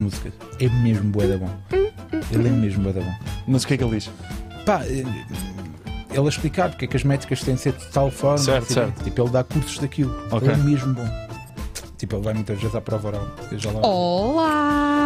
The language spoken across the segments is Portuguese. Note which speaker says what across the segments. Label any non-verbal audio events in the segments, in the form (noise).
Speaker 1: músicas. É mesmo bué da bom. Ele é mesmo bué da bom.
Speaker 2: Mas o que é que ele diz?
Speaker 1: Pá, eh, ele a explicar porque é que as métricas têm de ser de tal forma.
Speaker 2: Certo,
Speaker 1: não sei
Speaker 2: certo.
Speaker 1: quê. Tipo, ele dá cursos daquilo.
Speaker 2: Ok.
Speaker 1: Ele é mesmo bom. Tipo, ele vai muitas vezes à prova oral. Eu já lá-
Speaker 3: Oh. Olá!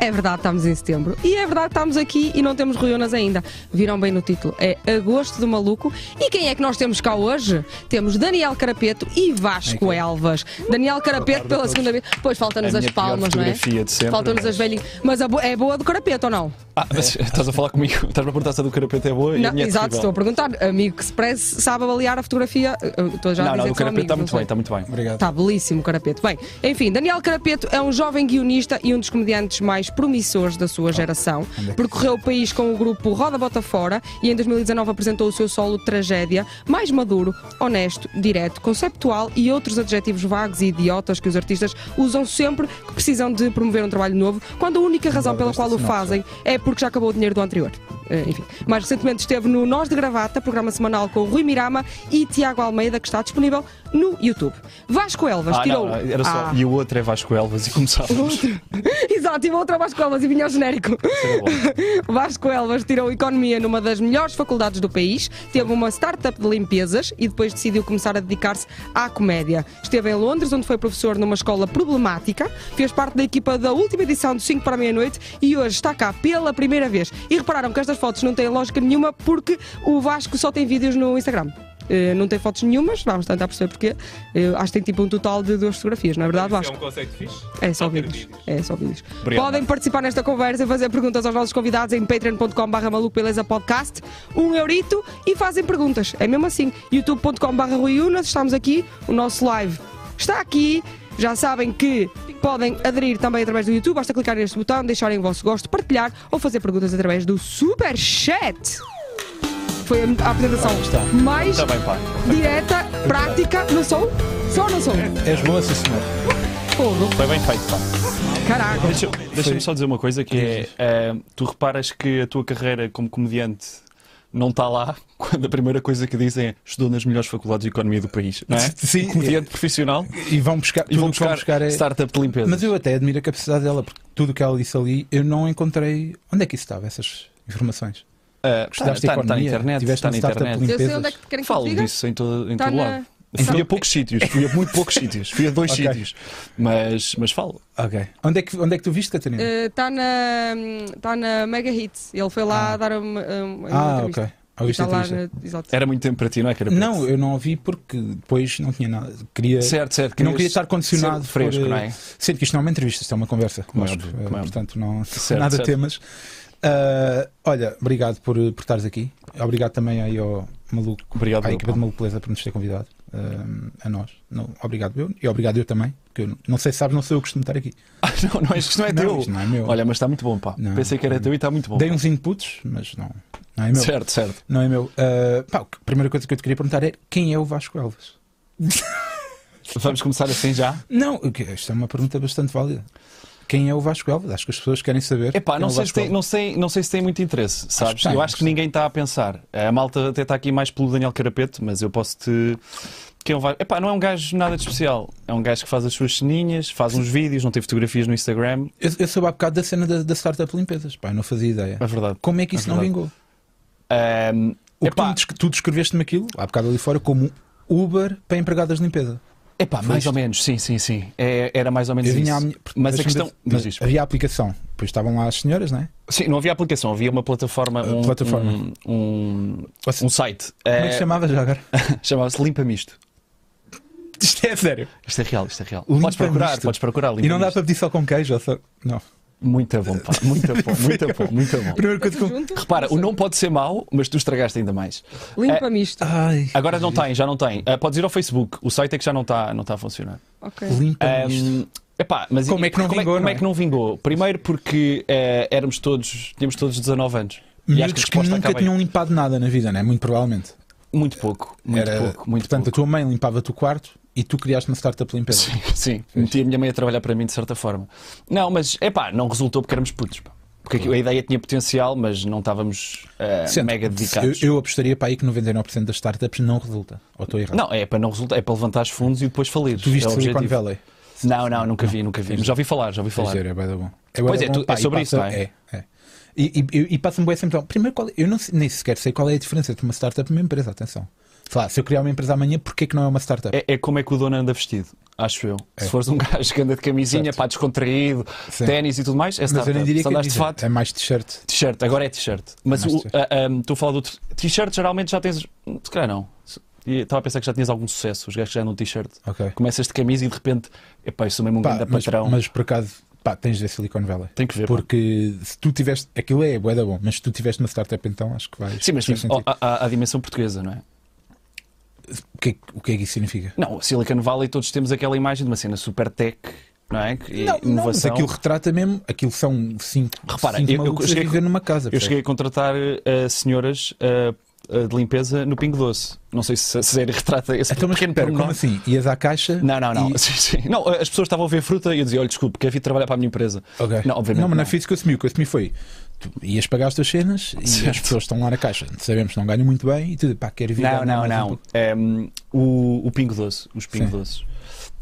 Speaker 3: É verdade, estamos em setembro. E é verdade, estamos aqui e não temos Ruionas ainda. Viram bem no título. É Agosto do Maluco. E quem é que nós temos cá hoje? Temos Daniel Carapeto e Vasco
Speaker 1: Ok.
Speaker 3: Elvas. Daniel Carapeto pela segunda vez. Pois faltam-nos
Speaker 2: A
Speaker 3: as
Speaker 2: minha pior
Speaker 3: palmas, não é?
Speaker 2: fotografia de sempre,
Speaker 3: Faltam-nos
Speaker 2: mas-
Speaker 3: as velhinhas. Mas a bo- é boa do Carapeto ou não?
Speaker 2: Ah, mas (laughs) estás a falar comigo? Estás-me a perguntar se a do Carapete é boa? e a
Speaker 3: Não,
Speaker 2: minha é
Speaker 3: exato,
Speaker 2: terrível.
Speaker 3: estou a perguntar. Amigo que se preze, sabe avaliar a fotografia. Eu- eu Estou já a
Speaker 2: Não,
Speaker 3: dizer
Speaker 2: não,
Speaker 3: é
Speaker 2: do
Speaker 3: que são
Speaker 2: Carapete está muito
Speaker 3: amigos, não
Speaker 2: bem, está muito bem.
Speaker 1: Obrigado.
Speaker 3: Está Tá belíssimo o Carapeto. Bem, enfim, Daniel Carapeto é um jovem guionista e um dos comediantes mais promissores da sua geração.
Speaker 1: onde é que
Speaker 3: Percorreu o país com o grupo Roda Bota Fora e em 2019 apresentou o seu solo Tragédia, mais maduro, honesto, direto, conceptual e outros adjetivos vagos e idiotas que os artistas usam sempre que precisam de promover um trabalho novo, quando a única razão pela
Speaker 1: desta
Speaker 3: qual o
Speaker 1: sinopse.
Speaker 3: fazem é porque já acabou o dinheiro do anterior. Eh, Enfim, mais recentemente esteve no Nós de Gravata, programa semanal com o Rui Mirama e Tiago Almeida, que está disponível no YouTube. Vasco Elvas
Speaker 2: Ah,
Speaker 3: tirou.
Speaker 2: não, não, era só.
Speaker 3: Ah. (laughs)
Speaker 2: E o outro é Vasco Elvas e começávamos.
Speaker 3: Exato, e vou outra Vasco Elvas e vinha ao genérico.
Speaker 2: Era bom.
Speaker 3: Vasco Elvas tirou economia numa das melhores faculdades do país, teve uma startup de limpezas e depois decidiu começar a dedicar-se à comédia. Esteve em Londres, onde foi professor numa escola problemática, fez parte da equipa da última edição do 5 para a meia-noite e hoje está cá pela primeira vez. E repararam que estas fotos não têm lógica nenhuma porque o Vasco só tem vídeos no Instagram. Eh, não tem fotos nenhumas, vamos tentar perceber porque acho que tem tipo um total de duas fotografias, não é verdade, Vasco?
Speaker 4: É um conceito fixe.
Speaker 3: É só
Speaker 4: ter
Speaker 3: vídeos. É só vídeos.
Speaker 2: Obrigado,
Speaker 3: Podem participar nesta conversa e fazer perguntas aos nossos convidados em patreon.com.br malucobeleza podcast, um eurito e fazem perguntas. É mesmo assim. youtube.com.br Rui Unas, estamos aqui, o nosso live está aqui. Já sabem que podem aderir também através do YouTube, basta clicar neste botão, deixarem o vosso gosto, partilhar ou fazer perguntas através do Super Chat. Foi a a apresentação
Speaker 2: Ah, está.
Speaker 3: mais
Speaker 2: Está bem, pá.
Speaker 3: direta, prática, não sou?
Speaker 2: (laughs)
Speaker 3: Só não sou?
Speaker 1: És boa, sim, senhor.
Speaker 3: Fogo.
Speaker 2: Foi bem feito, pá.
Speaker 3: Caraca.
Speaker 2: Deixa- Deixa-me só dizer uma coisa que é, eh, tu reparas que a tua carreira como comediante não está lá (laughs) quando a primeira coisa que dizem é estudou nas melhores faculdades de economia do país, não é?
Speaker 1: Sim.
Speaker 2: (laughs)
Speaker 1: eh,
Speaker 2: Comediante profissional
Speaker 1: E vão buscar,
Speaker 2: e
Speaker 1: tudo
Speaker 2: vão
Speaker 1: o que vão
Speaker 2: buscar,
Speaker 1: buscar é-
Speaker 2: startup de limpeza.
Speaker 1: Mas eu até admiro a capacidade dela, porque tudo o que ela disse ali, eu não encontrei. Onde é que isso estava, essas informações?
Speaker 2: Ah, tá,
Speaker 1: Estudaste
Speaker 2: tá- tá na
Speaker 1: economia,
Speaker 2: internet,
Speaker 1: tiveste
Speaker 2: tá
Speaker 1: uma
Speaker 2: na
Speaker 1: startup
Speaker 2: internet.
Speaker 1: de limpeza.
Speaker 3: Eu sei
Speaker 1: Limpezas.
Speaker 3: onde é que querem que eu
Speaker 2: Falo
Speaker 3: diga.
Speaker 2: disso em todo, em
Speaker 3: Tá
Speaker 2: todo
Speaker 3: na-
Speaker 2: lado. Fui a poucos sítios, fui a muito
Speaker 3: (laughs)
Speaker 2: poucos sítios, fui a dois
Speaker 1: Ok.
Speaker 2: sítios, mas, mas falo.
Speaker 1: Ok. Onde é que, onde é que tu viste, Catarina?
Speaker 3: Está Eh, tá na, tá na Mega Hits. Ele foi lá dar uma, uma
Speaker 1: ah,
Speaker 3: entrevista.
Speaker 1: ok. Ouviste a
Speaker 3: Está lá
Speaker 1: entrevista?
Speaker 3: na- exato.
Speaker 2: Era muito tempo para ti, não é? Que era para
Speaker 1: Não,
Speaker 2: ti?
Speaker 1: eu não ouvi porque depois não tinha nada. Queria.
Speaker 2: certo, certo.
Speaker 1: não queria
Speaker 2: querias
Speaker 1: estar condicionado
Speaker 2: ser fresco,
Speaker 1: por,
Speaker 2: não é?
Speaker 1: Sendo que isto não é uma entrevista, isto é uma conversa.
Speaker 2: Como é
Speaker 1: Vasco.
Speaker 2: óbvio,
Speaker 1: Eh,
Speaker 2: como é óbvio.
Speaker 1: Portanto, não (laughs)
Speaker 2: Certo,
Speaker 1: nada
Speaker 2: certo.
Speaker 1: temas. Ah, olha, obrigado por, por estares aqui. Obrigado também aí ao maluco,
Speaker 2: Obrigado,
Speaker 1: à
Speaker 2: meu
Speaker 1: equipa
Speaker 2: (laughs) pá.
Speaker 1: de maluqueza por nos ter convidado. ah, a nós. Não, obrigado eu. E obrigado eu também. Porque eu não- não sei se sabes, não sou eu que costumo estar aqui.
Speaker 2: Ah, não, não, isto não é
Speaker 1: Não,
Speaker 2: teu.
Speaker 1: isto não é meu.
Speaker 2: Olha, mas está muito bom, pá.
Speaker 1: Não,
Speaker 2: Pensei que era
Speaker 1: não.
Speaker 2: teu e está muito bom.
Speaker 1: Dei uns inputs, mas não, não é meu.
Speaker 2: Certo, certo.
Speaker 1: Não é meu. Ah, pá, a primeira coisa que eu te queria perguntar é quem é o Vasco Elvas?
Speaker 2: Vamos começar assim já?
Speaker 1: Não, o quê? isto é uma pergunta bastante válida. Quem é o Vasco Elvas? Acho que as pessoas querem saber.
Speaker 2: Epá,
Speaker 1: quem
Speaker 2: não
Speaker 1: é o
Speaker 2: sei, se
Speaker 1: Vasco
Speaker 2: tem,
Speaker 1: Elvas.
Speaker 2: não, sei, não sei se tem muito interesse, sabes?
Speaker 1: que tem,
Speaker 2: eu
Speaker 1: acho
Speaker 2: acho que
Speaker 1: que
Speaker 2: ninguém está a pensar. A malta até está aqui mais pelo Daniel Carapeto, mas eu posso te. Quem vai... Epá, não é um gajo nada de especial. É um gajo que faz as suas ceninhas, faz uns vídeos, não tem fotografias no Instagram.
Speaker 1: Eu, eu soube há bocado da cena da, da startup limpezas. Pá, eu não fazia ideia.
Speaker 2: É verdade.
Speaker 1: Como é que isso
Speaker 2: é
Speaker 1: não
Speaker 2: verdade.
Speaker 1: vingou?
Speaker 2: Ahm,
Speaker 1: O que tu,
Speaker 2: epá,
Speaker 1: me desc- tu descreveste-me aquilo, há bocado ali fora, como Uber para empregadas de limpeza.
Speaker 2: epá, mais ou menos, sim, sim, sim. É- era mais ou menos
Speaker 1: Eu vinha à
Speaker 2: isso.
Speaker 1: minha-
Speaker 2: Mas a
Speaker 1: deixa-me
Speaker 2: questão.
Speaker 1: ver-
Speaker 2: Mas diz.
Speaker 1: havia a aplicação, pois estavam lá as senhoras, não é?
Speaker 2: Sim, não havia aplicação, havia uma plataforma.
Speaker 1: Uh,
Speaker 2: Um,
Speaker 1: plataforma.
Speaker 2: Um, um,
Speaker 1: Você-
Speaker 2: um site.
Speaker 1: Como é que
Speaker 2: Eh,
Speaker 1: se chamava já agora?
Speaker 2: Chamava-se Limpa Misto.
Speaker 1: Isto é sério.
Speaker 2: (laughs) Isto é real, isto é real.
Speaker 1: Limpa
Speaker 2: podes procurar,
Speaker 1: Misto.
Speaker 2: podes procurar. Limpa
Speaker 1: E não dá
Speaker 2: Misto.
Speaker 1: para pedir só com queijo? Ou só... Não.
Speaker 2: Muito bom, pá. Muito
Speaker 1: (laughs)
Speaker 2: bom, muito bom, muito bom.
Speaker 1: Primeiro que eu te com-
Speaker 3: Junto?
Speaker 2: Repara, o não pode ser mau, mas tu estragaste ainda mais.
Speaker 1: é
Speaker 3: Limpa-me isto.
Speaker 1: Ai,
Speaker 2: Agora não tem, já não tem. Ah, podes ir ao Facebook, o site é que já não está não tá a funcionar.
Speaker 3: Ok.
Speaker 1: limpa isto.
Speaker 2: Ahm, epá, mas
Speaker 1: Como é que não
Speaker 2: como
Speaker 1: vingou,
Speaker 2: como
Speaker 1: não
Speaker 2: é
Speaker 1: é?
Speaker 2: que não vingou? Primeiro porque eh, éramos todos, tínhamos todos 19 anos. E acho que
Speaker 1: Miúdos
Speaker 2: a
Speaker 1: que,
Speaker 2: resposta
Speaker 1: nunca
Speaker 2: acaba aí.
Speaker 1: tinham limpado nada na vida, não é? Muito provavelmente.
Speaker 2: Muito pouco, muito
Speaker 1: Era-
Speaker 2: pouco, muito
Speaker 1: Portanto,
Speaker 2: pouco.
Speaker 1: a tua mãe limpava-te o quarto e tu criaste uma startup limpeza.
Speaker 2: Sim, (laughs) sim. Meti a minha mãe a trabalhar para mim de certa forma. Não, mas é pá, não resultou porque éramos putos. pá. Porque aquilo- a ideia tinha potencial, mas não estávamos eh,
Speaker 1: Sendo-
Speaker 2: mega dedicados.
Speaker 1: Eu, eu apostaria para aí que 99% das startups não resulta. Ou estou errado?
Speaker 2: Não, é para não resultar, é para levantar os fundos e depois falir.
Speaker 1: Tu viste
Speaker 2: é o
Speaker 1: Silicon
Speaker 2: objetivo.
Speaker 1: Valley?
Speaker 2: Não, não, nunca vi, nunca vi. Mas já ouvi falar, já ouvi
Speaker 1: Pois
Speaker 2: falar.
Speaker 1: é, é bué da bom.
Speaker 2: Pois
Speaker 1: bué da
Speaker 2: é,
Speaker 1: bom,
Speaker 2: tu- é
Speaker 1: e
Speaker 2: sobre isso,
Speaker 1: passa-
Speaker 2: não é?
Speaker 1: É, E, e, e passa-me bem sempre. Primeiro, qual, é, eu não, sei- nem sequer sei qual é a diferença entre uma startup e uma empresa, atenção. Sei lá, se eu criar uma empresa amanhã, porquê que não é uma startup?
Speaker 2: É, é como é que o dono anda vestido, acho eu. Se fores um (laughs) gajo que anda de camisinha,
Speaker 1: É. Certo.
Speaker 2: pá, descontraído,
Speaker 1: Sim.
Speaker 2: ténis e tudo mais, é
Speaker 1: Mas eu
Speaker 2: startup.
Speaker 1: nem diria que
Speaker 2: Se
Speaker 1: é
Speaker 2: andares de
Speaker 1: design,
Speaker 2: fato,
Speaker 1: é mais t-shirt.
Speaker 2: t-shirt, agora é t-shirt. Mas
Speaker 1: Mais
Speaker 2: o- ah,
Speaker 1: t-shirt.
Speaker 2: a- a- estou a falar do t- t-shirt, geralmente já tens. Se calhar não. E Estava a pensar que já tinhas algum sucesso, os gajos que já andam de t-shirt.
Speaker 1: Ok.
Speaker 2: Começas de camisa e de repente, epá, eu sou mesmo um
Speaker 1: Pá,
Speaker 2: grande
Speaker 1: mas,
Speaker 2: patrão.
Speaker 1: mas por acaso, pá, tens de ver Silicon Valley.
Speaker 2: Tem que ver. pá.
Speaker 1: Porque se tu tiveste. Aquilo é bué da bom, mas se tu tiveste uma startup, então acho que vais.
Speaker 2: Sim, mas tipo,
Speaker 1: vais sentir.
Speaker 2: ó, ah. há há a dimensão portuguesa, não é?
Speaker 1: o, que, é que- o que é que isso significa?
Speaker 2: Não, Silicon Valley, todos temos aquela imagem de uma cena super tech, não é?
Speaker 1: Não,
Speaker 2: Que-
Speaker 1: não, mas
Speaker 2: inovação.
Speaker 1: aquilo retrata mesmo. Aquilo são cinco,
Speaker 2: Repara,
Speaker 1: cinco
Speaker 2: eu- eu
Speaker 1: malucos
Speaker 2: cheguei-
Speaker 1: a viver numa casa.
Speaker 2: Eu
Speaker 1: percebes?
Speaker 2: cheguei a contratar eh, senhoras eh, eh, de limpeza no Pingo Doce. Não sei se a série (laughs) retrata esse
Speaker 1: Então, mas
Speaker 2: pequeno
Speaker 1: espera,
Speaker 2: pormenor.
Speaker 1: como assim? Ias à caixa?
Speaker 2: Não, não, não.
Speaker 1: e-
Speaker 2: (laughs) Sim, sim. Não, eh, as pessoas estavam a ver fruta e eu dizia, olha, desculpe, quer vir trabalhar para a minha empresa.
Speaker 1: Ok.
Speaker 2: Não, obviamente
Speaker 1: mas não,
Speaker 2: não.
Speaker 1: foi isso que eu assumi. O que eu assumi foi: tu ias pagar as tuas cenas e as
Speaker 2: Certo.
Speaker 1: pessoas estão lá na caixa. Sabemos que não ganham muito bem e tu, pá, quero vir.
Speaker 2: Não,
Speaker 1: ganhar
Speaker 2: não,
Speaker 1: mais um
Speaker 2: não.
Speaker 1: pouco.
Speaker 2: Em, o, o Pingo Doce, os Pingo
Speaker 1: Sim.
Speaker 2: Doces,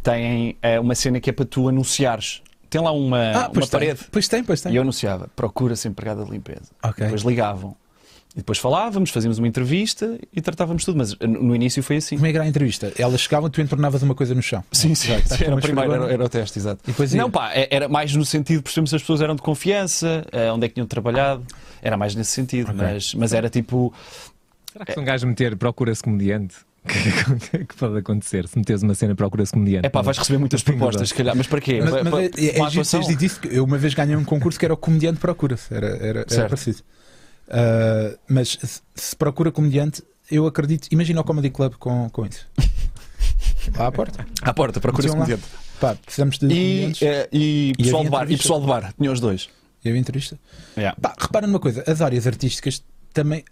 Speaker 2: têm eh, uma cena que é para tu anunciares. Tem lá uma,
Speaker 1: Ah,
Speaker 2: uma
Speaker 1: pois tem.
Speaker 2: parede.
Speaker 1: Pois tem, pois tem.
Speaker 2: E eu anunciava, procura-se empregada de limpeza.
Speaker 1: Ok.
Speaker 2: Depois ligavam. E depois falávamos, fazíamos uma entrevista e tratávamos tudo. Mas eh, no no início foi assim.
Speaker 1: Como é que era a entrevista? Elas chegavam, tu entornavas uma coisa no chão.
Speaker 2: Sim, sim,
Speaker 1: Exato.
Speaker 2: era o
Speaker 1: Mas
Speaker 2: primeiro,
Speaker 1: agora-
Speaker 2: era, era o teste, exato.
Speaker 1: E depois ia.
Speaker 2: Não, pá, é- era mais no sentido, percebemos se as pessoas eram de confiança, eh, onde é que tinham trabalhado, era mais nesse sentido,
Speaker 1: Ok.
Speaker 2: mas, mas era tipo,
Speaker 4: Será
Speaker 2: É.
Speaker 4: que se um gajo meter procura-se comediante? (laughs) Que, que pode acontecer se meteres uma cena procura-se comediante?
Speaker 2: é pá, vais receber muitas propostas, se calhar, mas para quê?
Speaker 1: Então, Mas,
Speaker 2: Para-
Speaker 1: mas
Speaker 2: para-
Speaker 1: é, é,
Speaker 2: para uma
Speaker 1: é giro
Speaker 2: atuação?
Speaker 1: teres dito isso, que eu uma vez ganhei um concurso que era o comediante procura-se. Era, era, era
Speaker 2: Certo.
Speaker 1: parecido. Ah, mas se, se procura comediante, eu acredito. Imagina o Comedy Club com, com (laughs) isso. Lá à porta.
Speaker 2: à porta, procura-se
Speaker 1: Metiam lá.
Speaker 2: comediante.
Speaker 1: Pá, precisamos de
Speaker 2: E,
Speaker 1: comediantes.
Speaker 2: eh, e, pessoal
Speaker 1: havia
Speaker 2: de bar, e
Speaker 1: entrevistas.
Speaker 2: pessoal de bar, tinham os dois.
Speaker 1: E havia entrevista.
Speaker 2: Yeah.
Speaker 1: Pá, repara numa coisa, as áreas artísticas também,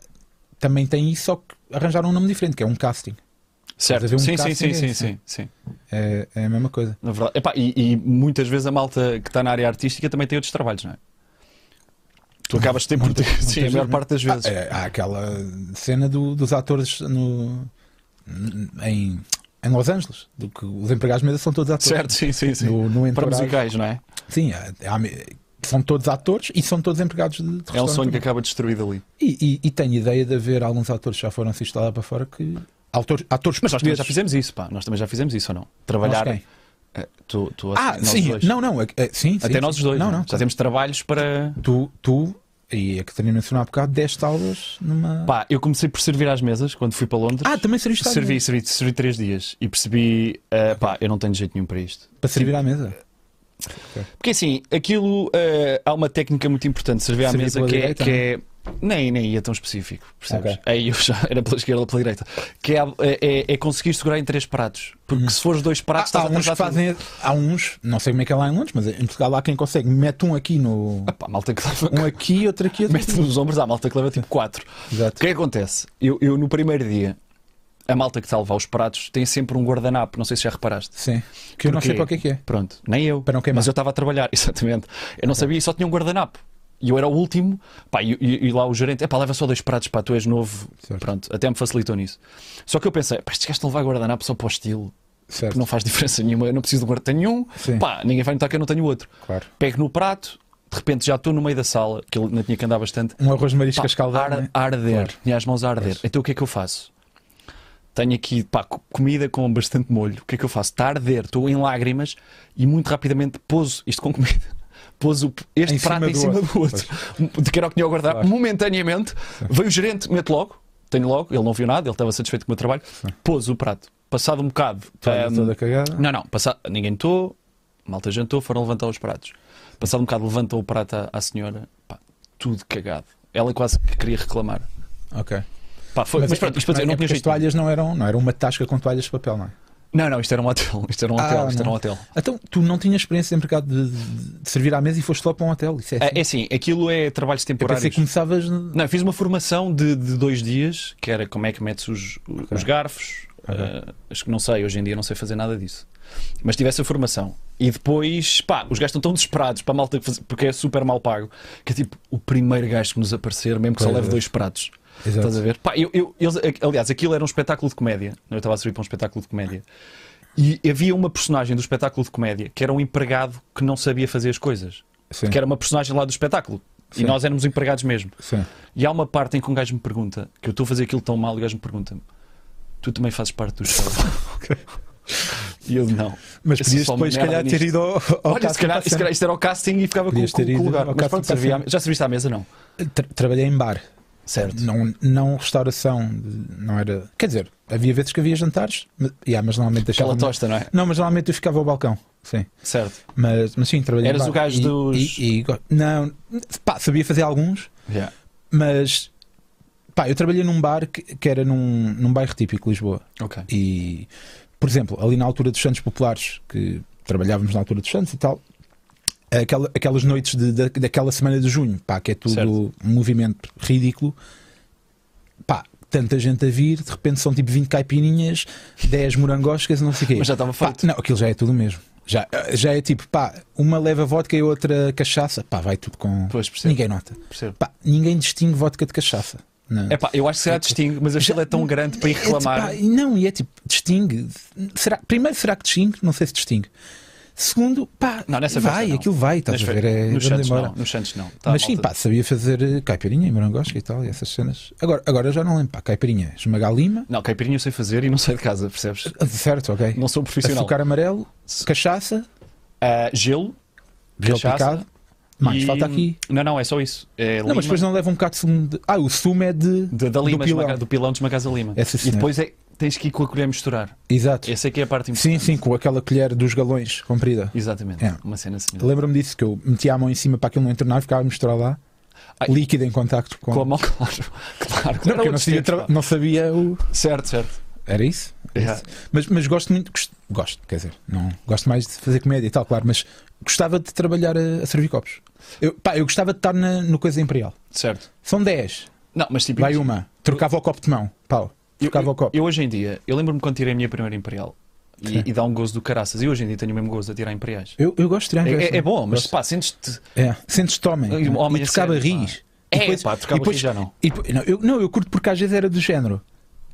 Speaker 1: também têm isso, só que arranjaram um nome diferente, que é um casting.
Speaker 2: Certo,
Speaker 1: havia um
Speaker 2: sim, sim,
Speaker 1: casting
Speaker 2: sim,
Speaker 1: desse,
Speaker 2: sim,
Speaker 1: né?
Speaker 2: sim, sim.
Speaker 1: É, é a mesma coisa.
Speaker 2: Na verdade, epá, e, e muitas vezes a malta que está na área artística também tem outros trabalhos, não é? Tu acabas sempre por ter, sim, a
Speaker 1: vezes,
Speaker 2: maior
Speaker 1: não.
Speaker 2: parte das vezes.
Speaker 1: Ah, é, há aquela cena do- dos atores no, em, em Los Angeles, do que os empregados de mesa são todos atores.
Speaker 2: Certo, sim, sim, sim.
Speaker 1: é. No, no
Speaker 2: Para
Speaker 1: entourage.
Speaker 2: musicais, não é?
Speaker 1: Sim, há- há- são todos atores e são todos empregados de, de
Speaker 2: É um
Speaker 1: restaurante
Speaker 2: sonho que
Speaker 1: também.
Speaker 2: acaba destruído ali.
Speaker 1: E, e, e tenho ideia de haver alguns atores que já foram assistidos lá para fora que. Autores, atores
Speaker 2: Mas nós também
Speaker 1: portugueses.
Speaker 2: já fizemos isso, pá. Nós também já fizemos isso ou não?
Speaker 1: Nós
Speaker 2: Trabalhar.
Speaker 1: quem?
Speaker 2: eh, tu, tu,
Speaker 1: Ah,
Speaker 2: nós
Speaker 1: sim,
Speaker 2: dois.
Speaker 1: não, não, é- é- sim,
Speaker 2: Até
Speaker 1: sim,
Speaker 2: nós os dois.
Speaker 1: Não,
Speaker 2: né?
Speaker 1: não,
Speaker 2: Já temos trabalhos para.
Speaker 1: tu, tu e a Catarina mencionou há bocado 10 aulas numa.
Speaker 2: Pá, eu comecei por servir às mesas quando fui para Londres.
Speaker 1: Ah, também serviste à
Speaker 2: servi,
Speaker 1: mesa.
Speaker 2: servi, servi três dias e percebi, eh, pá, eu não tenho jeito nenhum para isto.
Speaker 1: Para servir à mesa.
Speaker 2: Porque assim, aquilo eh, há uma técnica muito importante de servir à
Speaker 1: Servir
Speaker 2: mesa
Speaker 1: pela
Speaker 2: que, é,
Speaker 1: direita,
Speaker 2: que é- Nem, nem ia tão específico, percebes?
Speaker 1: Ok.
Speaker 2: Aí eu já era pela esquerda ou pela direita. Que é, é- é conseguir segurar em três pratos. Porque se fores dois
Speaker 1: Há,
Speaker 2: pratos, estás
Speaker 1: há
Speaker 2: a
Speaker 1: uns que
Speaker 2: atrasar tudo.
Speaker 1: Uhum. Ah, fazem. Há uns, não sei como é que é lá em Londres, mas em Portugal há quem consegue. Mete um aqui no.
Speaker 2: (laughs) Ah, pá, malta que dava
Speaker 1: Um aqui, outro (laughs) aqui, outro
Speaker 2: mete um
Speaker 1: aqui.
Speaker 2: nos ombros à malta que leva tipo 4. O
Speaker 1: Exato.
Speaker 2: que é que acontece? Eu, eu, no primeiro dia, a malta que está a levar os pratos tem sempre um guardanapo, não sei se já reparaste.
Speaker 1: Sim. Que eu não
Speaker 2: Porquê?
Speaker 1: sei para o que é que é.
Speaker 2: Pronto, nem eu.
Speaker 1: Para não queimar.
Speaker 2: Mas eu estava a trabalhar, (laughs) exatamente. Eu não sabia e só tinha um guardanapo. E eu era o último, pá, e, e- e lá o gerente, é pá, leva só dois pratos, pá, tu és novo.
Speaker 1: Certo.
Speaker 2: Pronto, até me facilitou nisso. Só que eu pensei, pá, estes gajos estão a levar guardanapo só para o estilo,
Speaker 1: Certo.
Speaker 2: que não faz diferença nenhuma, eu não preciso de guardanapo nenhum,
Speaker 1: Sim.
Speaker 2: pá, ninguém vai notar que eu não tenho outro.
Speaker 1: Claro.
Speaker 2: Pego no prato, de repente já estou no meio da sala, que ele não tinha que andar bastante,
Speaker 1: Um arroz de marisco
Speaker 2: Pá,
Speaker 1: escaldado.
Speaker 2: ar-
Speaker 1: não é?
Speaker 2: a arder,
Speaker 1: Claro.
Speaker 2: tinha as mãos a arder. Então o que é que eu faço? Tenho aqui pá, co- comida com bastante molho. O que é que eu faço? Está a arder, estou em lágrimas e muito rapidamente pouso isto com comida. (laughs) Pouso o- este
Speaker 1: Em cima
Speaker 2: prato em
Speaker 1: do
Speaker 2: cima
Speaker 1: outro.
Speaker 2: do outro. De que era o que tinha a guardar.
Speaker 1: Claro.
Speaker 2: Momentaneamente, veio o gerente, mete logo. Tenho logo, ele não viu nada, ele estava satisfeito com o meu trabalho. Pôs o prato. Passado um bocado.
Speaker 1: Toda-
Speaker 2: ahm,
Speaker 1: Toda cagada.
Speaker 2: não, não, passa... ninguém notou, malta jantou, foram levantar os pratos. Passado um bocado, levantou o prato à, à senhora, pá, tudo cagado. Ela quase que queria reclamar.
Speaker 1: Ok.
Speaker 2: Pá, foi... mas, pronto, isto para dizer,
Speaker 1: mas
Speaker 2: eu não
Speaker 1: é
Speaker 2: tinha
Speaker 1: porque as
Speaker 2: jeito.
Speaker 1: toalhas não eram, não era uma tasca com toalhas de papel, não é?
Speaker 2: Não, não, isto era um hotel, isto era um
Speaker 1: Ah,
Speaker 2: hotel, isto era
Speaker 1: não.
Speaker 2: um hotel.
Speaker 1: Então, tu não tinhas experiência em mercado de, de- de servir à mesa e foste lá para um hotel. Isso é assim.
Speaker 2: É, é assim, aquilo é trabalhos
Speaker 1: eu
Speaker 2: temporários.
Speaker 1: pensei que um começavas. no-
Speaker 2: Não, eu fiz uma formação de, de dois dias, que era como é que metes os, os garfos. eh, acho que não sei, hoje em dia não sei fazer nada disso. Mas tive essa formação. E depois, pá, os gajos estão tão desesperados para a malta, que faz- porque é super mal pago, que é tipo o primeiro gajo que nos aparecer, mesmo que só
Speaker 1: Pois
Speaker 2: leve
Speaker 1: é.
Speaker 2: dois pratos.
Speaker 1: Exato.
Speaker 2: Estás a ver? Pá, eu, eu- eles- aliás, aquilo era um espetáculo de comédia. Eu estava a servir para um espetáculo de comédia. E havia uma personagem do espetáculo de comédia que era um empregado que não sabia fazer as coisas.
Speaker 1: Sim.
Speaker 2: Que era uma personagem lá do espetáculo.
Speaker 1: Sim.
Speaker 2: E nós éramos empregados mesmo.
Speaker 1: Sim.
Speaker 2: E há uma parte em que um gajo me pergunta, que eu estou a fazer aquilo tão mal, e o gajo me pergunta-me, tu também fazes parte
Speaker 1: (laughs)
Speaker 2: do show? e eu não.
Speaker 1: Mas
Speaker 2: Eu sou
Speaker 1: podias
Speaker 2: só uma
Speaker 1: depois, se
Speaker 2: merda
Speaker 1: calhar, ter
Speaker 2: nisto.
Speaker 1: ido ao, ao
Speaker 2: Olha, se calhar,
Speaker 1: casting
Speaker 2: se
Speaker 1: para
Speaker 2: calhar isto era o casting e ficava com,
Speaker 1: Podias
Speaker 2: com,
Speaker 1: ter
Speaker 2: com o
Speaker 1: ido ao
Speaker 2: lugar. Mas pronto,
Speaker 1: casting para
Speaker 2: servia à
Speaker 1: cena.
Speaker 2: me- já serviste à mesa? Não.
Speaker 1: cena. Tra- trabalhei em bar.
Speaker 2: Certo.
Speaker 1: Não, não restauração, não era. Quer dizer, havia vezes que havia jantares, mas, yeah, mas normalmente
Speaker 2: Aquela
Speaker 1: deixava.
Speaker 2: tosta, não é?
Speaker 1: Não, mas normalmente eu ficava ao balcão. Sim.
Speaker 2: Certo.
Speaker 1: Mas, mas sim, trabalhei
Speaker 2: Eras
Speaker 1: em bar.
Speaker 2: o gajo
Speaker 1: E-
Speaker 2: dos-
Speaker 1: e- e go- não, pá, sabia fazer alguns, mas. Pá, eu trabalhei num bar que, que era num, num bairro típico, de Lisboa.
Speaker 2: Ok.
Speaker 1: E, por exemplo, ali na altura dos Santos Populares, que trabalhávamos na altura dos Santos e tal, aquela- aquelas noites de- da- daquela semana de junho, pá, que é tudo
Speaker 2: Certo.
Speaker 1: um movimento ridículo, pá, tanta gente a vir, de repente são tipo 20 caipirinhas, 10 morangoscas e não sei o quê.
Speaker 2: Mas já estava
Speaker 1: Pá,
Speaker 2: feito.
Speaker 1: não, aquilo já é tudo o mesmo. Já, já é tipo, pá, uma leva vodka e outra cachaça, pá, vai tudo com.
Speaker 2: Pois, percebo.
Speaker 1: Ninguém nota.
Speaker 2: percebo.
Speaker 1: Pá, ninguém distingue vodka de cachaça. Não.
Speaker 2: É pá, eu acho que será distingue, mas a fila é tão grande para ir
Speaker 1: É,
Speaker 2: reclamar.
Speaker 1: tipo, pá, não, e é tipo, distingue. Será, primeiro, será que distingue? Não sei se distingue. Segundo, pá,
Speaker 2: Não, nessa
Speaker 1: vai,
Speaker 2: festa não.
Speaker 1: aquilo vai, estás
Speaker 2: Nas
Speaker 1: a
Speaker 2: fe-
Speaker 1: ver? É,
Speaker 2: nos
Speaker 1: vamos
Speaker 2: Santos
Speaker 1: embora.
Speaker 2: não, nos Santos não. Tá,
Speaker 1: Mas sim,
Speaker 2: malta.
Speaker 1: pá, sabia fazer eh, caipirinha e morangosca e tal, e essas cenas. Agora, agora já não lembro, pá, caipirinha, esmagar lima,
Speaker 2: Não, caipirinha eu sei fazer e não saio de casa, percebes?
Speaker 1: ah, certo, ok.
Speaker 2: Não sou profissional.
Speaker 1: Açúcar amarelo,
Speaker 2: S-
Speaker 1: cachaça,
Speaker 2: Ah, gelo,
Speaker 1: gel
Speaker 2: cachaça,
Speaker 1: picado. Mais,
Speaker 2: e-
Speaker 1: falta aqui.
Speaker 2: Não, não, é só isso. É
Speaker 1: Não, mas depois não leva um bocado de sumo de. Ah, o sumo é de.
Speaker 2: da, da
Speaker 1: do
Speaker 2: lima, do
Speaker 1: pilão.
Speaker 2: pilão, do pilão de esmagas a lima.
Speaker 1: Essa
Speaker 2: e
Speaker 1: senhora.
Speaker 2: depois é, tens que ir com a colher misturar.
Speaker 1: Exato.
Speaker 2: Essa é que é a parte
Speaker 1: Sim,
Speaker 2: importante.
Speaker 1: sim, com aquela colher dos galões comprida.
Speaker 2: Exatamente.
Speaker 1: É.
Speaker 2: Uma cena assim.
Speaker 1: Lembro-me disso, que eu metia a mão em cima para aquilo não entornar, ficava a misturar lá.
Speaker 2: Ai.
Speaker 1: Líquido em contacto com.
Speaker 2: Com a mão, (laughs) claro. claro,
Speaker 1: Não,
Speaker 2: claro
Speaker 1: porque eu não sabia,
Speaker 2: outros
Speaker 1: tra-
Speaker 2: tempos,
Speaker 1: não sabia o.
Speaker 2: pá. Certo, certo.
Speaker 1: Era isso? Era
Speaker 2: Yeah.
Speaker 1: isso. Mas, mas gosto muito. gosto- Gosto, quer dizer, não. Gosto mais de fazer comédia e tal, claro, mas gostava de trabalhar a, a servir copos. Eu, pá, eu gostava de estar na, no Coisa Imperial.
Speaker 2: Certo.
Speaker 1: São 10,
Speaker 2: Não, mas tipo.
Speaker 1: vai uma. Trocava o copo de mão, pau.
Speaker 2: Eu,
Speaker 1: Trocava o
Speaker 2: eu,
Speaker 1: copo.
Speaker 2: eu hoje em dia, eu lembro-me quando tirei a minha primeira Imperial
Speaker 1: Sim.
Speaker 2: e, e dá um gozo do caraças. E hoje em dia tenho o mesmo gozo a tirar Imperiais.
Speaker 1: Eu, eu gosto de
Speaker 2: É,
Speaker 1: triângulos.
Speaker 2: é- é bom, mas
Speaker 1: Gosto.
Speaker 2: pá, sentes-te.
Speaker 1: É. Sentes-te homem.
Speaker 2: Ai, um homem
Speaker 1: e
Speaker 2: a
Speaker 1: tocava
Speaker 2: sério, pá.
Speaker 1: riz.
Speaker 2: É,
Speaker 1: E depois-
Speaker 2: pá, tocava
Speaker 1: e depois-
Speaker 2: riz já não.
Speaker 1: e depois- não, eu, não, eu curto porque às vezes era do género.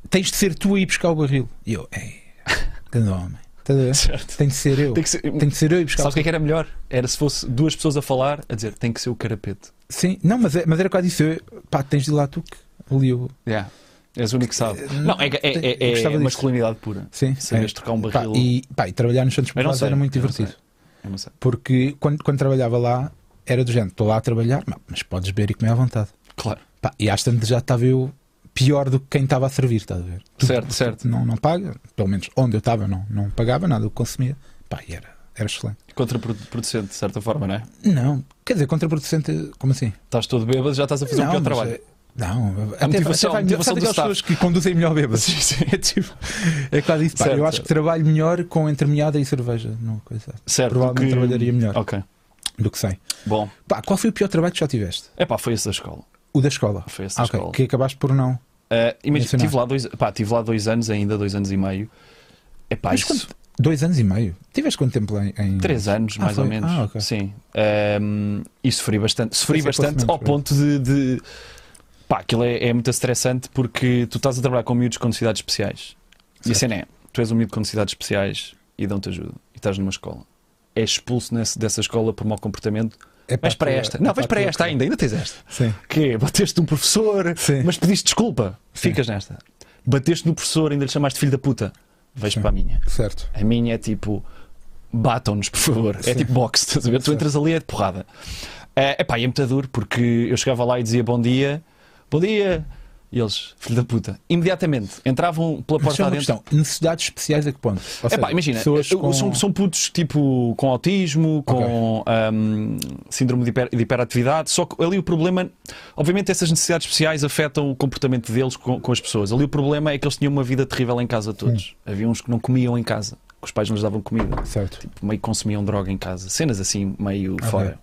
Speaker 1: Tens de ser tu a ir buscar o barril. E eu, ei, (laughs) grande homem. Estás a ver?
Speaker 2: Certo.
Speaker 1: Tem de ser eu.
Speaker 2: Tem que ser-
Speaker 1: Tem de ser eu a ir buscar
Speaker 2: Sabes o que é que era melhor? Era se fosse duas pessoas a falar, a dizer tem que ser o carapete.
Speaker 1: Sim, não, mas, é- mas era quase isso. Eu, pá, tens de ir lá tu que ali o.
Speaker 2: Yeah. És o único que sabe. Não, é, é- é-
Speaker 1: Eu
Speaker 2: é
Speaker 1: gostava disso.
Speaker 2: masculinidade pura.
Speaker 1: Sim,
Speaker 2: Sabias
Speaker 1: é.
Speaker 2: trocar um
Speaker 1: Pá,
Speaker 2: barril.
Speaker 1: e, pá, e trabalhar nos Santos
Speaker 2: Eu não
Speaker 1: Populares
Speaker 2: sei,
Speaker 1: era muito
Speaker 2: eu não
Speaker 1: divertido.
Speaker 2: Eu não sei.
Speaker 1: Porque quando, quando trabalhava lá, era do género: estou lá a trabalhar, mas- mas podes beber e comer à vontade.
Speaker 2: Claro.
Speaker 1: Pá, e às tantas já estava eu pior do que quem estava a servir, estás a ver?
Speaker 2: (laughs) Certo, certo.
Speaker 1: Não, não paga, pelo menos onde eu estava, não, não pagava nada, eu consumia. Pá, e era, era excelente.
Speaker 2: Contraproducente, de certa forma, não é?
Speaker 1: Não, quer dizer, contraproducente, como assim?
Speaker 2: Estás todo bêbado, já estás a fazer
Speaker 1: não,
Speaker 2: um pior
Speaker 1: mas,
Speaker 2: trabalho.
Speaker 1: eh, Não, até,
Speaker 2: motivação-
Speaker 1: até vai
Speaker 2: a
Speaker 1: melhor, sabe
Speaker 2: motivação do
Speaker 1: aquelas
Speaker 2: staff.
Speaker 1: pessoas que conduzem melhor bêbadas.
Speaker 2: (laughs) Sim, sim, é tipo.
Speaker 1: É quase isso. Pá,
Speaker 2: Certo,
Speaker 1: eu acho
Speaker 2: certo.
Speaker 1: que trabalho melhor com entremeada e cerveja. Não, coisa.
Speaker 2: Certo.
Speaker 1: Provavelmente
Speaker 2: que- Oh.
Speaker 1: trabalharia melhor
Speaker 2: Ok.
Speaker 1: do que sem.
Speaker 2: Bom.
Speaker 1: Pá, qual foi o pior trabalho que já tiveste?
Speaker 2: É pá, foi esse da escola.
Speaker 1: O da escola.
Speaker 2: Foi esse da
Speaker 1: Ah, ok.
Speaker 2: escola.
Speaker 1: Que acabaste por não.
Speaker 2: Ah, imagina,
Speaker 1: Mencionar.
Speaker 2: tive lá, dois, pá, tive lá dois anos ainda, dois anos e meio. É pá,
Speaker 1: Mas
Speaker 2: isso.
Speaker 1: quanto- Dois anos e meio. Tiveste quanto tempo lá em. em-
Speaker 2: Três anos,
Speaker 1: Ah,
Speaker 2: mais
Speaker 1: foi?
Speaker 2: ou menos.
Speaker 1: Ah, ok.
Speaker 2: Sim. Ahm, e sofri bastante. Sofri
Speaker 1: Esse é
Speaker 2: bastante
Speaker 1: quase
Speaker 2: ao
Speaker 1: menos,
Speaker 2: ponto de. de- Pá, aquilo é, é muito estressante porque tu estás a trabalhar com miúdos com necessidades especiais. E a
Speaker 1: Certo.
Speaker 2: cena é: tu és um miúdo com necessidades especiais e dão-te ajuda. E estás numa escola. És expulso nesse- dessa escola por mau comportamento.
Speaker 1: É
Speaker 2: Vais
Speaker 1: a
Speaker 2: para
Speaker 1: tua-
Speaker 2: esta.
Speaker 1: é
Speaker 2: Não, vais
Speaker 1: a
Speaker 2: para
Speaker 1: tua-
Speaker 2: esta ainda. Ainda tens
Speaker 1: (laughs)
Speaker 2: esta.
Speaker 1: Sim.
Speaker 2: Que bateste um professor,
Speaker 1: Sim.
Speaker 2: mas pediste desculpa. Ficas nesta. Bateste no professor, ainda lhe chamaste filho da puta. Vais
Speaker 1: Sim.
Speaker 2: para a minha.
Speaker 1: Certo.
Speaker 2: A minha é tipo batam-nos, por favor. É
Speaker 1: Sim.
Speaker 2: tipo boxe, estás a ver? Tu entras ali é de porrada. É epá, e é muito duro porque eu chegava lá e dizia bom dia, bom dia. E eles, filho da puta, imediatamente entravam pela
Speaker 1: Mas
Speaker 2: porta
Speaker 1: só é uma
Speaker 2: adentro.
Speaker 1: questão. Necessidades especiais a que ponto? Ou
Speaker 2: Epá,
Speaker 1: seja,
Speaker 2: imagina,
Speaker 1: pessoas
Speaker 2: eu-
Speaker 1: com-
Speaker 2: são, são putos tipo com autismo, com ahm, síndrome de, hiper- de hiperatividade. Só que ali o problema, obviamente, essas necessidades especiais afetam o comportamento deles com, com as pessoas. Ali o problema é que eles tinham uma vida terrível em casa, todos. Havia uns que não comiam em casa, que os pais não lhes davam comida
Speaker 1: Certo.
Speaker 2: meio que consumiam droga em casa, cenas assim meio fora.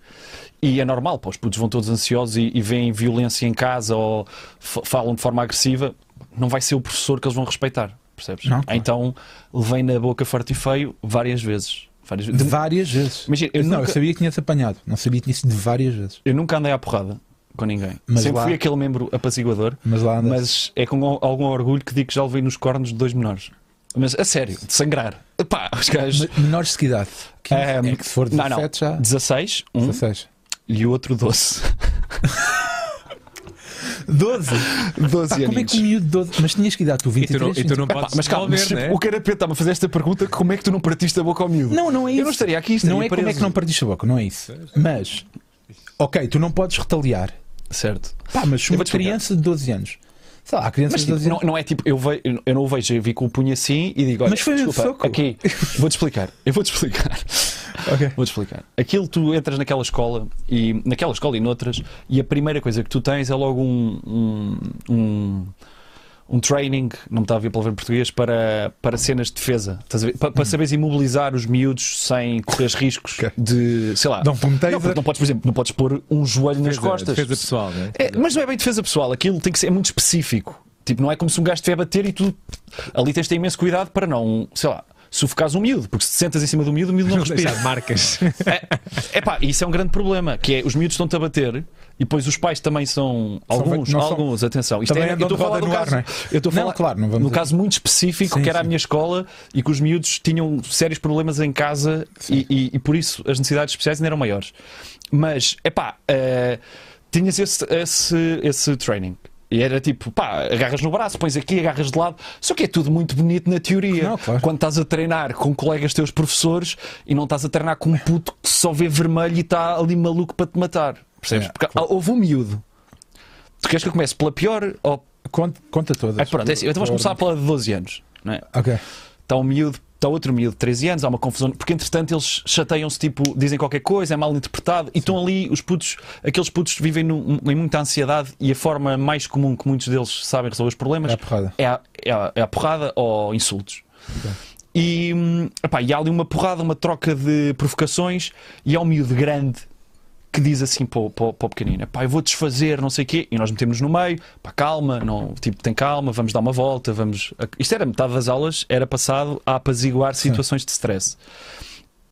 Speaker 2: E é normal, pá, os putos vão todos ansiosos e, e veem violência em casa ou f- falam de forma agressiva, não vai ser o professor que eles vão respeitar, percebes?
Speaker 1: Não, claro.
Speaker 2: Então levei na boca forte e feio várias vezes. Várias vezes. De-
Speaker 1: Várias vezes.
Speaker 2: Imagina, eu,
Speaker 1: não, é-
Speaker 2: nunca,
Speaker 1: eu sabia que tinha-te apanhado. Não sabia que tinha sido várias vezes.
Speaker 2: eu nunca andei à porrada com ninguém.
Speaker 1: Mas
Speaker 2: Sempre
Speaker 1: lá-
Speaker 2: fui aquele membro apaziguador,
Speaker 1: Mas lá andas.
Speaker 2: mas é com al- algum orgulho que digo que já levei nos cornos de dois menores. Mas a sério, de sangrar. Pá, os gajos.
Speaker 1: Me- Menores de que idade? 15?
Speaker 2: Ahm,
Speaker 1: é que se for
Speaker 2: não, não.
Speaker 1: 17 já.
Speaker 2: 16, um
Speaker 1: 16.
Speaker 2: e o outro 12.
Speaker 1: 12.
Speaker 2: 12
Speaker 1: Pá, como é
Speaker 2: aninhos.
Speaker 1: que um miúdo de 12. Mas tinhas que idade, tu
Speaker 4: E tu
Speaker 1: 23,
Speaker 4: não, e tu não
Speaker 2: Epá,
Speaker 4: podes
Speaker 2: mas calma, mas,
Speaker 4: devolver,
Speaker 2: tipo,
Speaker 4: né?
Speaker 2: o carapeta está-me a fazer esta pergunta: como é que tu não partiste a boca ao miúdo?
Speaker 1: Não, não é isso.
Speaker 2: Eu não estaria aqui, estaria
Speaker 1: Não é como é que
Speaker 2: preso.
Speaker 1: não partiste a boca, não é isso. Mas, ok, tu não podes retaliar.
Speaker 2: Certo.
Speaker 1: Pá, mas se
Speaker 2: Eu
Speaker 1: uma
Speaker 2: vou-te explicar.
Speaker 1: criança de 12 anos. Sei lá, a criança
Speaker 2: Mas
Speaker 1: de
Speaker 2: tipo,
Speaker 1: 12
Speaker 2: não,
Speaker 1: anos.
Speaker 2: não é tipo, eu, ve, eu não o vejo, eu vi com o punho assim e digo: olha,
Speaker 1: Mas foi um
Speaker 2: desculpa,
Speaker 1: soco.
Speaker 2: aqui, vou-te explicar. Eu vou-te explicar.
Speaker 1: Ok.
Speaker 2: Vou-te explicar. Aquilo, tu entras naquela escola e naquela escola e noutras, e a primeira coisa que tu tens é logo um. um, um um training, não me está a vir a palavra em português, para, para cenas de defesa. Estás a ver? Pa- Para, saberes imobilizar os miúdos sem correr riscos
Speaker 1: Hum. Ok.
Speaker 2: de, sei lá.
Speaker 1: Dá um pume
Speaker 2: não,
Speaker 1: taser.
Speaker 2: porque não podes, por exemplo, não podes pôr um joelho nas
Speaker 4: Defesa-
Speaker 2: costas.
Speaker 4: Defesa pessoal, né?
Speaker 2: É, mas não é bem defesa pessoal, aquilo tem que ser é muito específico. Tipo, não é como se um gajo estiver a bater e tu ali tens de ter imenso cuidado para não, sei lá, sufocares um miúdo, porque se te sentas em cima do miúdo, o miúdo não
Speaker 4: (laughs) Não
Speaker 2: respira. (laughs)
Speaker 4: deixar marcas.
Speaker 2: É pá, isso é um grande problema, que é os miúdos estão-te a bater e depois os pais também são alguns,
Speaker 1: não são-
Speaker 2: alguns, atenção. Isto
Speaker 1: Também
Speaker 2: é, eu
Speaker 1: andam
Speaker 2: estou a
Speaker 1: de
Speaker 2: falar
Speaker 1: roda
Speaker 2: do
Speaker 1: no ar,
Speaker 2: caso,
Speaker 1: não é?
Speaker 2: eu estou a
Speaker 1: Não,
Speaker 2: falar
Speaker 1: claro, não vamos
Speaker 2: no
Speaker 1: aqui.
Speaker 2: caso muito específico
Speaker 1: Sim,
Speaker 2: que era a
Speaker 1: sim.
Speaker 2: minha escola e que os miúdos tinham sérios problemas em casa e, e- e por isso as necessidades especiais ainda eram maiores. Mas é pá, eh, tinhas esse, esse, esse training. E era tipo, pá, agarras no braço, pões aqui, agarras de lado. Só que é tudo muito bonito na teoria.
Speaker 1: Não, claro.
Speaker 2: Quando estás a treinar com colegas teus professores e não estás a treinar com
Speaker 1: É.
Speaker 2: um puto que só vê vermelho e está ali maluco para te matar. Percebes?
Speaker 1: É,
Speaker 2: Porque há- houve um miúdo. Tu queres que eu comece pela pior ou.
Speaker 1: Conta, conta todas.
Speaker 2: Ah, pronto, é assim, então vamos começar pela de 12 anos. Não é?
Speaker 1: Ok.
Speaker 2: está um miúdo, está outro miúdo de 13 anos, há uma confusão, porque entretanto eles chateiam-se, tipo, dizem qualquer coisa, é mal interpretado, e estão ali os putos, aqueles putos que vivem num- em muita ansiedade e a forma mais comum que muitos deles sabem resolver os problemas
Speaker 1: É a porrada.
Speaker 2: é a, é a- é a porrada ou insultos. E, hum, epá, e há ali uma porrada, uma troca de provocações, e há um miúdo grande que diz assim para o, para o- para o pequenino: pá, eu vou desfazer, não sei o quê, e nós metemos no meio, pá, calma, não, tipo, tem calma, vamos dar uma volta, vamos. Isto era metade das aulas, era passado a apaziguar situações de stress.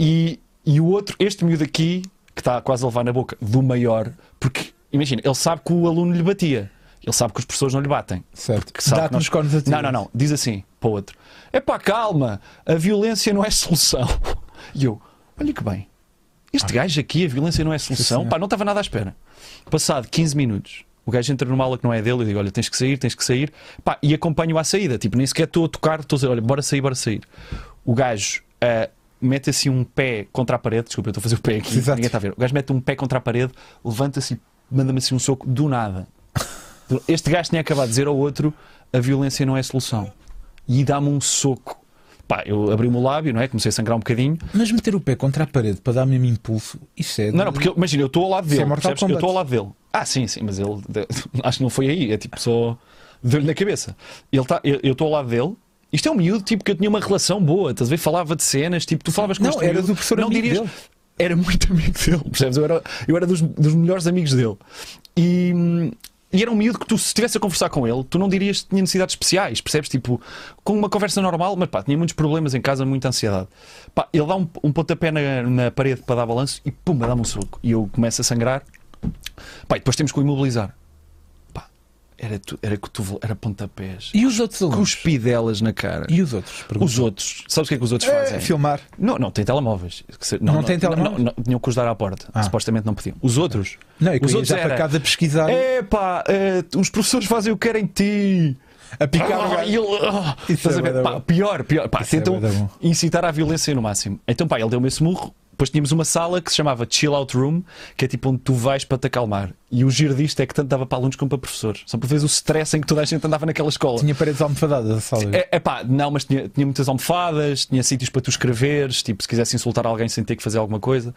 Speaker 2: E, e o outro, este miúdo aqui, que está quase a levar na boca, do maior, porque imagina, ele sabe que o aluno lhe batia, ele sabe que os professores não lhe batem.
Speaker 1: Certo.
Speaker 2: Que sabe
Speaker 1: Dá-te
Speaker 2: que nós-
Speaker 1: nos cornos a ti. é?
Speaker 2: Não, não, não. Diz assim para o outro: é pá, calma, a violência não é solução. (laughs) E eu, olha que bem, este gajo aqui, a violência não é solução.
Speaker 1: Ah. senhor.
Speaker 2: Pá, não estava nada à espera. Passado 15 minutos, o gajo entra numa aula que não é dele e digo: olha, tens que sair, tens que sair. Pá, e acompanho-o à saída. Tipo, nem sequer estou a tocar, estou a dizer: olha, bora sair, bora sair. O gajo. ah, Mete assim um pé contra a parede, desculpa, eu estou a fazer o pé aqui,
Speaker 1: Exato.
Speaker 2: ninguém está a ver. O gajo mete um pé contra a parede, levanta-se e manda-me assim um soco do nada. Este gajo tinha acabado de dizer ao outro: a violência não é solução. E dá-me um soco. Pá, eu abri o lábio, não é? Comecei a sangrar um bocadinho.
Speaker 1: Mas meter o pé contra a parede para dar mesmo impulso, isso é. de-
Speaker 2: Não, não, porque eu- imagina, eu estou ao lado
Speaker 1: Isso
Speaker 2: dele.
Speaker 1: é Mortal
Speaker 2: percebes? Eu
Speaker 1: Kombat.
Speaker 2: estou ao lado dele. Ah, sim, sim, mas ele de- (laughs) acho que não foi aí. É tipo só deu-lhe na cabeça. Ele tá, eu eu estou ao lado dele. Isto é um miúdo tipo que eu tinha uma relação boa, estás a ver? Falava de cenas, tipo, tu falavas com
Speaker 1: Não,
Speaker 2: este
Speaker 1: era
Speaker 2: miúdo,
Speaker 1: do professor
Speaker 2: não
Speaker 1: amigo
Speaker 2: dirias,
Speaker 1: dele.
Speaker 2: Era muito amigo dele, percebes? Eu era, eu era dos, dos melhores amigos dele. E, hum, e era um miúdo que tu, se estivesse a conversar com ele, tu não dirias que tinha necessidades especiais, percebes? Tipo, com uma conversa normal, mas pá, tinha muitos problemas em casa, muita ansiedade. Pá, ele dá um, um pontapé na, na parede para dar balanço e pumba, dá-me um soco. E eu começo a sangrar. Pá, e depois temos que o imobilizar. Pá, era, tu, era, cotovelo- era pontapés.
Speaker 1: E os outros alunos?
Speaker 2: Cuspidelas na cara.
Speaker 1: E os outros? Pergunta.
Speaker 2: Os outros, sabes o que é que os outros fazem?
Speaker 1: É, filmar.
Speaker 2: Não, não tem telemóveis. Que se-
Speaker 1: Não tem telemóveis?
Speaker 2: Não, não, tinham que os dar à porta.
Speaker 1: Ah.
Speaker 2: Supostamente não podiam. Os outros.
Speaker 1: Não, e que
Speaker 2: os
Speaker 1: eu ia já para casa pesquisar,
Speaker 2: Epá, eh, os professores fazem o que querem de ti.
Speaker 1: a picar o
Speaker 2: Ah,
Speaker 1: gajo.
Speaker 2: e ele, ah,
Speaker 1: Isso
Speaker 2: estás
Speaker 1: é
Speaker 2: a ver?
Speaker 1: bué da
Speaker 2: Pá,
Speaker 1: bom.
Speaker 2: pior, pior. Pá,
Speaker 1: Isso é
Speaker 2: tentam
Speaker 1: bué da bom.
Speaker 2: incitar à violência no máximo. Então, pá, ele deu-me esse murro. Depois tínhamos uma sala que se chamava Chill Out Room, que é tipo onde tu vais para te acalmar. E o giro disto é que tanto dava para alunos como para professores. Só para veres o stress em que toda a gente andava naquela escola.
Speaker 1: Tinha paredes almofadadas a sala.
Speaker 2: É, é pá, não, mas tinha, tinha muitas almofadas, tinha sítios para tu escreveres, tipo, se quisesse insultar alguém sem ter que fazer alguma coisa.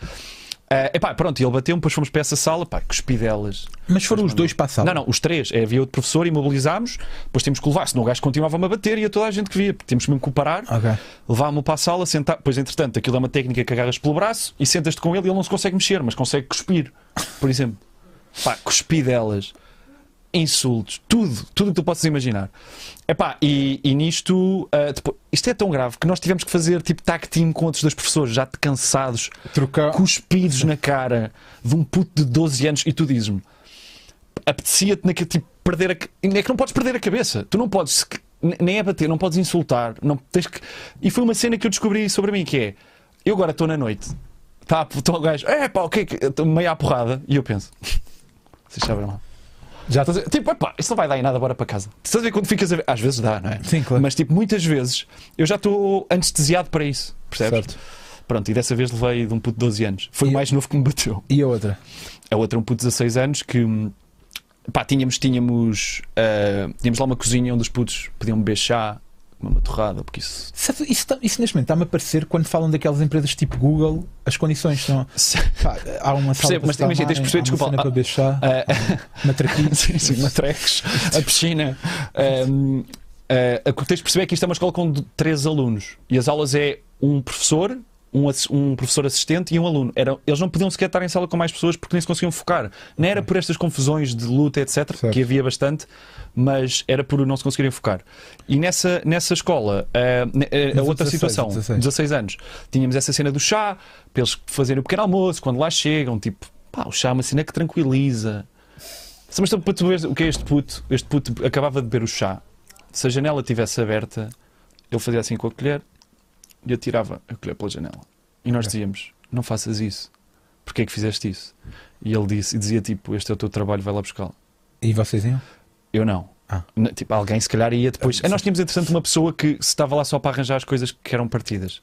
Speaker 2: É pá, pronto, e ele bateu-me, depois fomos para essa sala, pá, cuspidelas.
Speaker 1: Mas foram os dois para a sala.
Speaker 2: Não, não, os três. É, havia outro professor, imobilizámos, depois temos que levar, senão o gajo continuava-me a bater e a toda a gente que via. Temos mesmo que o parar,
Speaker 1: Ok.
Speaker 2: levámos-o para a sala, sentar. Pois, entretanto, aquilo é uma técnica que agarras pelo braço e sentas-te com ele e ele não se consegue mexer, mas consegue cuspir, por exemplo. Pá, cuspidelas, insultos, tudo, tudo o que tu possas imaginar. Epá, e, e nisto, ah, depois- isto é tão grave que nós tivemos que fazer tipo tag team com outros dois professores, já cansados,
Speaker 1: Trocar.
Speaker 2: cuspidos na cara de um puto de 12 anos e tu dizes-me apetecia-te naquele tipo perder a ca- é que não podes perder a cabeça tu não podes se- N- nem é bater, não podes insultar. Não, tens que... E foi uma cena que eu descobri sobre mim, que é... Eu agora estou na noite. Tá, estou o gajo... É pá, o que é que... eu Estou meio à porrada. E eu penso... (laughs) Vocês sabem lá.
Speaker 1: Já
Speaker 2: Estás a- Tipo, epá, isto não vai dar em nada, bora para casa. Estás a ver quando ficas a ver? Às vezes dá, não é?
Speaker 1: Sim, claro.
Speaker 2: Mas tipo, muitas vezes eu já estou anestesiado para isso, percebes?
Speaker 1: Certo.
Speaker 2: Pronto, e dessa vez levei de um puto de 12 anos. Foi
Speaker 1: E-
Speaker 2: o mais novo que me bateu.
Speaker 1: E a outra?
Speaker 2: A outra, um puto de 16 anos, que hum, pá, tínhamos, tínhamos, ah, tínhamos lá uma cozinha onde os putos podiam beber chá, comer uma torrada,
Speaker 1: (laughs)
Speaker 2: porque isso.
Speaker 1: Sabe, isso, tá- isso neste momento está-me a parecer quando falam daquelas empresas tipo Google, as condições estão. Pá, há uma sala
Speaker 2: Percebo,
Speaker 1: para
Speaker 2: mas
Speaker 1: se
Speaker 2: imagina, tens de
Speaker 1: acalmarem,
Speaker 2: perceber,
Speaker 1: há uma
Speaker 2: desculpa,
Speaker 1: cena
Speaker 2: ah,
Speaker 1: para
Speaker 2: (laughs)
Speaker 1: beijar,
Speaker 2: Ah,
Speaker 1: matraquinhos.
Speaker 2: (laughs) Sim, sim, matrecos, a piscina. Ahm, ah, o que tens de perceber é que isto é uma escola com d- três alunos e as aulas é um professor, um, ass- um professor assistente e um aluno. Era, eles não podiam sequer estar em sala com mais pessoas porque nem se conseguiam focar. Não era por estas confusões de luta, etc., que havia bastante, mas era por não se conseguirem focar. E nessa, nessa escola, ah, ne- ah, a
Speaker 1: Mas
Speaker 2: outra
Speaker 1: 16,
Speaker 2: situação,
Speaker 1: 16.
Speaker 2: 16 anos, tínhamos essa cena do chá, para eles fazerem o pequeno almoço, quando lá chegam, tipo, pá, o chá é uma cena que tranquiliza. Sim, Mas tu- para tu veres o que é este puto, este puto acabava de beber o chá. Se a janela estivesse aberta, ele fazia assim com a colher e atirava a colher pela janela. E nós dizíamos: Não faças isso, porque é que fizeste isso? E ele disse, e dizia: Tipo, este é o teu trabalho, vai lá buscá-lo.
Speaker 1: E vocês iam?
Speaker 2: Eu não.
Speaker 1: Ah.
Speaker 2: N- Tipo, alguém se calhar ia depois.
Speaker 1: Ah,
Speaker 2: nós tínhamos, entretanto, uma pessoa que se estava lá só para arranjar as coisas que eram partidas.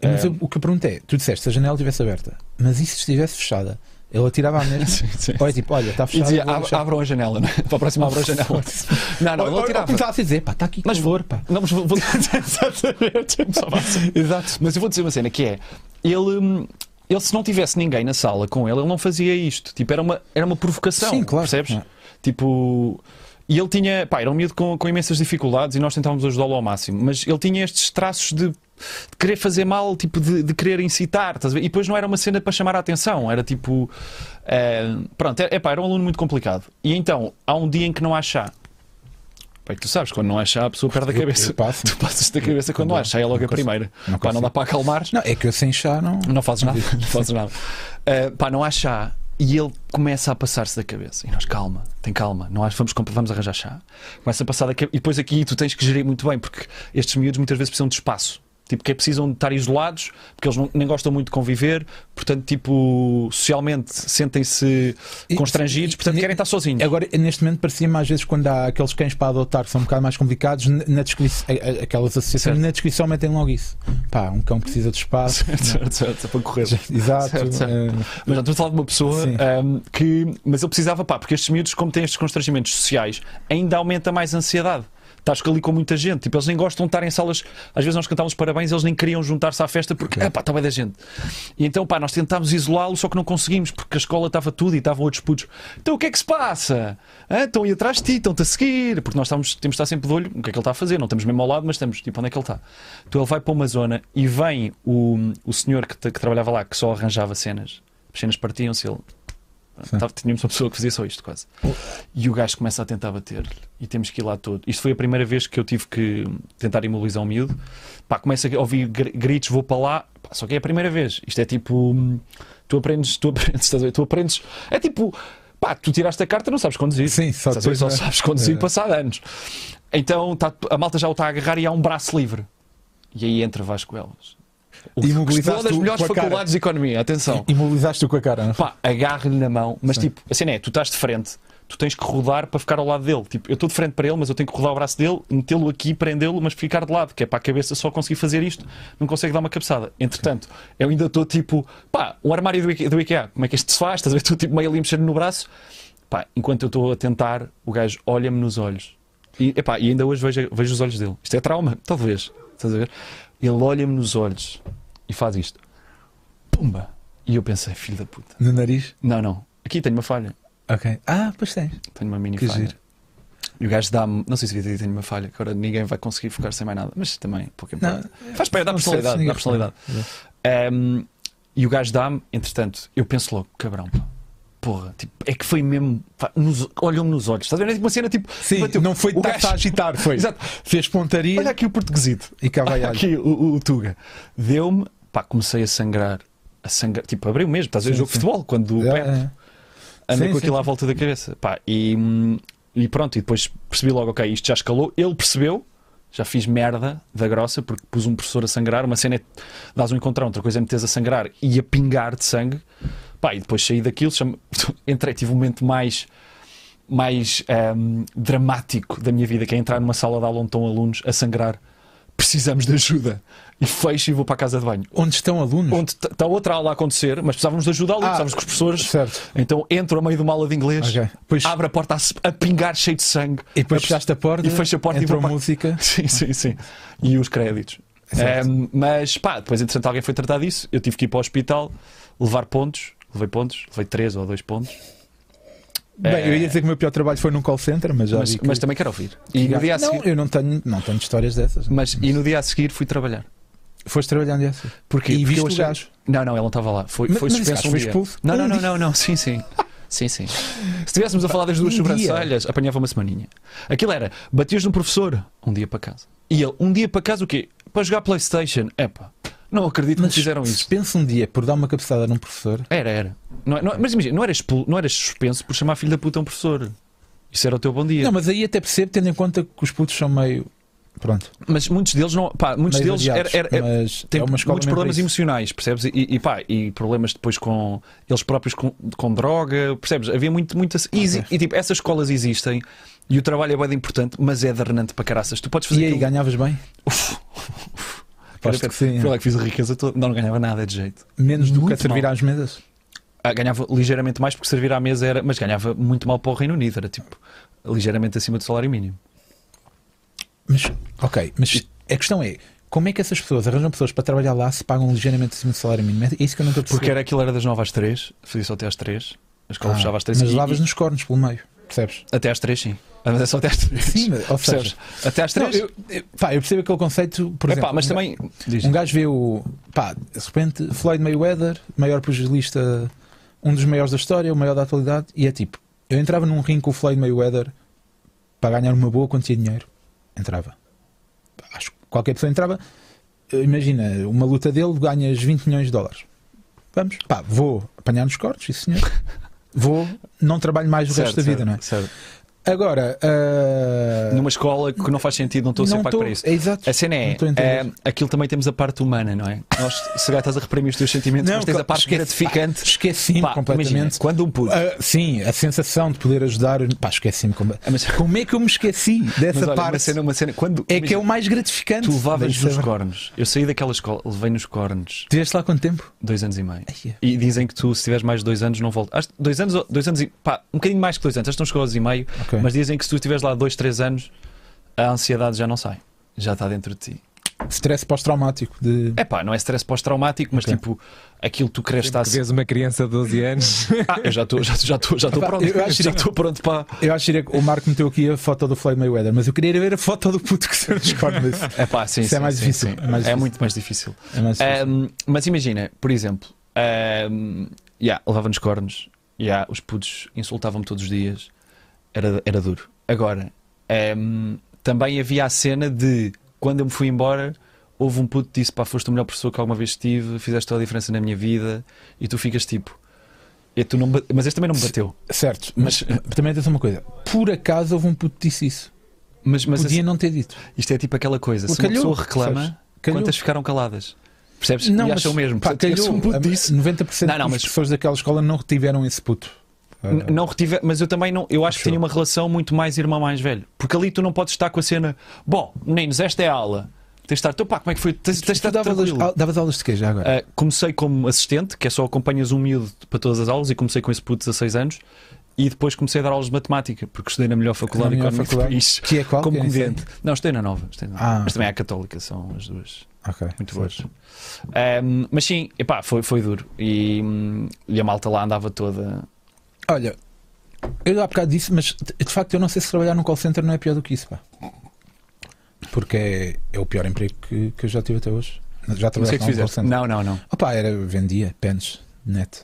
Speaker 1: Mas
Speaker 2: Ah.
Speaker 1: eu- o que eu pergunto é: tu disseste se a janela estivesse aberta, mas e se estivesse fechada? Ele atirava à
Speaker 2: (laughs)
Speaker 1: mesa. Olha, tipo, olha, está
Speaker 2: E
Speaker 1: fechada.
Speaker 2: dizia:
Speaker 1: vou
Speaker 2: "Ab-
Speaker 1: deixar."
Speaker 2: Abram a janela, né? (laughs) para a
Speaker 1: (laughs)
Speaker 2: próxima, abram a janela. (laughs) Ah, Não,
Speaker 1: Ou-
Speaker 2: não,
Speaker 1: ou-
Speaker 2: ele
Speaker 1: ou
Speaker 2: atirava.
Speaker 1: Começava a dizer: pá, está aqui
Speaker 2: Mas
Speaker 1: calor,
Speaker 2: vou,
Speaker 1: pá.
Speaker 2: Não, mas vou, (laughs) vou... Exatamente. é Só passa.
Speaker 1: Exato.
Speaker 2: Mas eu vou dizer uma cena que é: ele, hum, ele se não tivesse ninguém na sala com ele, ele não fazia isto. Tipo, era uma, era uma provocação.
Speaker 1: Sim, claro.
Speaker 2: Percebes?
Speaker 1: É.
Speaker 2: Tipo. E ele tinha, pá, era um miúdo com, com imensas dificuldades e nós tentávamos ajudá-lo ao máximo, mas ele tinha estes traços de, de querer fazer mal, tipo, de, de querer incitar, estás a ver? E depois não era uma cena para chamar a atenção, era tipo. eh, pronto, é, pá, era um aluno muito complicado. E então, há um dia em que não há chá. Pá, e tu sabes, quando não há chá, a pessoa perde a
Speaker 1: Eu- eu
Speaker 2: cabeça.
Speaker 1: passo.
Speaker 2: Tu passas da cabeça quando não há chá, é logo a primeira.
Speaker 1: Não
Speaker 2: Pá, não
Speaker 1: consigo.
Speaker 2: dá para acalmar.
Speaker 1: Não, é que eu sem chá não.
Speaker 2: Não fazes
Speaker 1: (laughs)
Speaker 2: nada, não fazes nada. Ah, pá, não há chá. E ele começa a passar-se da cabeça. E nós, calma, tem calma, não há, vamos, comp- vamos arranjar chá. Começa a passar da cabeça. E depois aqui tu tens que gerir muito bem, porque estes miúdos muitas vezes precisam de espaço. Tipo, que é precisam de estar isolados, porque eles não- nem gostam muito de conviver, portanto, tipo, socialmente sentem-se
Speaker 1: E-
Speaker 2: constrangidos,
Speaker 1: e- É-
Speaker 2: portanto,
Speaker 1: e-
Speaker 2: querem estar
Speaker 1: (laughs)
Speaker 2: sozinhos.
Speaker 1: Agora, neste momento, parecia-me às vezes quando há aqueles cães para adotar que são um bocado mais complicados, na na descrição, a- a- aquelas associações,
Speaker 2: Certo.
Speaker 1: na descrição metem logo isso. Pá, um cão precisa de espaço.
Speaker 2: Certo, certo, (laughs) certo, para correr.
Speaker 1: Exato.
Speaker 2: Certo, certo.
Speaker 1: eh,
Speaker 2: Mas não, estou a falar de uma pessoa
Speaker 1: Sim.
Speaker 2: ahm, que. Mas ele precisava, pá, porque estes miúdos, como têm estes constrangimentos sociais, ainda aumenta mais a ansiedade. Estás ali com muita gente, tipo, eles nem gostam de estar em salas. Às vezes nós cantávamos parabéns, eles nem queriam juntar-se à festa porque, ah, pá, está bem da gente. E então, pá, nós tentámos isolá-lo, só que não conseguimos porque a escola estava tudo e estavam outros putos. Então o que é que se passa? Ah, estão aí atrás de ti, estão-te a seguir, porque nós estamos, temos de estar sempre de olho o que é que ele está a fazer. Não estamos mesmo ao lado, mas estamos, tipo, onde é que ele está? Então ele vai para uma zona e vem o, o senhor que, t- que trabalhava lá, que só arranjava cenas, as cenas partiam-se, ele. Tava, Tá, tínhamos uma pessoa que fazia só isto quase. E o gajo começa a tentar bater-lhe. E temos que ir lá todo. Isto foi a primeira vez que eu tive que tentar imobilizar um miúdo. Pá, começa a ouvir gr- gritos, vou para lá. Pá, só que é a primeira vez. Isto é tipo. hum, Tu aprendes, tu aprendes, (laughs) estás a ver? Tu aprendes. É tipo. Pá, tu tiraste a carta, não sabes conduzir.
Speaker 1: Sim, só
Speaker 2: Estás a ver?
Speaker 1: depois,
Speaker 2: Só
Speaker 1: né?
Speaker 2: sabes conduzir
Speaker 1: É.
Speaker 2: passado anos. Então tá- a malta já o está a agarrar e há um braço livre. E aí entra Vasco Elas. O que
Speaker 1: Imobilizaste
Speaker 2: estudou das
Speaker 1: o-
Speaker 2: melhores
Speaker 1: com a cara.
Speaker 2: faculdades de economia, atenção
Speaker 1: Imobilizaste-o com a cara. não?
Speaker 2: pá, agarra-lhe na mão, mas tipo, a cena é, tu estás de frente, tu tens que rodar para ficar ao lado dele. Tipo, eu estou de frente para ele, mas eu tenho que rodar o braço dele, metê-lo aqui, prendê-lo, mas ficar de lado, que é para a cabeça só conseguir fazer isto, não consegue dar uma cabeçada. Entretanto, eu ainda estou tipo, pá, o armário do Ikea, do Ikea, como é que isto se faz? Estás a ver? Estou tipo meio ali mexendo no braço. Pá, enquanto eu estou a tentar, o gajo olha-me nos olhos. E, epá, e ainda hoje vejo, vejo os olhos dele. Isto é trauma, (laughs) talvez. Estás a ver? Ele olha-me nos olhos e faz isto. Pumba! E eu pensei, filho da puta.
Speaker 1: No nariz?
Speaker 2: Não, não. Aqui tenho uma falha.
Speaker 1: Ok. Ah, pois tens.
Speaker 2: Tenho uma mini
Speaker 1: Que
Speaker 2: falha.
Speaker 1: giro.
Speaker 2: E o gajo dá-me. Não sei se devia ter tenho uma falha, que agora ninguém vai conseguir focar sem mais nada. Mas também, pouco importa. Faz parte, dá
Speaker 1: Não sei se
Speaker 2: personalidade.
Speaker 1: ninguém-
Speaker 2: Dá personalidade. Um, e o gajo dá-me, entretanto, eu penso logo, cabrão, pá. Porra, tipo, é que foi mesmo. pá, nos- Olham-me nos olhos. Estás a ver? É tipo uma cena tipo.
Speaker 1: Sim,
Speaker 2: bateu.
Speaker 1: não foi
Speaker 2: O
Speaker 1: estar
Speaker 2: gajo-
Speaker 1: a agitar, foi.
Speaker 2: Exato.
Speaker 1: Fez pontaria
Speaker 2: Olha aqui o portuguesito.
Speaker 1: e cá vai
Speaker 2: Olha
Speaker 1: a
Speaker 2: aqui o, o- o Tuga. Deu-me, pá, comecei a sangrar. A sangrar. Tipo, abriu mesmo. Estás a ver o
Speaker 1: Sim,
Speaker 2: jogo de
Speaker 1: sim.
Speaker 2: futebol, quando o
Speaker 1: É,
Speaker 2: Pepe
Speaker 1: é.
Speaker 2: anda
Speaker 1: Sim,
Speaker 2: com
Speaker 1: sim,
Speaker 2: aquilo à
Speaker 1: sim.
Speaker 2: volta da cabeça. Pá, e, hum, e pronto, e depois percebi logo, ok, isto já escalou. Ele percebeu, Já fiz merda da grossa porque pus um professor a sangrar. Uma cena é dás um encontrão, outra coisa é meteres a sangrar e a pingar de sangue. Pá, e depois saí daquilo, chama- (laughs) entrei, tive um momento mais mais ahm, dramático da minha vida, que é entrar numa sala de aula onde estão alunos a sangrar. Precisamos de ajuda. E fecho e vou para a casa de banho.
Speaker 1: Onde estão alunos?
Speaker 2: Onde t- está outra aula a acontecer, mas precisávamos de ajuda a alunos,
Speaker 1: Ah,
Speaker 2: precisávamos que os professores.
Speaker 1: certo.
Speaker 2: Então entro a meio de uma aula de inglês,
Speaker 1: Ok. Pois-
Speaker 2: abro a porta a, se- a pingar cheio de sangue.
Speaker 1: E depois
Speaker 2: A-
Speaker 1: fechaste a porta,
Speaker 2: E fecho a porta e
Speaker 1: entrou
Speaker 2: (laughs) vou para-
Speaker 1: música.
Speaker 2: Sim, sim, sim. E os créditos.
Speaker 1: Certo.
Speaker 2: Ahm, mas pá, depois entretanto alguém foi tratar disso. Eu tive que ir para o hospital, levar pontos. Levei pontos, levei 3 ou 2 pontos.
Speaker 1: Bem, eu ia dizer que o meu pior trabalho foi num call center, mas já
Speaker 2: Mas,
Speaker 1: vi que...
Speaker 2: mas também quero ouvir. E no dia a
Speaker 1: não,
Speaker 2: seguir,
Speaker 1: eu não tenho, não tenho histórias dessas.
Speaker 2: mas, e no dia a seguir fui trabalhar.
Speaker 1: Foste trabalhando dessas.
Speaker 2: Porquê?
Speaker 1: E
Speaker 2: Porque
Speaker 1: viste
Speaker 2: eu
Speaker 1: o
Speaker 2: achei-
Speaker 1: gajo.
Speaker 2: Não, não, ele não estava lá. Foi,
Speaker 1: Mas-
Speaker 2: foi
Speaker 1: mas esse
Speaker 2: suspenso
Speaker 1: gajo
Speaker 2: um
Speaker 1: foi
Speaker 2: dia.
Speaker 1: expulso?
Speaker 2: Não, não,
Speaker 1: Um
Speaker 2: não,
Speaker 1: dia.
Speaker 2: não, não,
Speaker 1: (laughs)
Speaker 2: sim, sim. Sim, sim. Se estivéssemos a falar das duas
Speaker 1: um
Speaker 2: sobrancelhas, apanhava uma semaninha. Aquilo era, batias no professor, um dia para casa. E ele, um dia para casa o quê? Para jogar Playstation. Epá, não acredito que me fizeram isso.
Speaker 1: Pensa um dia por dar uma cabeçada num professor.
Speaker 2: Era, era. Não, não- mas imagina, não eras, expul- não eras suspenso por chamar filho da puta a um professor. Isso era o teu bom dia.
Speaker 1: Não, mas aí até percebo, tendo em conta que os putos são meio. Pronto.
Speaker 2: Mas muitos deles não. Pá, muitos
Speaker 1: meio
Speaker 2: deles era,
Speaker 1: adiados,
Speaker 2: era- era-
Speaker 1: mas
Speaker 2: tem
Speaker 1: é uma escola mesmo
Speaker 2: muitos
Speaker 1: para
Speaker 2: problemas
Speaker 1: isso.
Speaker 2: emocionais, percebes? E, e pá, e problemas depois com eles próprios com, com droga, percebes? Havia muito, muito assim. E, e, tipo, essas escolas existem e o trabalho é bem importante, mas é derrenante para caraças. Tu podes fazer
Speaker 1: E aí,
Speaker 2: aquilo-
Speaker 1: ganhavas bem? Aposto que sim.
Speaker 2: Foi lá que é. fiz a riqueza toda. Não, não ganhava nada de jeito.
Speaker 1: Menos do que a
Speaker 2: Muito
Speaker 1: servir
Speaker 2: mal.
Speaker 1: às mesas?
Speaker 2: Ah, ganhava ligeiramente mais porque servir à mesa era, mas ganhava muito mal para o Reino Unido, era tipo ligeiramente acima do salário mínimo.
Speaker 1: Mas, ok, mas a questão é: como é que essas pessoas arranjam pessoas para trabalhar lá se pagam ligeiramente acima do salário mínimo? É isso que eu nunca percebi.
Speaker 2: Porque era aquilo era das 9 às 3, fazia só até às 3, a escola
Speaker 1: Ah,
Speaker 2: fechava às 3
Speaker 1: Mas
Speaker 2: e-
Speaker 1: lavas
Speaker 2: e,
Speaker 1: nos cornos pelo meio, percebes?
Speaker 2: Até às 3, sim. Ah, Mas é só até às 3.
Speaker 1: Sim, mas- ou seja-
Speaker 2: Até às 3.
Speaker 1: Não, eu, eu, pá, eu percebo aquele conceito, por exemplo.
Speaker 2: mas
Speaker 1: um
Speaker 2: também. Diz.
Speaker 1: Um gajo vê o. Pá, de repente, Floyd Mayweather, maior pugilista, um dos maiores da história, o maior da atualidade, e é tipo: eu entrava num ringue com o Floyd Mayweather para ganhar uma boa quantia de dinheiro. Entrava. Acho que qualquer pessoa entrava. Eh, Imagina, uma luta dele, ganhas 20 milhões de dólares. Vamos, pá, vou apanhar nos cortes, isso senhor.
Speaker 2: (laughs)
Speaker 1: Vou, não trabalho mais o
Speaker 2: Certo,
Speaker 1: resto da vida,
Speaker 2: certo,
Speaker 1: não é?
Speaker 2: certo.
Speaker 1: Agora, ah,
Speaker 2: Numa escola que não faz sentido, não estou a ser
Speaker 1: não
Speaker 2: pago
Speaker 1: tô-
Speaker 2: para isso.
Speaker 1: É exato.
Speaker 2: A cena
Speaker 1: Não
Speaker 2: é,
Speaker 1: estou a entender.
Speaker 2: é, aquilo também temos a parte humana, não é? Nós, se calhar estás a reprimir os teus sentimentos, mas tens a
Speaker 1: claro,
Speaker 2: parte
Speaker 1: esquece-
Speaker 2: gratificante.
Speaker 1: pá, Esqueci-me
Speaker 2: Pá,
Speaker 1: completamente.
Speaker 2: imagina, quando um puto.
Speaker 1: Ah, sim, a sensação de poder ajudar. Pá, esqueci-me. comple-
Speaker 2: Ah, mas-
Speaker 1: Como é que eu me esqueci dessa
Speaker 2: mas olha,
Speaker 1: parte?
Speaker 2: uma cena, uma cena. Quando,
Speaker 1: É que é
Speaker 2: imagina,
Speaker 1: o mais gratificante.
Speaker 2: Tu levavas
Speaker 1: Deixa
Speaker 2: nos
Speaker 1: ver.
Speaker 2: cornos. Eu saí daquela escola, levei nos cornos
Speaker 1: Tiveste lá quanto tempo?
Speaker 2: dois anos e meio.
Speaker 1: Ai, é.
Speaker 2: E dizem que tu, se tiveres mais de dois anos, não voltas. Acho que dois anos, ou- dois anos e. pá, um bocadinho mais que dois anos. Acho que não chegou aos e meio.
Speaker 1: Ok.
Speaker 2: Mas dizem que se tu estiveres lá dois, três anos, a ansiedade já não sai. Já está dentro de ti.
Speaker 1: Stress pós-traumático. De...
Speaker 2: É pá, não é stress pós-traumático, mas
Speaker 1: Ok.
Speaker 2: tipo, aquilo que tu queres estar.
Speaker 4: Sempre que vês uma criança de 12 anos.
Speaker 2: Ah, eu já estou já, já tô- já tô
Speaker 1: Epá,
Speaker 2: pronto.
Speaker 1: eu acho
Speaker 2: já
Speaker 1: que-
Speaker 2: estou pronto para.
Speaker 1: Eu acho que o Marco meteu aqui a foto do Floyd Mayweather, mas eu queria ir ver a foto do puto que se nos cornos.
Speaker 2: É pá, sim.
Speaker 1: Isso é
Speaker 2: sim,
Speaker 1: mais
Speaker 2: sim,
Speaker 1: difícil,
Speaker 2: sim.
Speaker 1: é mais
Speaker 2: É
Speaker 1: difícil.
Speaker 2: muito mais difícil.
Speaker 1: É mais difícil.
Speaker 2: Ahm, mas imagina, por exemplo, ahm, yeah, levava-nos cornos, yeah, os putos insultavam-me todos os dias, era, era duro. Agora, ahm, também havia a cena de quando eu me fui embora, houve um puto que disse: pá, foste a melhor pessoa que alguma vez tive, fizeste toda a diferença na minha vida, e tu ficas tipo. "E tu não me bate- Mas este também não me bateu.
Speaker 1: Certo, mas, também atenção uma coisa. Por acaso houve um puto que disse isso.
Speaker 2: Mas, mas
Speaker 1: Podia
Speaker 2: assim,
Speaker 1: não ter dito.
Speaker 2: isto é tipo aquela coisa: se
Speaker 1: Calhou,
Speaker 2: uma pessoa reclama,
Speaker 1: percebes? Calhou.
Speaker 2: quantas ficaram caladas? Percebes?
Speaker 1: Não,
Speaker 2: e
Speaker 1: mas,
Speaker 2: acham o mesmo.
Speaker 1: Pá,
Speaker 2: Portanto,
Speaker 1: calhou,
Speaker 2: esse um puto
Speaker 1: a-
Speaker 2: disse,
Speaker 1: 90%
Speaker 2: Não, não,
Speaker 1: das
Speaker 2: mas-
Speaker 1: pessoas daquela escola não retiveram esse puto. Ah,
Speaker 2: N- Não retive, mas eu também não. Eu acho que
Speaker 1: Sure.
Speaker 2: tenho uma relação muito mais irmão mais velho. Porque ali tu não podes estar com a cena. Bom, meninos, esta é a aula. Tens de estar. Então, pá, como é que foi? Tens, tens de
Speaker 1: tu
Speaker 2: estar
Speaker 1: davas,
Speaker 2: tranquilo.
Speaker 1: au- davas aulas de quê já agora?
Speaker 2: Ah, comecei como assistente, que é só acompanhas um miúdo para todas as aulas, e comecei com esse puto de 16 anos. E depois comecei a dar aulas de matemática, porque estudei na melhor faculdade
Speaker 1: Na melhor
Speaker 2: económica do
Speaker 1: faculdade.
Speaker 2: país.
Speaker 1: Que é qual?
Speaker 2: Como
Speaker 1: Que eu nem sei.
Speaker 2: comediante. Não, estudei na nova. estudei na
Speaker 1: Ah,
Speaker 2: Nova. mas
Speaker 1: ok.
Speaker 2: também há a católica, são as duas.
Speaker 1: Ok, certo.
Speaker 2: Muito boas. Ahm, mas sim, epá, foi, foi duro. E, hum, e a malta lá andava toda.
Speaker 1: Olha, eu há bocado disse, mas de de facto eu não sei se trabalhar num call center não é pior do que isso, pá. Porque é, é o pior emprego que, que eu já tive até hoje. Já
Speaker 2: Não sei
Speaker 1: trabalhei num
Speaker 2: o que
Speaker 1: call
Speaker 2: fizeste.
Speaker 1: center.
Speaker 2: Não, não, não.
Speaker 1: Opa, era, vendia pens, net.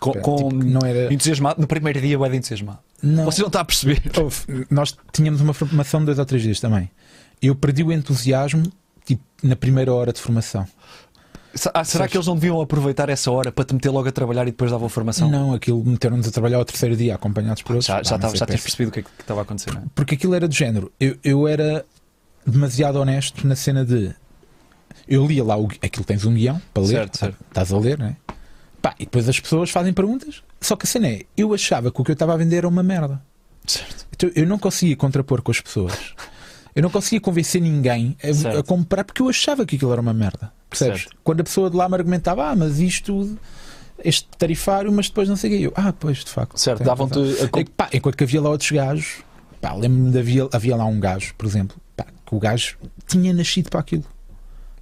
Speaker 2: Com,
Speaker 1: Tipo,
Speaker 2: com-
Speaker 1: não era.
Speaker 2: Entusiasmado, no primeiro dia eu era entusiasmado.
Speaker 1: Não.
Speaker 2: Você não está a perceber.
Speaker 1: Houve- nós tínhamos uma formação de dois ou três dias também. Eu perdi o entusiasmo tipo, na primeira hora de formação.
Speaker 2: Se- ah, será que eles não deviam aproveitar essa hora para te meter logo a trabalhar e depois davam a formação?
Speaker 1: Não, aquilo meteram-nos a trabalhar ao terceiro dia, acompanhados por outros.
Speaker 2: Ah, Já,
Speaker 1: Pá,
Speaker 2: já,
Speaker 1: mas
Speaker 2: tava-
Speaker 1: é
Speaker 2: já tinhas
Speaker 1: péssimo.
Speaker 2: percebido o que é que estava a acontecer, não é?
Speaker 1: Porque aquilo era do género. Eu, eu era demasiado honesto na cena de. Eu lia lá o, gui- aquilo, tens um guião para ler,
Speaker 2: Certo, certo.
Speaker 1: estás a ler, né? Pá, e depois as pessoas fazem perguntas. Só que a cena é, eu achava que o que eu estava a vender era uma merda.
Speaker 2: Certo.
Speaker 1: Então, eu não conseguia contrapor com as pessoas. Eu não conseguia convencer ninguém a,
Speaker 2: Certo.
Speaker 1: a comprar porque eu achava que aquilo era uma merda. Percebes?
Speaker 2: Certo.
Speaker 1: Quando a pessoa de lá me argumentava, ah, mas isto, este tarifário, mas depois não sei o quê. Eu, ah, pois, de facto.
Speaker 2: Certo,
Speaker 1: tem
Speaker 2: davam-te
Speaker 1: razão."
Speaker 2: a
Speaker 1: E,
Speaker 2: comp-
Speaker 1: pá, enquanto que havia lá outros gajos, pá, lembro-me de havia, havia lá um gajo, por exemplo, pá, que o gajo tinha nascido para aquilo.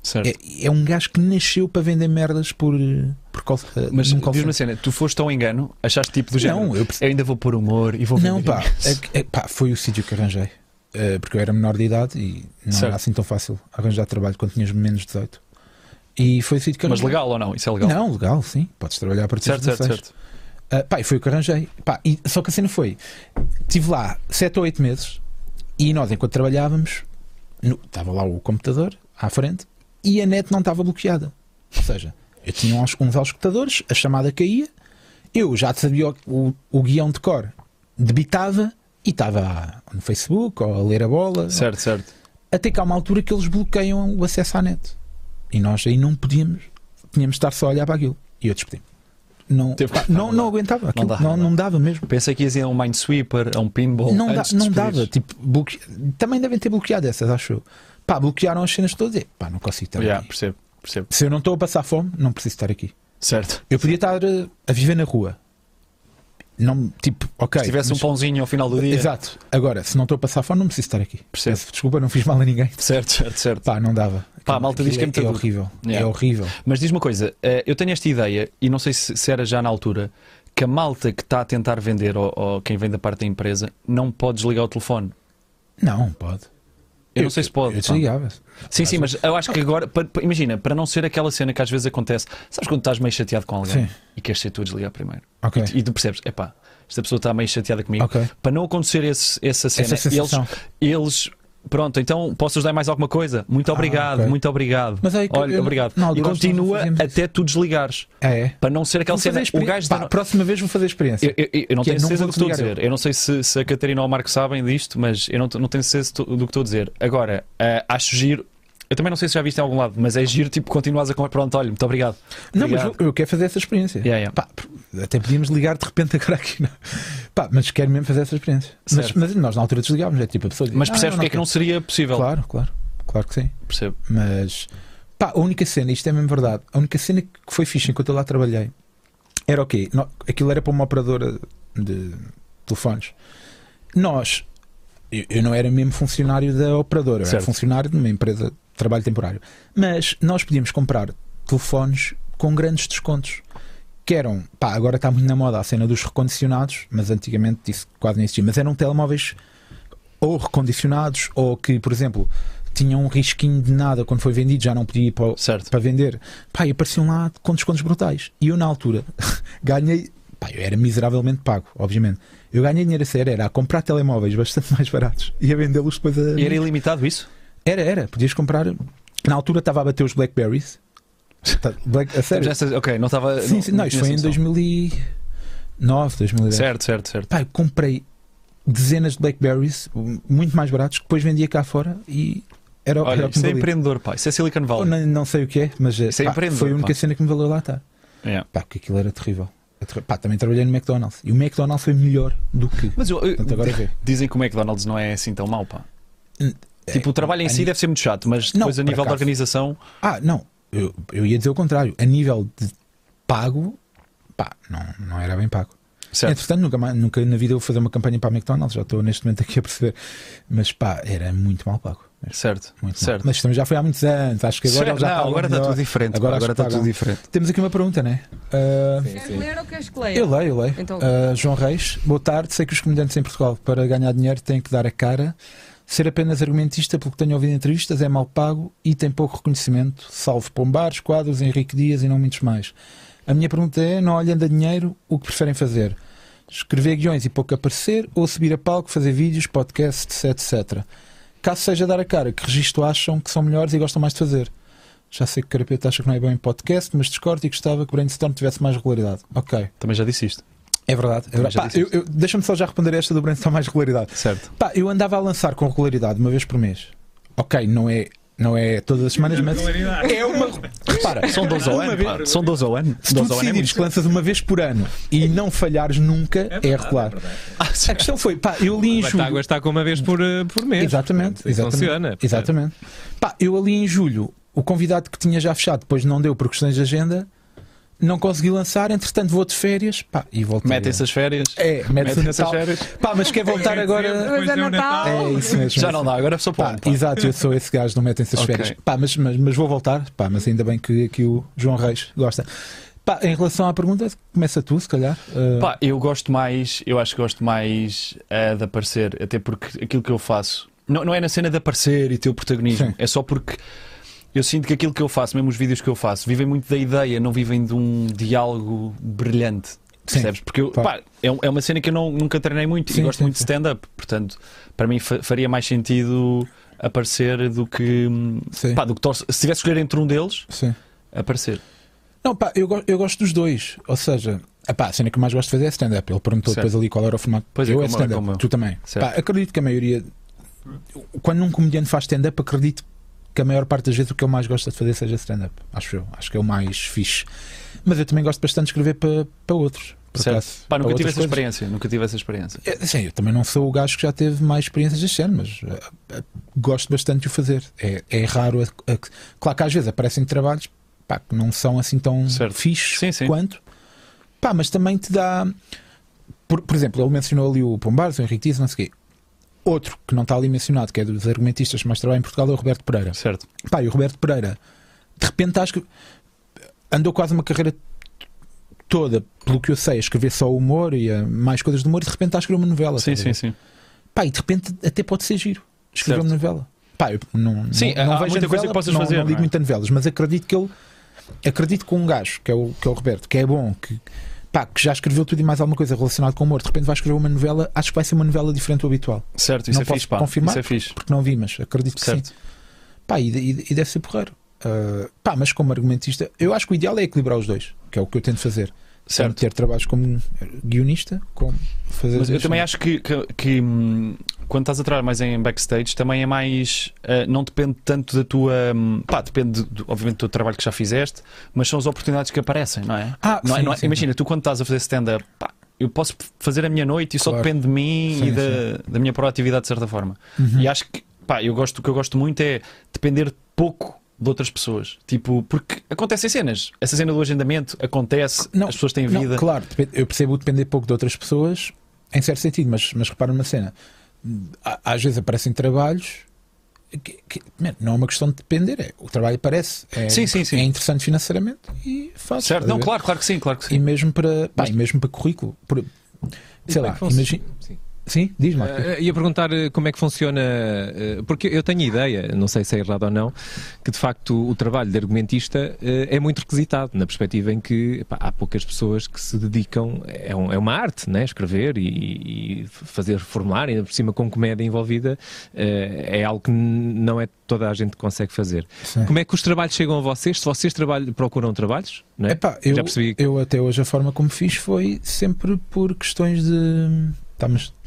Speaker 2: Certo.
Speaker 1: É, é um gajo que nasceu para vender merdas por, eh, por call- eh,
Speaker 2: Mas
Speaker 1: num call
Speaker 2: diz-me
Speaker 1: center.
Speaker 2: a cena, tu foste tão engano, achaste tipo do género.
Speaker 1: Não, eu perce-
Speaker 2: eu ainda vou pôr humor e (laughs) vou vender
Speaker 1: Não, pá,
Speaker 2: imenso."
Speaker 1: é- é- pá, foi o sítio que arranjei. Eh, porque eu era menor de idade e não
Speaker 2: Certo.
Speaker 1: era assim tão fácil arranjar trabalho quando tinhas menos de 18. E foi o sítio que
Speaker 2: Mas
Speaker 1: arranjei.
Speaker 2: legal ou não? Isso é legal.
Speaker 1: Não, legal, sim. Podes trabalhar a partir dos
Speaker 2: certo, certo,
Speaker 1: 16.
Speaker 2: certo.
Speaker 1: Ah, pá, e foi o que arranjei. Pá, e- só que a cena foi: estive lá 7 ou 8 meses e nós, enquanto trabalhávamos, no- estava lá o computador à frente e a net não estava bloqueada. Ou seja, eu tinha uns, uns auscultadores, a chamada caía, eu já sabia o, o, o guião de cor, debitava e estava no Facebook ou a ler a bola.
Speaker 2: Certo, certo.
Speaker 1: Até que há uma altura que eles bloqueiam o acesso à net e nós aí não podíamos, tínhamos de estar só a olhar para aquilo. E eu despedi. Não,
Speaker 2: Teve-
Speaker 1: pá, não,
Speaker 2: não
Speaker 1: não
Speaker 2: dá.
Speaker 1: aguentava, aquilo,
Speaker 2: dá,
Speaker 1: não,
Speaker 2: não dá.
Speaker 1: não dava mesmo.
Speaker 2: Pensei que ias ir a um Minesweeper, a um pinball.
Speaker 1: não, dá-
Speaker 2: antes de
Speaker 1: não
Speaker 2: despedires.
Speaker 1: dava. Tipo, bloque... Também devem ter bloqueado essas, acho eu. Pá, bloquearam as cenas todas. E, pá, não consigo estar
Speaker 2: Yeah,
Speaker 1: aqui.
Speaker 2: percebo, percebo.
Speaker 1: Se eu não estou a passar fome, não preciso estar aqui.
Speaker 2: Certo.
Speaker 1: Eu podia estar eh, a viver na rua. Não, tipo, ok.
Speaker 2: Se tivesse
Speaker 1: mas-
Speaker 2: um pãozinho ao final do dia.
Speaker 1: Exato. Agora, se não estou a passar fome, não preciso estar aqui.
Speaker 2: Percebo.
Speaker 1: Peço Desculpa, não fiz mal a ninguém.
Speaker 2: Certo, certo, certo.
Speaker 1: Pá, não dava.
Speaker 2: Pá, a malta diz que
Speaker 1: Aquilo
Speaker 2: é muito
Speaker 1: é
Speaker 2: duro.
Speaker 1: horrível. É
Speaker 2: Yeah.
Speaker 1: horrível.
Speaker 2: Mas diz-me uma coisa, eh, eu tenho esta ideia, e não sei se, se era já na altura, que a malta que está a tentar vender, ou, ou quem vem da parte da empresa, não pode desligar o telefone.
Speaker 1: Não, pode.
Speaker 2: Eu, não sei se pode.
Speaker 1: Eu
Speaker 2: pá.
Speaker 1: desligava.
Speaker 2: Sim, sim, mas eu acho que agora, pa- pa- imagina, para não ser aquela cena que às vezes acontece, sabes quando estás meio chateado com alguém
Speaker 1: Sim.
Speaker 2: e queres ser tu a desligar primeiro?
Speaker 1: Ok.
Speaker 2: E tu percebes, epá, esta pessoa está meio chateada comigo.
Speaker 1: Ok.
Speaker 2: Para não acontecer esse- essa cena,
Speaker 1: Essa sensação.
Speaker 2: eles, eles, pronto, então posso ajudar em mais alguma coisa? Muito
Speaker 1: Ah,
Speaker 2: obrigado,
Speaker 1: ok.
Speaker 2: muito obrigado.
Speaker 1: Mas aí que
Speaker 2: Olha,
Speaker 1: eu-
Speaker 2: obrigado.
Speaker 1: na
Speaker 2: E
Speaker 1: altura nós não
Speaker 2: continua
Speaker 1: fazíamos
Speaker 2: até tu desligares.
Speaker 1: É. é.
Speaker 2: Para não ser aquela
Speaker 1: Vou fazer
Speaker 2: cena,
Speaker 1: a
Speaker 2: o
Speaker 1: experi-
Speaker 2: gajo
Speaker 1: Pá,
Speaker 2: da...
Speaker 1: próxima vez vou fazer a experiência.
Speaker 2: Eu, eu- eu não
Speaker 1: Que é,
Speaker 2: tenho
Speaker 1: não vou
Speaker 2: certeza do que estou a
Speaker 1: desligar
Speaker 2: dizer. Eu não sei se, se a Catarina ou o Marco sabem disto, mas eu não, t- não tenho certeza do do que estou a dizer. Agora, ah, acho giro. Eu também não sei se já viste em algum lado, mas é giro, tipo, continuas a comer. Pronto, olha, muito obrigado.
Speaker 1: Não, mas
Speaker 2: Obrigado.
Speaker 1: eu, eu quero fazer essa experiência.
Speaker 2: Yeah, yeah.
Speaker 1: Pá, até podíamos ligar de repente agora aqui. Não. é? Pá, mas quero mesmo fazer essa experiência. Mas,
Speaker 2: Certo.
Speaker 1: mas nós na altura desligávamos, é tipo a pessoa diz,
Speaker 2: Mas
Speaker 1: "Ah,
Speaker 2: percebes
Speaker 1: eu
Speaker 2: porque é que não
Speaker 1: quero."
Speaker 2: seria possível?
Speaker 1: Claro, claro. Claro que sim.
Speaker 2: Percebo.
Speaker 1: Mas pá, a única cena, isto é mesmo verdade, a única cena que foi fixe enquanto eu lá trabalhei era o quê? No- Aquilo era para uma operadora de telefones. Nós, eu, eu não era mesmo funcionário da operadora, eu era
Speaker 2: Certo.
Speaker 1: funcionário de uma empresa de trabalho temporário. Mas nós podíamos comprar telefones com grandes descontos. Que eram, pá, agora está muito na moda a cena dos recondicionados, mas antigamente isso quase não existia. Mas eram telemóveis ou recondicionados, ou que, por exemplo, tinham um risquinho de nada quando foi vendido, já não podia ir para, o-
Speaker 2: Certo.
Speaker 1: para vender. Pá, e apareciam lá com descontos brutais. E eu, na altura, (laughs) ganhei. Pá, eu era miseravelmente pago, obviamente. Eu ganhei dinheiro a sério, era a comprar telemóveis bastante (laughs) mais baratos e a vendê-los depois a.
Speaker 2: E era ilimitado isso?
Speaker 1: Era, era. Podias comprar. Na altura estava a bater os Blackberries. Tá, Black- a sério.
Speaker 2: Temos essa- ok, não estava.
Speaker 1: Sim, sim, não, isto
Speaker 2: tinha
Speaker 1: foi em
Speaker 2: essa noção.
Speaker 1: 2009, 2010.
Speaker 2: Certo, certo, certo.
Speaker 1: Pá, eu comprei dezenas de Blackberries, um, muito mais baratos, que depois vendia cá fora e era, era
Speaker 2: Olha,
Speaker 1: o que
Speaker 2: isso
Speaker 1: me
Speaker 2: é
Speaker 1: valia.
Speaker 2: empreendedor, pá. Isso é Silicon
Speaker 1: Ou
Speaker 2: Valley.
Speaker 1: Não, não sei o que é, mas eh,
Speaker 2: Isso é
Speaker 1: pá,
Speaker 2: empreendedor,
Speaker 1: foi a única
Speaker 2: pá.
Speaker 1: cena que me valeu lá estar.
Speaker 2: Yeah.
Speaker 1: Pá, porque aquilo era terrível. É terri- Pá, também trabalhei no McDonald's e o McDonald's foi melhor do que.
Speaker 2: Mas eu- eu-
Speaker 1: Portanto, agora vê.
Speaker 2: dizem que o McDonald's não é assim tão mau, pá. Tipo, o trabalho em
Speaker 1: é, a
Speaker 2: si
Speaker 1: ni-
Speaker 2: deve ser muito chato, mas
Speaker 1: Não,
Speaker 2: depois a
Speaker 1: por
Speaker 2: nível da
Speaker 1: acaso.
Speaker 2: organização.
Speaker 1: Ah, não, eu, eu ia dizer o contrário. A nível de pago, pá, não, não era bem pago.
Speaker 2: Certo.
Speaker 1: Entretanto, nunca, mais- nunca na vida eu vou fazer uma campanha para a McDonald's, já estou neste momento aqui a perceber. Mas pá, era muito mal pago.
Speaker 2: Certo.
Speaker 1: Muito mal.
Speaker 2: certo.
Speaker 1: Mas também já foi há muitos anos, acho que agora
Speaker 2: Certo,
Speaker 1: já
Speaker 2: não,
Speaker 1: pagam
Speaker 2: agora está
Speaker 1: melhor.
Speaker 2: tudo diferente.
Speaker 1: Agora
Speaker 2: Agora, agora
Speaker 1: acho que
Speaker 2: está tudo
Speaker 1: pagam.
Speaker 2: diferente.
Speaker 1: Temos aqui uma pergunta, não é? Ah,
Speaker 4: Sim,
Speaker 3: Queres
Speaker 4: sim.
Speaker 3: ler ou queres que leia?
Speaker 1: Eu leio, eu leio.
Speaker 3: Então-
Speaker 1: Ah, João Reis, boa tarde. Sei que os comediantes em Portugal, para ganhar dinheiro, têm que dar a cara. Ser apenas argumentista, pelo que tenho ouvido em entrevistas, é mal pago e tem pouco reconhecimento, salvo Pombares, Quadros, Henrique Dias e não muitos mais. A minha pergunta é, não olhando a dinheiro, o que preferem fazer? Escrever guiões e pouco aparecer ou subir a palco, fazer vídeos, podcasts, etc. Caso seja dar a cara, que registro acham que são melhores e gostam mais de fazer? Já sei que o Carapeta acha que não é bom em podcast, mas discordo e gostava que o Brainstorm tivesse mais regularidade. Ok.
Speaker 2: Também já disse isto.
Speaker 1: É verdade. É verdade.
Speaker 2: já
Speaker 1: Pá,
Speaker 2: disse
Speaker 1: eu-
Speaker 2: isto.
Speaker 1: eu- Deixa-me só já responder a esta do Brainstorm mais regularidade.
Speaker 2: Certo.
Speaker 1: Pá, eu andava a lançar com regularidade uma vez por mês. Ok, não é, não é todas as semanas, mas
Speaker 2: É uma. (laughs) Repara, são 12 ao ano. pá. São 12 ao ano.
Speaker 1: se tu
Speaker 2: 12 ao ano é
Speaker 1: decidires
Speaker 2: muito.
Speaker 1: que lanças uma vez por ano e não falhares nunca, é, regular.
Speaker 2: Ah, sim.
Speaker 1: a questão foi, pá, eu li em
Speaker 4: O
Speaker 1: julho.
Speaker 4: Batágua está tá, com uma vez por, eh, por mês.
Speaker 1: Exatamente,
Speaker 4: Portanto, isso
Speaker 1: exatamente.
Speaker 4: Funciona.
Speaker 1: Exatamente. Pá, eu ali em julho, o convidado que tinha já fechado, depois não deu por questões de agenda, não consegui lançar, entretanto vou de férias, pá, e voltei.
Speaker 2: Metem-se as férias.
Speaker 1: É, mete-se
Speaker 2: Metem-se
Speaker 1: nessas
Speaker 2: as férias.
Speaker 1: Pá, mas quer voltar agora.
Speaker 3: Depois é Natal.
Speaker 1: É isso mesmo.
Speaker 2: Já não dá, agora é só
Speaker 1: Pá,
Speaker 2: para um.
Speaker 1: exato, eu sou esse gajo, não metem-se as
Speaker 2: Ok.
Speaker 1: férias. Pá, mas, mas, mas vou voltar, pá, mas ainda bem que, que o João Reis gosta. Pá, em relação à pergunta, começa tu, se calhar. Uh,
Speaker 2: Pá, eu gosto mais, eu acho que gosto mais eh, de aparecer, até porque aquilo que eu faço não, não é na cena de aparecer e ter o protagonismo,
Speaker 1: Sim.
Speaker 2: é só porque eu sinto que aquilo que eu faço, mesmo os vídeos que eu faço, vivem muito da ideia, não vivem de um diálogo brilhante.
Speaker 1: Sim.
Speaker 2: Percebes? Porque eu,
Speaker 1: Claro.
Speaker 2: pá, é, um- é uma cena que eu não- nunca treinei muito
Speaker 1: Sim,
Speaker 2: e gosto
Speaker 1: sim,
Speaker 2: muito
Speaker 1: sim.
Speaker 2: de stand-up, portanto, para mim fa- faria mais sentido aparecer do que hum,
Speaker 1: Sim.
Speaker 2: pá, do que torce. Se tivesse que escolher entre um deles,
Speaker 1: Sim.
Speaker 2: aparecer.
Speaker 1: Não, pá, eu, go- eu gosto dos dois. Ou seja, ah pá, a cena que eu mais gosto de fazer é stand-up. Ele perguntou
Speaker 2: Certo.
Speaker 1: depois ali qual era o formato.
Speaker 2: Pois é,
Speaker 1: eu é
Speaker 2: como-
Speaker 1: stand-up,
Speaker 2: como eu.
Speaker 1: tu também.
Speaker 2: Certo.
Speaker 1: Pá, acredito que a maioria. Quando um comediante faz stand-up, acredito que a maior parte das vezes o que ele mais gosta de fazer seja stand-up. Acho eu. Acho que é o mais fixe. Mas eu também gosto bastante de escrever para para outros. por
Speaker 2: Certo.
Speaker 1: acaso.
Speaker 2: Pá,
Speaker 1: Para
Speaker 2: nunca tive
Speaker 1: outras
Speaker 2: essa
Speaker 1: coisas.
Speaker 2: experiência, nunca tive essa experiência.
Speaker 1: É, Sim, eu também não sou o gajo que já teve mais experiências deste ano, mas eh, eh, gosto bastante de o fazer. É, é raro. a- a- claro que às vezes aparecem trabalhos pá, que não são assim tão
Speaker 2: Certo.
Speaker 1: fixos
Speaker 2: Sim, sim.
Speaker 1: quanto, pá, mas também te dá. Por, por exemplo, ele mencionou ali o Pombares, o Henrique Tisse, não sei o quê. Outro que não está ali mencionado, que é dos argumentistas que mais trabalham em Portugal, é o Roberto Pereira.
Speaker 2: Certo.
Speaker 1: Pá, e o Roberto Pereira, de repente, acho que andou quase uma carreira toda, pelo que eu sei, a escrever só humor e a mais coisas de humor, e de repente está a escrever uma novela.
Speaker 2: Sim,
Speaker 1: estás a
Speaker 2: sim,
Speaker 1: ver?
Speaker 2: sim.
Speaker 1: Pá, e de repente até pode ser giro escrever
Speaker 2: Certo.
Speaker 1: uma novela. Pá, eu não,
Speaker 2: Sim,
Speaker 1: não, não
Speaker 2: há
Speaker 1: vejo
Speaker 2: muita
Speaker 1: a novela,
Speaker 2: coisa que possas
Speaker 1: não,
Speaker 2: fazer,
Speaker 1: Não
Speaker 2: não
Speaker 1: ligo
Speaker 2: é?
Speaker 1: muito a novelas, mas acredito que ele. Acredito que um gajo, que é o, que é o Roberto, que é bom, que, pá, que já escreveu tudo e mais alguma coisa relacionada com o humor, de repente vai escrever uma novela, acho que vai ser uma novela diferente do habitual.
Speaker 2: Certo,
Speaker 1: Não
Speaker 2: isso é
Speaker 1: posso
Speaker 2: fixe, pá.
Speaker 1: confirmar,
Speaker 2: Isso é fixe.
Speaker 1: Porque não vi, mas acredito que sim.
Speaker 2: Certo.
Speaker 1: Pá, e, e- e deve ser porreiro. Ah, pá, mas como argumentista, eu acho que o ideal é equilibrar os dois, que é o que eu tento fazer. Tanto
Speaker 2: Certo.
Speaker 1: Ter trabalhos como guionista, como fazer.
Speaker 2: Mas eu também acho que, que, que, hum, quando estás a trabalhar mais em backstage, também é mais. ah, não depende tanto da tua. hum, pá, depende, do- obviamente, do teu trabalho que já fizeste, mas são as oportunidades que aparecem, não é?
Speaker 1: Ah,
Speaker 2: Não é-
Speaker 1: sim,
Speaker 2: não é-
Speaker 1: sim.
Speaker 2: Imagina, tu quando estás a fazer stand-up, pá, eu posso fazer a minha noite e só
Speaker 1: Claro.
Speaker 2: depende de mim
Speaker 1: Sim, Uhum.
Speaker 2: e da, da minha proatividade, de certa forma. E acho que, pá, eu gosto, o que eu gosto muito é depender pouco de outras pessoas. Tipo, porque acontecem cenas. Essa cena do agendamento acontece,
Speaker 1: Não,
Speaker 2: as pessoas têm
Speaker 1: Não,
Speaker 2: vida.
Speaker 1: claro, depende- eu percebo depender pouco de outras pessoas, em certo sentido, mas, mas repara numa cena. Há- Às vezes aparecem trabalhos que, que, man, não é uma questão de depender, é, o trabalho aparece, é,
Speaker 2: Sim, sim, sim.
Speaker 1: é interessante financeiramente e faz.
Speaker 2: Certo? Não, claro, claro que sim, claro que sim.
Speaker 1: E mesmo para, pá,
Speaker 2: Mas- é
Speaker 1: e mesmo para currículo. por- sei lá,
Speaker 4: Afonso,
Speaker 1: imagina.
Speaker 4: sim.
Speaker 1: Sim, diz Marco.
Speaker 4: Ah, ia perguntar eh, como é que funciona, eh, porque eu tenho a ideia, não sei se é errado ou não, que de facto o trabalho de argumentista eh, é muito requisitado, na perspectiva em que epá, há poucas pessoas que se dedicam, é, um- é uma arte, né? escrever e, e fazer formular, ainda por cima com comédia envolvida, eh, é algo que n- não é toda a gente que consegue fazer.
Speaker 1: Sim.
Speaker 4: Como é que os trabalhos chegam a vocês? Se vocês trabalham, procuram trabalhos,
Speaker 2: é?
Speaker 4: né?
Speaker 1: Epá, eu,
Speaker 4: já percebi que-
Speaker 1: eu até hoje a forma como fiz foi sempre por questões de.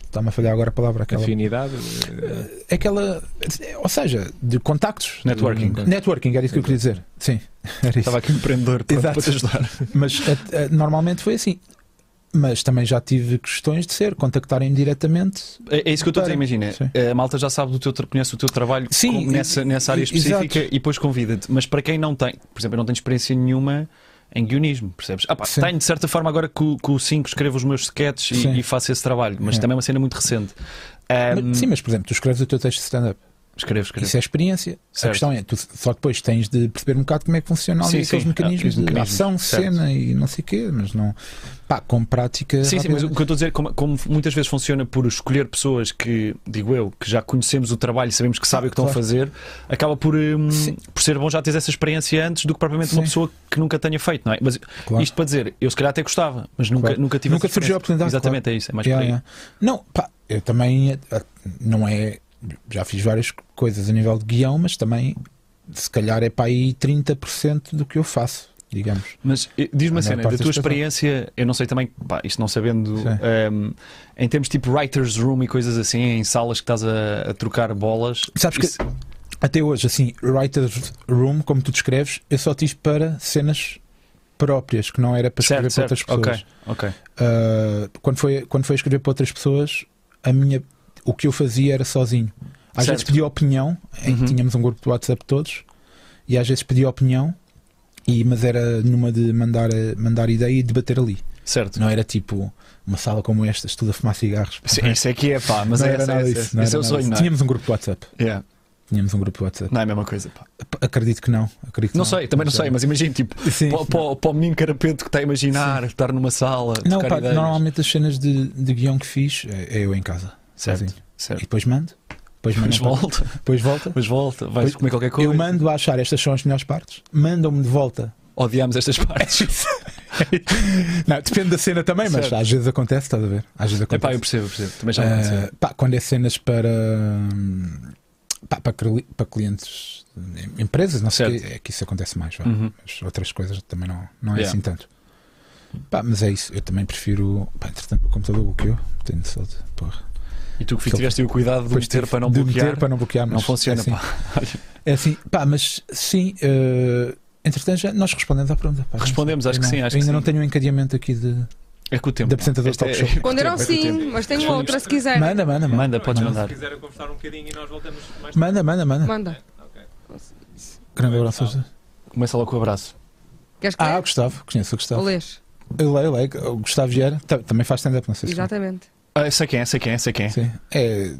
Speaker 1: Está-me a falhar agora a palavra aquela. é
Speaker 4: afinidade. eh,
Speaker 1: aquela. Ou seja, de contactos. Uhum.
Speaker 2: Networking.
Speaker 1: Networking, era isso que eu queria dizer. Sim, (laughs) era isso.
Speaker 2: Estava aqui um empreendedor para,
Speaker 1: Exato.
Speaker 2: para te ajudar.
Speaker 1: Mas a- a- normalmente foi assim. Mas também já tive questões de ser, contactarem diretamente.
Speaker 2: É, é isso que eu estou a dizer,
Speaker 1: Para.
Speaker 2: imagina.
Speaker 1: Sim.
Speaker 2: A malta já sabe do teu tra- conhece o teu trabalho
Speaker 1: Sim,
Speaker 2: como nessa,
Speaker 1: e-
Speaker 2: nessa área
Speaker 1: e-
Speaker 2: específica
Speaker 1: exato.
Speaker 2: e depois convida-te. Mas para quem não tem, por exemplo, eu não tenho experiência nenhuma em guionismo, percebes? Ah, pá,
Speaker 1: Sim.
Speaker 2: tenho de certa forma agora com, com o 5 escrevo os meus sketches
Speaker 1: Sim.
Speaker 2: e, e faço esse trabalho, mas
Speaker 1: É.
Speaker 2: também é uma cena muito recente. Ahm,
Speaker 1: Mas- sim, mas por exemplo, tu escreves o teu texto de stand-up.
Speaker 2: escrevo, escrevo.
Speaker 1: Isso é experiência. A
Speaker 2: Certo.
Speaker 1: questão é, tu só depois tens de perceber um bocado como é que funciona
Speaker 2: Sim,
Speaker 1: ali aqueles
Speaker 2: sim.
Speaker 1: mecanismos
Speaker 2: Ah, os
Speaker 1: de
Speaker 2: mecanismos,
Speaker 1: ação,
Speaker 2: certo.
Speaker 1: cena e não sei o quê, mas não. Pá, com prática.
Speaker 2: Sim, sim, mas o
Speaker 1: rapidamente.
Speaker 2: que eu estou a dizer, como, como muitas vezes funciona por escolher pessoas que, digo eu, que já conhecemos o trabalho, sabemos que sabem o que estão
Speaker 1: Claro.
Speaker 2: a fazer, acaba por, hum,
Speaker 1: Sim.
Speaker 2: por ser bom já ter essa experiência antes do que propriamente uma
Speaker 1: Sim.
Speaker 2: pessoa que nunca tenha feito, não é? Mas
Speaker 1: Claro.
Speaker 2: isto para dizer, eu se calhar até gostava, mas nunca,
Speaker 1: Claro.
Speaker 2: nunca tive
Speaker 1: Nunca
Speaker 2: essa
Speaker 1: surgiu a
Speaker 2: experiência.
Speaker 1: oportunidade,
Speaker 2: Exatamente, é isso, é mais
Speaker 1: Yeah,
Speaker 2: por aí.
Speaker 1: yeah. Não, pá, eu também eh, não é. Já fiz várias coisas a nível de guião, mas também se calhar é para aí 30% do que eu faço, digamos.
Speaker 2: Mas eh, diz-me
Speaker 1: A maior
Speaker 2: a cena,
Speaker 1: parte
Speaker 2: da
Speaker 1: das
Speaker 2: tua
Speaker 1: pessoas.
Speaker 2: experiência, eu não sei também, pá, isto não sabendo,
Speaker 1: Sim.
Speaker 2: hum, em termos tipo writer's room e coisas assim, em salas que estás a, a trocar bolas,
Speaker 1: Sabes que-
Speaker 2: isso-
Speaker 1: até hoje, assim, Writer's Room, como tu descreves, eu só tive para cenas próprias, que não era para escrever
Speaker 2: Certo,
Speaker 1: para
Speaker 2: certo.
Speaker 1: outras pessoas.
Speaker 2: Ok, ok.
Speaker 1: Uh, quando, foi, quando foi escrever para outras pessoas, a minha, o que eu fazia era sozinho. Às
Speaker 2: Certo.
Speaker 1: vezes pedia opinião, em que
Speaker 2: Uhum.
Speaker 1: tínhamos um grupo de WhatsApp todos, e às vezes pedia opinião, e, mas era numa de mandar, eh, mandar ideia e debater ali.
Speaker 2: Certo.
Speaker 1: Não era tipo uma sala como esta, tudo a fumar cigarros.
Speaker 2: Sim, isso é que é, pá, mas
Speaker 1: não
Speaker 2: é
Speaker 1: era
Speaker 2: esse, é
Speaker 1: nada
Speaker 2: esse,
Speaker 1: disso, não
Speaker 2: esse é
Speaker 1: era
Speaker 2: o
Speaker 1: nada
Speaker 2: sonho,
Speaker 1: disso.
Speaker 2: não é?
Speaker 1: Tínhamos um grupo de WhatsApp.
Speaker 2: Yeah.
Speaker 1: Tínhamos um grupo de WhatsApp.
Speaker 2: Não é a mesma coisa, pá.
Speaker 1: P- Acredito que não. Acredito que
Speaker 2: Não sei, também não sei, mas imagino, tipo,
Speaker 1: Sim,
Speaker 2: para, para, para o menino carapeto que está a imaginar estar numa sala,
Speaker 1: não,
Speaker 2: tocar
Speaker 1: pá,
Speaker 2: ideias.
Speaker 1: normalmente as cenas de, de guião que fiz é, é eu em casa.
Speaker 2: Certo,
Speaker 1: sozinho. E
Speaker 2: certo.
Speaker 1: depois mando. Depois, mando
Speaker 2: Mas
Speaker 1: para-
Speaker 2: volta,
Speaker 1: depois volta.
Speaker 2: mas volta, vais
Speaker 1: Pois-
Speaker 2: comer qualquer coisa.
Speaker 1: Eu mando a achar estas são as melhores partes. Mandam-me de volta.
Speaker 2: Odiamos estas partes.
Speaker 1: (laughs) Não, depende da cena também, mas
Speaker 2: Certo.
Speaker 1: às vezes acontece, estás a ver? Às vezes
Speaker 2: é
Speaker 1: acontece.
Speaker 2: pá, eu percebo, eu percebo. Também já me aconteceu.
Speaker 1: Ah, pá, quando é cenas para, hum, pá, para, cli- para clientes, em- empresas, não sei, o
Speaker 2: Certo.
Speaker 1: quê, é que isso acontece mais, vá.
Speaker 2: Uhum.
Speaker 1: mas outras coisas também não, não é
Speaker 2: Yeah.
Speaker 1: assim tanto. Pá, mas é isso, eu também prefiro, pá, entretanto, o computador bloqueou, tenho só de, porra.
Speaker 2: E tu que tiveste o cuidado de meter
Speaker 1: tive
Speaker 2: para não
Speaker 1: de
Speaker 2: bloquear.
Speaker 1: meter para não bloquear, mas
Speaker 2: Não funciona,
Speaker 1: é assim,
Speaker 2: pá.
Speaker 1: É assim, pá, mas sim, eh, entretanto, já nós respondemos à pergunta. pá.
Speaker 2: Respondemos, acho
Speaker 1: Eu
Speaker 2: que
Speaker 1: não-
Speaker 2: sim, acho
Speaker 1: eu
Speaker 2: que
Speaker 1: ainda não
Speaker 2: sim.
Speaker 1: tenho um encadeamento aqui de.
Speaker 2: É com o tempo.
Speaker 1: de apresentador
Speaker 2: Este
Speaker 1: de talk
Speaker 2: é-
Speaker 3: (laughs)
Speaker 1: show.
Speaker 3: Ponderam
Speaker 2: Vai com o
Speaker 3: sim,
Speaker 2: tempo.
Speaker 3: mas tenho
Speaker 2: Responde-
Speaker 3: outra se quiserem.
Speaker 1: Manda, manda, manda.
Speaker 2: Manda, podes
Speaker 1: Manda.
Speaker 2: mandar.
Speaker 5: quiserem conversar um bocadinho e nós voltamos mais tarde.
Speaker 1: Manda, manda, manda.
Speaker 3: Manda.
Speaker 1: Grande abraço. aos-
Speaker 2: Começa logo com o abraço.
Speaker 3: Queres que
Speaker 1: Ah, o
Speaker 3: leia?
Speaker 1: Gustavo, conheço o Gustavo.
Speaker 3: Ou lês?
Speaker 1: Eu leio, leio. O Gustavo Vieira ta- também faz stand-up, não sei se.
Speaker 3: Exatamente.
Speaker 2: Ah, eu sei quem é, sei quem é, sei quem é.
Speaker 1: Sim. É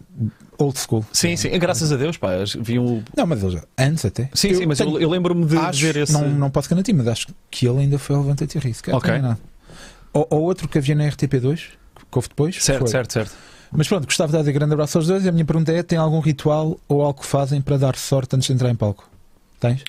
Speaker 1: old school.
Speaker 2: Sim, sim, graças a Deus, pá. Vi um.
Speaker 1: Não, mas ele já. Antes até.
Speaker 2: Sim, sim, mas
Speaker 1: tenho-
Speaker 2: eu, eu lembro-me de
Speaker 1: acho,
Speaker 2: ver esse.
Speaker 1: não, não posso garantir, mas acho que ele ainda foi ao Levanta-te e ri. se calhar
Speaker 2: Ok.
Speaker 1: é também não. Ou, ou outro que havia na RTP2, que houve depois.
Speaker 2: Certo,
Speaker 1: foi.
Speaker 2: certo, certo.
Speaker 1: Mas pronto, gostava de dar um grande abraço aos dois. E a minha pergunta é: tem algum ritual ou algo que fazem para dar sorte antes de entrar em palco? Tens?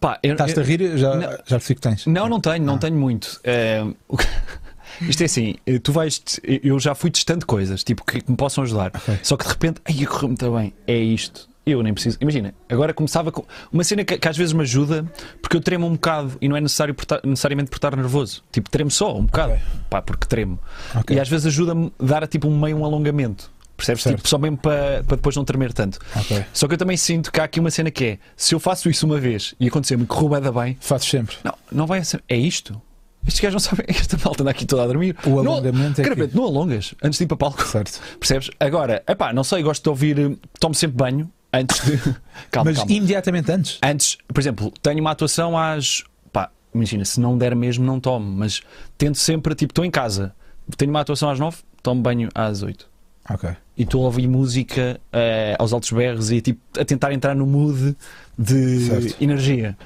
Speaker 2: Pá, eu,
Speaker 1: Estás-te a rir? Já,
Speaker 2: Eh, Não.
Speaker 1: já percebi que tens.
Speaker 2: Não, não tenho, não
Speaker 1: Ah.
Speaker 2: tenho muito. É, o que- (laughs) Isto é assim, eh, tu vais. Eu já fui testando coisas, tipo, que que me possam ajudar.
Speaker 1: Ok.
Speaker 2: Só que de repente, ai, correu muito bem, é isto. Eu nem preciso. Imagina, agora começava com. Uma cena que, que às vezes me ajuda, porque eu tremo um bocado e não é necessário por estar- necessariamente por estar nervoso. Tipo, tremo só um bocado.
Speaker 1: Ok.
Speaker 2: Pá, porque tremo.
Speaker 1: Ok.
Speaker 2: E às vezes ajuda-me dar tipo um meio um alongamento. Percebes?
Speaker 1: Certo.
Speaker 2: Tipo, só mesmo para para depois não tremer tanto.
Speaker 1: Ok.
Speaker 2: Só que eu também sinto que há aqui uma cena que é: se eu faço isso uma vez e acontecer-me que rouba bem,
Speaker 1: Fazes sempre.
Speaker 2: não, não vai ser. É isto? Estes gajos não sabem. (laughs) Esta malta anda aqui toda a dormir.
Speaker 1: O
Speaker 2: Não-
Speaker 1: alongamento é
Speaker 2: Cara,
Speaker 1: que...
Speaker 2: não alongas antes de ir para palco. (laughs)
Speaker 1: Certo.
Speaker 2: Percebes? Agora, epá, não sei, gosto de ouvir. eh, Tomo sempre banho antes
Speaker 1: (laughs)
Speaker 2: de. calma,
Speaker 1: mas
Speaker 2: calma.
Speaker 1: imediatamente antes.
Speaker 2: Antes, por exemplo, tenho uma atuação às. Pá, imagina, se não der mesmo, não tomo. Mas tento sempre, tipo, estou em casa, tenho uma atuação às 9, tomo banho às 8
Speaker 1: Ok.
Speaker 2: e estou a ouvir música eh, aos altos berros e tipo, a tentar entrar no mood de
Speaker 1: Certo.
Speaker 2: energia.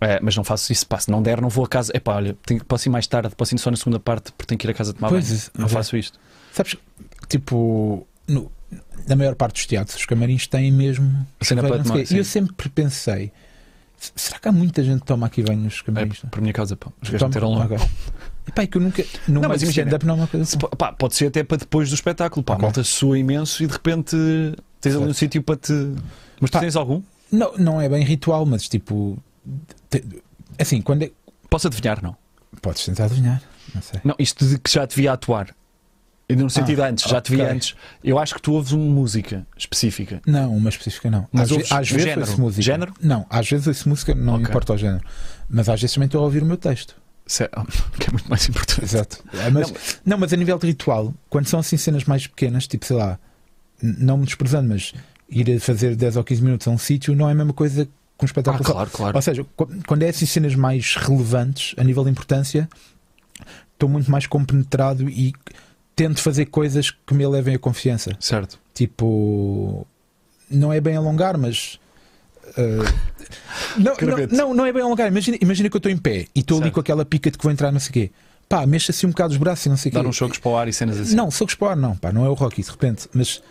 Speaker 2: Eh, mas não faço isso, pá, se não der, não vou a casa. É pá, olha, tenho, posso ir mais tarde, posso ir só na segunda parte porque tenho que ir a casa tomar
Speaker 1: Pois, é.
Speaker 2: banho.
Speaker 1: isso,
Speaker 2: Não
Speaker 1: ok.
Speaker 2: faço isto.
Speaker 1: Sabes, tipo, no- na maior parte dos teatros, os camarins têm mesmo.
Speaker 2: A cena
Speaker 1: chuveiro,
Speaker 2: para
Speaker 1: não sei o
Speaker 2: tomar,
Speaker 1: quê. E eu
Speaker 2: sim.
Speaker 1: sempre pensei: "S- será que há muita gente que toma aqui banho nos
Speaker 2: É
Speaker 1: camarins? não? Então,
Speaker 2: por minha causa, pá. Os gajos
Speaker 1: Toma?
Speaker 2: meteram logo.
Speaker 1: Ok. Epá, é que eu nunca. No
Speaker 2: Não,
Speaker 1: não,
Speaker 2: mas
Speaker 1: mas
Speaker 2: imagina.
Speaker 1: stand-up não é uma coisa.
Speaker 2: Se po- pá, pode ser até para depois do espetáculo, pá, a
Speaker 1: Ok.
Speaker 2: malta sua imenso e de repente tens ali um
Speaker 1: Certo. tá.
Speaker 2: sítio para te. Mas tu
Speaker 1: Pá.
Speaker 2: tens algum?
Speaker 1: Não, não é bem ritual, mas tipo. te- assim, quando é.
Speaker 2: Posso adivinhar, não?
Speaker 1: Podes tentar adivinhar, não sei.
Speaker 2: Não, isto de que já te via atuar. E No sentido antes, já te via
Speaker 1: Ah, ok.
Speaker 2: antes. Eu acho que tu ouves uma música específica.
Speaker 1: Não, uma específica não.
Speaker 2: Mas
Speaker 1: às, ve-
Speaker 2: ouves
Speaker 1: às
Speaker 2: um
Speaker 1: vezes
Speaker 2: género?
Speaker 1: ouço música.
Speaker 2: Género?
Speaker 1: Não, às vezes ouço música, não
Speaker 2: Ok.
Speaker 1: importa o género. Mas às vezes também estou a ouvir o meu texto.
Speaker 2: Se- (laughs) que é muito
Speaker 1: (laughs)
Speaker 2: mais importante.
Speaker 1: Exato. É, mas- não,
Speaker 2: Não,
Speaker 1: mas a nível de ritual, quando são assim cenas mais pequenas, tipo, sei lá, n- não me desprezando, mas ir a fazer 10 ou 15 minutos a um sítio não é a mesma coisa que um
Speaker 2: Ah,
Speaker 1: espetáculo. só.
Speaker 2: claro, claro.
Speaker 1: Ou seja, qu- quando é assim cenas mais relevantes a nível de importância, estou muito mais compenetrado e tento fazer coisas que me elevem a confiança.
Speaker 2: Certo.
Speaker 1: Tipo, não é bem alongar, mas. eh, não, não,
Speaker 2: Cravete.
Speaker 1: não, não é bem alongar. Imagina, imagina que eu estou em pé e estou ali
Speaker 2: Certo.
Speaker 1: com aquela pica de que vou entrar, não sei o quê. Pá, mexa assim um bocado os braços e não sei o quê.
Speaker 2: Dar uns chocos para o ar e cenas assim.
Speaker 1: Não, socos para o ar, não, pá, não é o Rocky, de repente. Mas.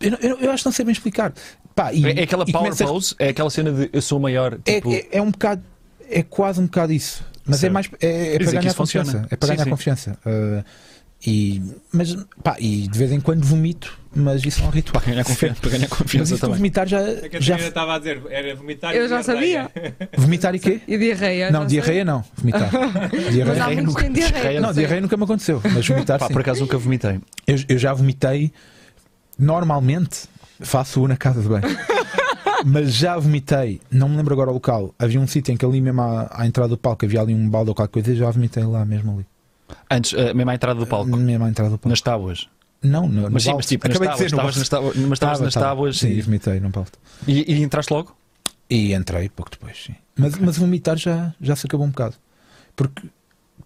Speaker 1: Eu, não- eu não- eu acho que não sei bem explicar. Pá, e,
Speaker 2: É, é aquela
Speaker 1: e
Speaker 2: power
Speaker 1: começa a-
Speaker 2: pose, é aquela cena de eu sou o maior.
Speaker 1: É,
Speaker 2: Tipo,
Speaker 1: é, é um bocado. É quase um bocado isso. Mas
Speaker 2: Certo.
Speaker 1: é mais. É, é
Speaker 2: Quer dizer
Speaker 1: para
Speaker 2: que
Speaker 1: ganhar
Speaker 2: isso funciona.
Speaker 1: confiança. É para
Speaker 2: Sim,
Speaker 1: ganhar
Speaker 2: sim.
Speaker 1: confiança. Eh, e, mas, pá, e de vez em quando vomito, mas isso é um ritual.
Speaker 2: (laughs) para ganhar confiança, para ganhar
Speaker 1: Mas
Speaker 2: confiança
Speaker 1: isso de
Speaker 2: também.
Speaker 1: assim, vomitar já.
Speaker 3: É
Speaker 5: A
Speaker 1: já
Speaker 5: Catarina
Speaker 3: tá
Speaker 5: estava a dizer, era vomitar é.
Speaker 3: Eu
Speaker 5: e
Speaker 3: já sabia.
Speaker 5: diarreia.
Speaker 1: vomitar e
Speaker 3: (laughs)
Speaker 1: quê?
Speaker 3: E diarreia.
Speaker 1: Ah, Não,
Speaker 3: É, já
Speaker 1: diarreia não.
Speaker 3: (laughs)
Speaker 1: Vomitar.
Speaker 3: Mas há assim.
Speaker 1: Diarreia.
Speaker 2: Diarreia
Speaker 3: muitos que têm
Speaker 2: nunca- diarreia
Speaker 3: diarreia.
Speaker 1: Não,
Speaker 3: sei.
Speaker 1: diarreia nunca me aconteceu, mas vomitar
Speaker 2: (laughs) Pá,
Speaker 1: sim.
Speaker 2: por acaso nunca vomitei.
Speaker 3: (laughs)
Speaker 1: Eu, eu já vomitei. Normalmente faço na casa de banho. mas já vomitei, não me lembro agora o local. Havia um sítio em que ali mesmo à, à entrada do palco havia ali um balde ou qualquer coisa e já vomitei lá mesmo ali.
Speaker 2: Antes, eh, mesmo à entrada do palco,
Speaker 1: Mesmo à entrada do palco.
Speaker 2: nas tábuas.
Speaker 1: Não, no, no
Speaker 2: Mas sim,
Speaker 1: balde.
Speaker 2: mas tipo, nas
Speaker 1: Acabei
Speaker 2: tábuas,
Speaker 1: de dizer, no
Speaker 2: estavas nas tábuas, mas estavas nas tábuas
Speaker 1: Sim,
Speaker 2: e-
Speaker 1: vomitei num balde.
Speaker 2: e, e entraste logo?
Speaker 1: E entrei pouco depois, sim. Mas, mas vomitar já, já se acabou um bocado. Porque,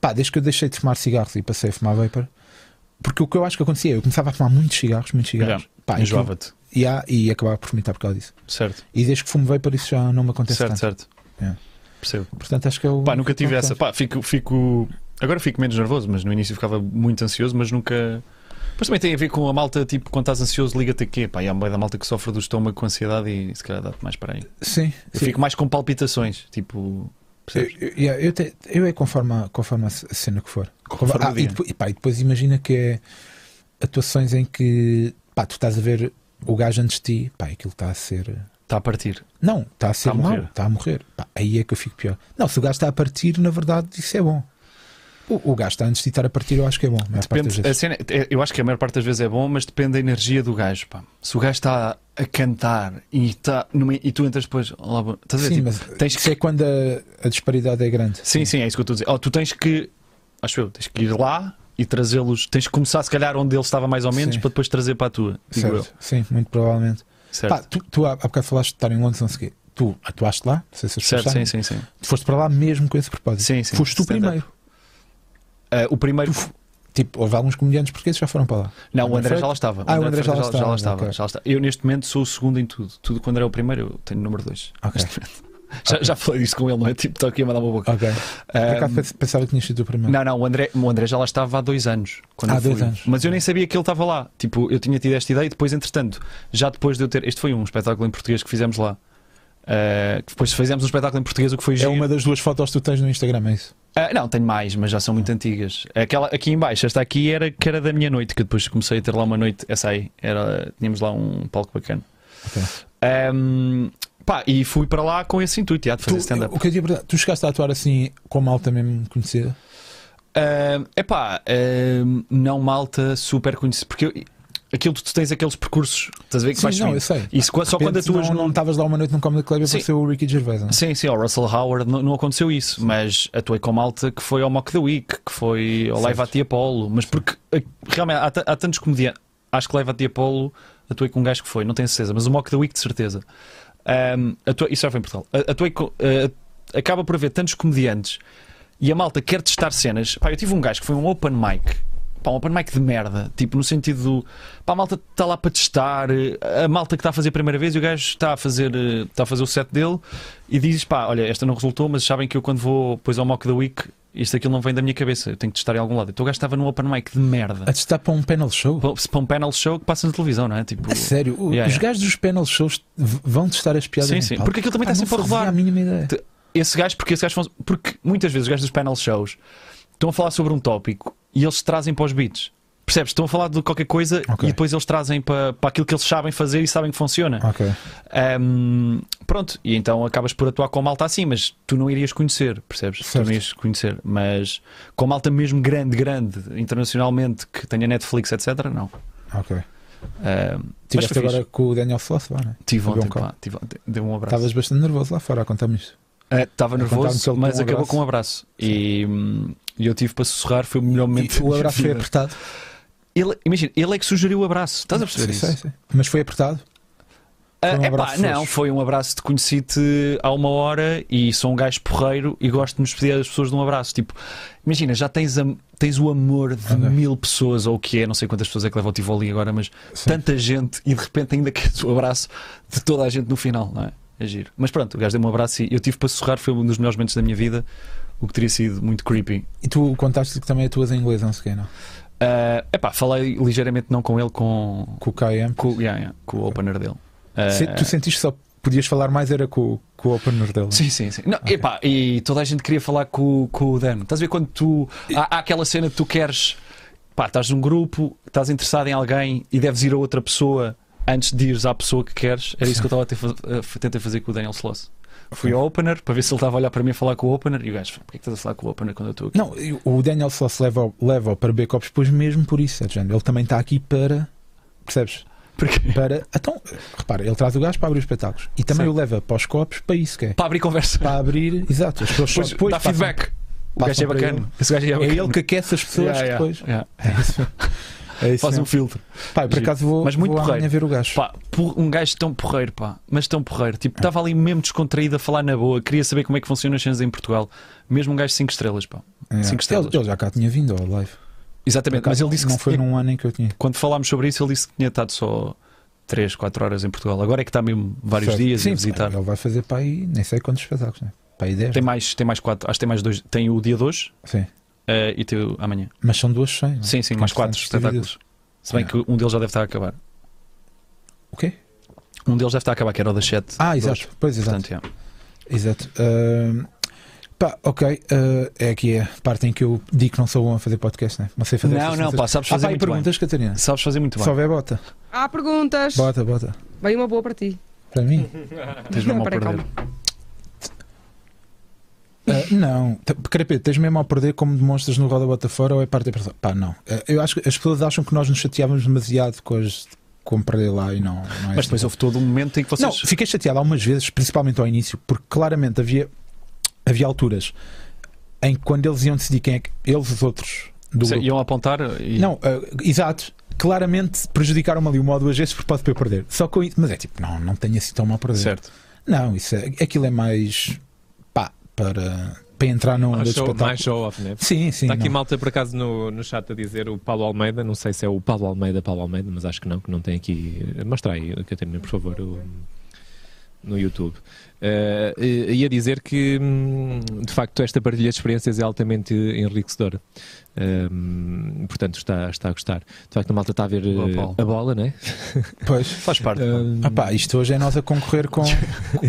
Speaker 1: pá, desde que eu deixei de fumar cigarros e passei a fumar vapor, porque o que eu acho que acontecia, eu começava a fumar muitos cigarros, muitos cigarros. Pá, aquilo-
Speaker 2: Enjoava-te.
Speaker 1: e, há- e acabava por vomitar por causa disso.
Speaker 2: Certo,
Speaker 1: E desde que fumo vapor isso já não me acontece
Speaker 2: certo,
Speaker 1: tanto.
Speaker 2: certo.
Speaker 1: É.
Speaker 2: Percebo.
Speaker 1: Portanto, acho que é eu...
Speaker 2: Pá, nunca tive essa. Pá, fico, fico. Agora fico menos nervoso, mas no início ficava muito ansioso, mas nunca. Mas também tem a ver com a malta, tipo, quando estás ansioso, liga-te a quê? Pá, e há uma bué da malta que sofre do estômago com ansiedade e se calhar dá-te mais para aí.
Speaker 1: Sim,
Speaker 2: Eu
Speaker 1: sim.
Speaker 2: fico mais com palpitações, tipo.
Speaker 1: Eu,
Speaker 2: Percebes?
Speaker 1: eu, yeah, eu, te- eu é conforme a, conforme a c- a cena que for.
Speaker 2: Conforme o
Speaker 1: ah,
Speaker 2: dia.
Speaker 1: e, depois, e pá, e depois imagina que é atuações em que pá, tu estás a ver o gajo antes de ti, pá, aquilo está a ser.
Speaker 2: Está a partir.
Speaker 1: Não, está a ser
Speaker 2: Está a
Speaker 1: mau,
Speaker 2: morrer.
Speaker 1: está a morrer. Pá, aí é que eu fico pior. Não, se o gajo está a partir, na verdade, isso é bom. O, o gajo está antes de estar a partir, eu acho que é bom. a maior parte das
Speaker 2: Depende, a
Speaker 1: vezes.
Speaker 2: cena, é- eu acho que a maior parte das vezes é bom, mas depende da energia do gajo. pá. Se o gajo está a cantar e, está numa- e tu entras depois. Olá, boa- estás a ver,
Speaker 1: Sim,
Speaker 2: tipo,
Speaker 1: mas
Speaker 2: tens
Speaker 1: isso é quando a, a disparidade é grande.
Speaker 2: Sim, sim, é isso que eu estou a dizer. Oh, tu tens que, acho eu, tens que ir lá e trazê-los. Tens que começar, se calhar, onde ele estava mais ou menos,
Speaker 1: Sim.
Speaker 2: para depois trazer para a tua. Digo eu.
Speaker 1: Certo. Sim, muito provavelmente.
Speaker 2: Certo.
Speaker 1: Pá, tu, tu há, há bocado falaste de estar em Londres, não sei o quê. Tu atuaste lá, não sei se as pessoas
Speaker 2: certo,
Speaker 1: sabem.
Speaker 2: sim, sim, sim.
Speaker 1: Foste para lá mesmo com esse propósito.
Speaker 2: Sim, sim.
Speaker 1: Foste tu
Speaker 2: Stand-up.
Speaker 1: primeiro.
Speaker 2: Ah, o primeiro.
Speaker 1: Tipo, houve alguns comediantes portugueses que já foram para lá.
Speaker 2: Não, o André
Speaker 1: Freitas-
Speaker 2: já lá estava.
Speaker 1: Ah, o André já lá
Speaker 2: Freitas
Speaker 1: estava,
Speaker 2: lá estava,
Speaker 1: ok.
Speaker 2: já lá estava. Eu, neste momento, sou o segundo em tudo. Tudo quando era o primeiro, eu tenho o número dois
Speaker 1: Ok.
Speaker 2: neste momento. Já, já falei disso com ele, não é? Tipo, estou aqui a mandar uma boca.
Speaker 1: Ok. Por
Speaker 2: Ah, (laughs)
Speaker 1: acaso pens- pensava que tinha sido o primeiro.
Speaker 2: Não, não, o André, o André já lá estava há dois anos. Quando
Speaker 1: Há
Speaker 2: eu fui.
Speaker 1: dois anos.
Speaker 2: Mas eu nem sabia que ele estava lá. Tipo, eu tinha tido esta ideia e depois, entretanto, já depois de eu ter. Este foi um espetáculo em português que fizemos lá. Ah, que depois fizemos um espetáculo em português, o que foi
Speaker 1: é
Speaker 2: giro.
Speaker 1: uma das duas fotos que tu tens no Instagram, é isso?
Speaker 2: Ah, não, tenho mais, mas já são muito antigas. Aquela aqui em baixo, esta aqui era que era da minha noite, que depois comecei a ter lá uma noite, essa aí, era, tínhamos lá um palco bacana.
Speaker 1: Ok.
Speaker 2: Ahm, pá, e fui para lá com esse intuito, já, de fazer
Speaker 1: Tu-
Speaker 2: stand-up.
Speaker 1: o que eu tinha perguntado, tu chegaste a atuar assim com malta mesmo conhecida?
Speaker 2: É epá, ahm, não malta super conhecida, porque eu- aquilo tu tens aqueles percursos, estás a ver É que vais
Speaker 1: Sim, não,
Speaker 2: subindo.
Speaker 1: eu sei.
Speaker 2: Isso qua- só
Speaker 1: De repente,
Speaker 2: quando atuas
Speaker 1: não,
Speaker 2: num-
Speaker 1: não estavas lá uma noite num Comedy Club e
Speaker 2: Sim.
Speaker 1: apareceu o Ricky Gervais, não? é?
Speaker 2: Sim, sim, ao Russell Howard não, não aconteceu isso, mas atuei com malta que foi ao Mock the Week, que foi ao Live
Speaker 1: Certo.
Speaker 2: at the Apollo, mas porque eh, realmente há, ta- há tantos comediantes. Acho que Live at the Apollo atuei com um gajo que foi, não tenho certeza, mas o Mock the Week de certeza. Ahm, atuei- isso já foi em Portugal. A- Atuei com- eh, acaba por haver tantos comediantes e a malta quer testar cenas. Pá, eu tive um gajo que foi um open mic. Pá, um open mic de merda. Tipo, no sentido do. Pá, a malta está lá para testar. eh, A malta que está a fazer a primeira vez e o gajo está a fazer, eh, está a fazer o set dele e diz: pá, olha, esta não resultou, mas sabem que eu quando vou depois ao mock da week, isto aquilo não vem da minha cabeça. Eu tenho que testar em algum lado. Então o gajo estava num open mic de
Speaker 1: A
Speaker 2: merda.
Speaker 1: testar para um panel show?
Speaker 2: Para para um panel show que passa na televisão, não é? Tipo.
Speaker 1: A sério, o-
Speaker 2: Yeah,
Speaker 1: os
Speaker 2: yeah.
Speaker 1: gajos dos panel shows v- vão testar as piadas
Speaker 2: Sim,
Speaker 1: em
Speaker 2: sim,
Speaker 1: palco?
Speaker 2: porque aquilo também
Speaker 1: Ah,
Speaker 2: está
Speaker 1: não
Speaker 2: sempre a
Speaker 1: fazia
Speaker 2: rodar.
Speaker 1: a mínima ideia.
Speaker 2: Te- esse gajo, porque esse gajo faz- porque muitas vezes os gajos dos panel shows estão a falar sobre um tópico e eles trazem para os beats. Percebes? Estão a falar de qualquer coisa
Speaker 1: Ok.
Speaker 2: e depois eles trazem para, para aquilo que eles sabem fazer e sabem que funciona.
Speaker 1: Ok.
Speaker 2: Ahm, pronto, e então acabas por atuar com malta assim, mas tu não irias conhecer, percebes? Tu
Speaker 1: Certo.
Speaker 2: não irias conhecer, mas com malta mesmo grande, grande, internacionalmente, que tenha Netflix, etc., não.
Speaker 1: Ok.
Speaker 2: Ahm, mas
Speaker 1: Tiveste
Speaker 2: foi
Speaker 1: agora
Speaker 2: fixe.
Speaker 1: com o Daniel Sloss, não é?
Speaker 2: Tive
Speaker 1: Foi
Speaker 2: ontem,
Speaker 1: um call.
Speaker 2: pá, tive ontem, deu um abraço.
Speaker 1: Estavas bastante nervoso lá fora a contar-me isto.
Speaker 2: Estava
Speaker 1: Ele
Speaker 2: Ah, nervoso,
Speaker 1: contava-me que ele
Speaker 2: mas
Speaker 1: deu um
Speaker 2: acabou
Speaker 1: abraço.
Speaker 2: com um abraço. E hum, e eu tive para sussurrar, foi o melhor Um momento.
Speaker 1: E
Speaker 2: (laughs) da
Speaker 1: o
Speaker 2: minha
Speaker 1: abraço foi
Speaker 2: vida.
Speaker 1: apertado.
Speaker 2: ele, Imagina, ele é que sugeriu o abraço. Estás a
Speaker 1: Sim,
Speaker 2: perceber isso?
Speaker 1: sei, sei. Mas foi apertado.
Speaker 2: Ah,
Speaker 1: Foi um
Speaker 2: epá,
Speaker 1: abraço
Speaker 2: não,
Speaker 1: fofo.
Speaker 2: foi um abraço de conheci-te há uma hora e sou um gajo porreiro e gosto de me despedir das pessoas de um abraço. Tipo, imagina, já tens, am- tens o amor de
Speaker 1: Ok.
Speaker 2: mil pessoas, ou o que é, não sei quantas pessoas é que levam o Tivoli agora, mas
Speaker 1: Sim.
Speaker 2: tanta gente e de repente ainda queres o abraço de toda a gente no final, não é? É giro. Mas pronto, o gajo deu-me um abraço e eu tive para sussurrar, foi um dos melhores momentos da minha vida, o que teria sido muito creepy.
Speaker 1: E tu contaste que também atuas em inglês, não sei o quê, não?
Speaker 2: Ah, epá, falei ligeiramente não com ele, com,
Speaker 1: Com o KM.
Speaker 2: com, yeah, yeah, com o opener dele.
Speaker 1: Se-
Speaker 2: Ah,
Speaker 1: tu sentiste que só podias falar mais era com, com o opener dele. é?
Speaker 2: Sim, sim, sim. Não, epá, e toda a gente queria falar com, o- com o Dan. Estás a ver quando tu. Há, há aquela cena que tu queres. Pá, estás num grupo, estás interessado em alguém e deves ir a outra pessoa antes de ires à pessoa que queres. Era isso que eu estava a ter fa- a tentar fazer com o Daniel Sloss. Fui ao opener para ver se ele estava a olhar para mim a falar com o opener e o gajo, porquê que estás a falar com o opener quando eu estou aqui?
Speaker 1: Não, eu- o Daniel Sloss leva-o leva para B-Cops, pois mesmo por isso, é de género. Ele também está aqui para. Percebes?
Speaker 2: Porque...
Speaker 1: para. Então, repara, ele traz o gajo para abrir os espetáculos e também
Speaker 2: Sim.
Speaker 1: o leva para os copos para isso que é.
Speaker 2: Para abrir conversa.
Speaker 1: Para abrir, exato, as pessoas só
Speaker 2: Depois,
Speaker 1: depois
Speaker 2: dá
Speaker 1: passam-
Speaker 2: feedback. O gajo
Speaker 1: passam
Speaker 2: é
Speaker 1: para
Speaker 2: bacana. Esse gajo é
Speaker 1: É
Speaker 2: bacana.
Speaker 1: ele que aquece as pessoas
Speaker 2: Yeah, yeah,
Speaker 1: depois.
Speaker 2: yeah.
Speaker 1: É isso. É isso.
Speaker 2: Faz um
Speaker 1: mesmo.
Speaker 2: filtro.
Speaker 1: Pá, eu por acaso vou,
Speaker 2: Mas muito
Speaker 1: vou amanhã
Speaker 2: porreiro.
Speaker 1: ver o gajo.
Speaker 2: Pá, por- um gajo tão porreiro, pá. Mas tão porreiro.
Speaker 1: É.
Speaker 2: Tipo, estava ali mesmo descontraído a falar na boa. Queria saber como é que funcionam as cenas em Portugal. Mesmo um gajo 5 estrelas, pá.
Speaker 1: É.
Speaker 2: cinco estrelas.
Speaker 1: Ele, ele já cá tinha vindo ao live.
Speaker 2: Exatamente. Mas ele disse que
Speaker 1: não
Speaker 2: se
Speaker 1: foi
Speaker 2: tinha-
Speaker 1: num ano em que eu tinha.
Speaker 2: quando falámos sobre isso, ele disse que tinha estado só 3, 4 horas em Portugal. Agora é que está mesmo vários
Speaker 1: Certo.
Speaker 2: dias
Speaker 1: Sim,
Speaker 2: a visitar.
Speaker 1: Ele vai fazer para aí, nem sei quantos espetáculos, né? para aí 10.
Speaker 2: Tem mais, tem mais quatro, acho que tem mais dois. Tem o dia de hoje
Speaker 1: Sim.
Speaker 2: eh, e tem o amanhã.
Speaker 1: Mas são duas 100. não é?
Speaker 2: Sim, sim,
Speaker 1: Que
Speaker 2: mais quatro
Speaker 1: interessantes divididas.
Speaker 2: espetáculos. Se
Speaker 1: É.
Speaker 2: bem que um deles já deve estar a acabar.
Speaker 1: O quê?
Speaker 2: Um deles deve estar a acabar, que era o das 7.
Speaker 1: Ah, exato. Pois, exato.
Speaker 2: Portanto, é.
Speaker 1: exato. Ahm, pá, ok. ah, é aqui a parte em que eu digo que não sou bom a fazer podcast, né? Não sei fazer
Speaker 2: Não,
Speaker 1: estas
Speaker 2: não,
Speaker 1: coisas.
Speaker 2: pá, sabes
Speaker 1: Ah,
Speaker 2: fazer
Speaker 1: pá, e
Speaker 2: muito bem.
Speaker 1: perguntas, Catarina.
Speaker 2: Sabes fazer muito
Speaker 1: Se
Speaker 2: bem.
Speaker 1: houver, bota.
Speaker 3: Há perguntas.
Speaker 1: Bota, bota.
Speaker 3: Veio uma boa para ti.
Speaker 1: Para mim?
Speaker 2: Uhum. Tens mesmo a
Speaker 3: Peraí,
Speaker 2: perder.
Speaker 1: Ah, não. T- Carapete, tens mesmo a perder como demonstras no Roda Bota Fora ou é parte da pessoa? Pá, não. Ah, eu acho que as pessoas acham que nós nos chateávamos demasiado com as comprei lá e não, não é
Speaker 2: Mas
Speaker 1: assim.
Speaker 2: depois houve todo um momento em que vocês.
Speaker 1: Não, fiquei chateado algumas vezes, principalmente ao início, porque claramente havia, havia alturas em que quando eles iam decidir quem é que. Eles, os outros do
Speaker 2: Sim,
Speaker 1: grupo.
Speaker 2: iam apontar e.
Speaker 1: Não, ah, exato. Claramente prejudicaram-me ali uma ou duas vezes por pode perder. Só com isso. Mas é tipo, não, não tenho assim tão mal perder.
Speaker 2: Certo.
Speaker 1: Não, isso é, aquilo é mais. pá, para, para entrar na onda do
Speaker 4: mais, show,
Speaker 1: espetáculo.
Speaker 4: mais show off, né?
Speaker 1: Sim, sim.
Speaker 4: Está aqui
Speaker 1: não.
Speaker 4: malta, por acaso, no, no chat a dizer o Paulo Almeida. Não sei se é o Paulo Almeida, Paulo Almeida, mas acho que não, que não tem aqui. Mostra aí, Catarina, por favor, o- no YouTube. Eh, eh, ia dizer que, hum, de facto, esta partilha de experiências é altamente enriquecedora. Hum, portanto, está, está a gostar. De facto, a malta está a ver eh,
Speaker 2: Boa, Paulo.
Speaker 4: a bola, né?
Speaker 1: Pois.
Speaker 2: Faz parte. pá.
Speaker 4: Hum,
Speaker 1: Ah pá, isto hoje é nós a concorrer com, Eh,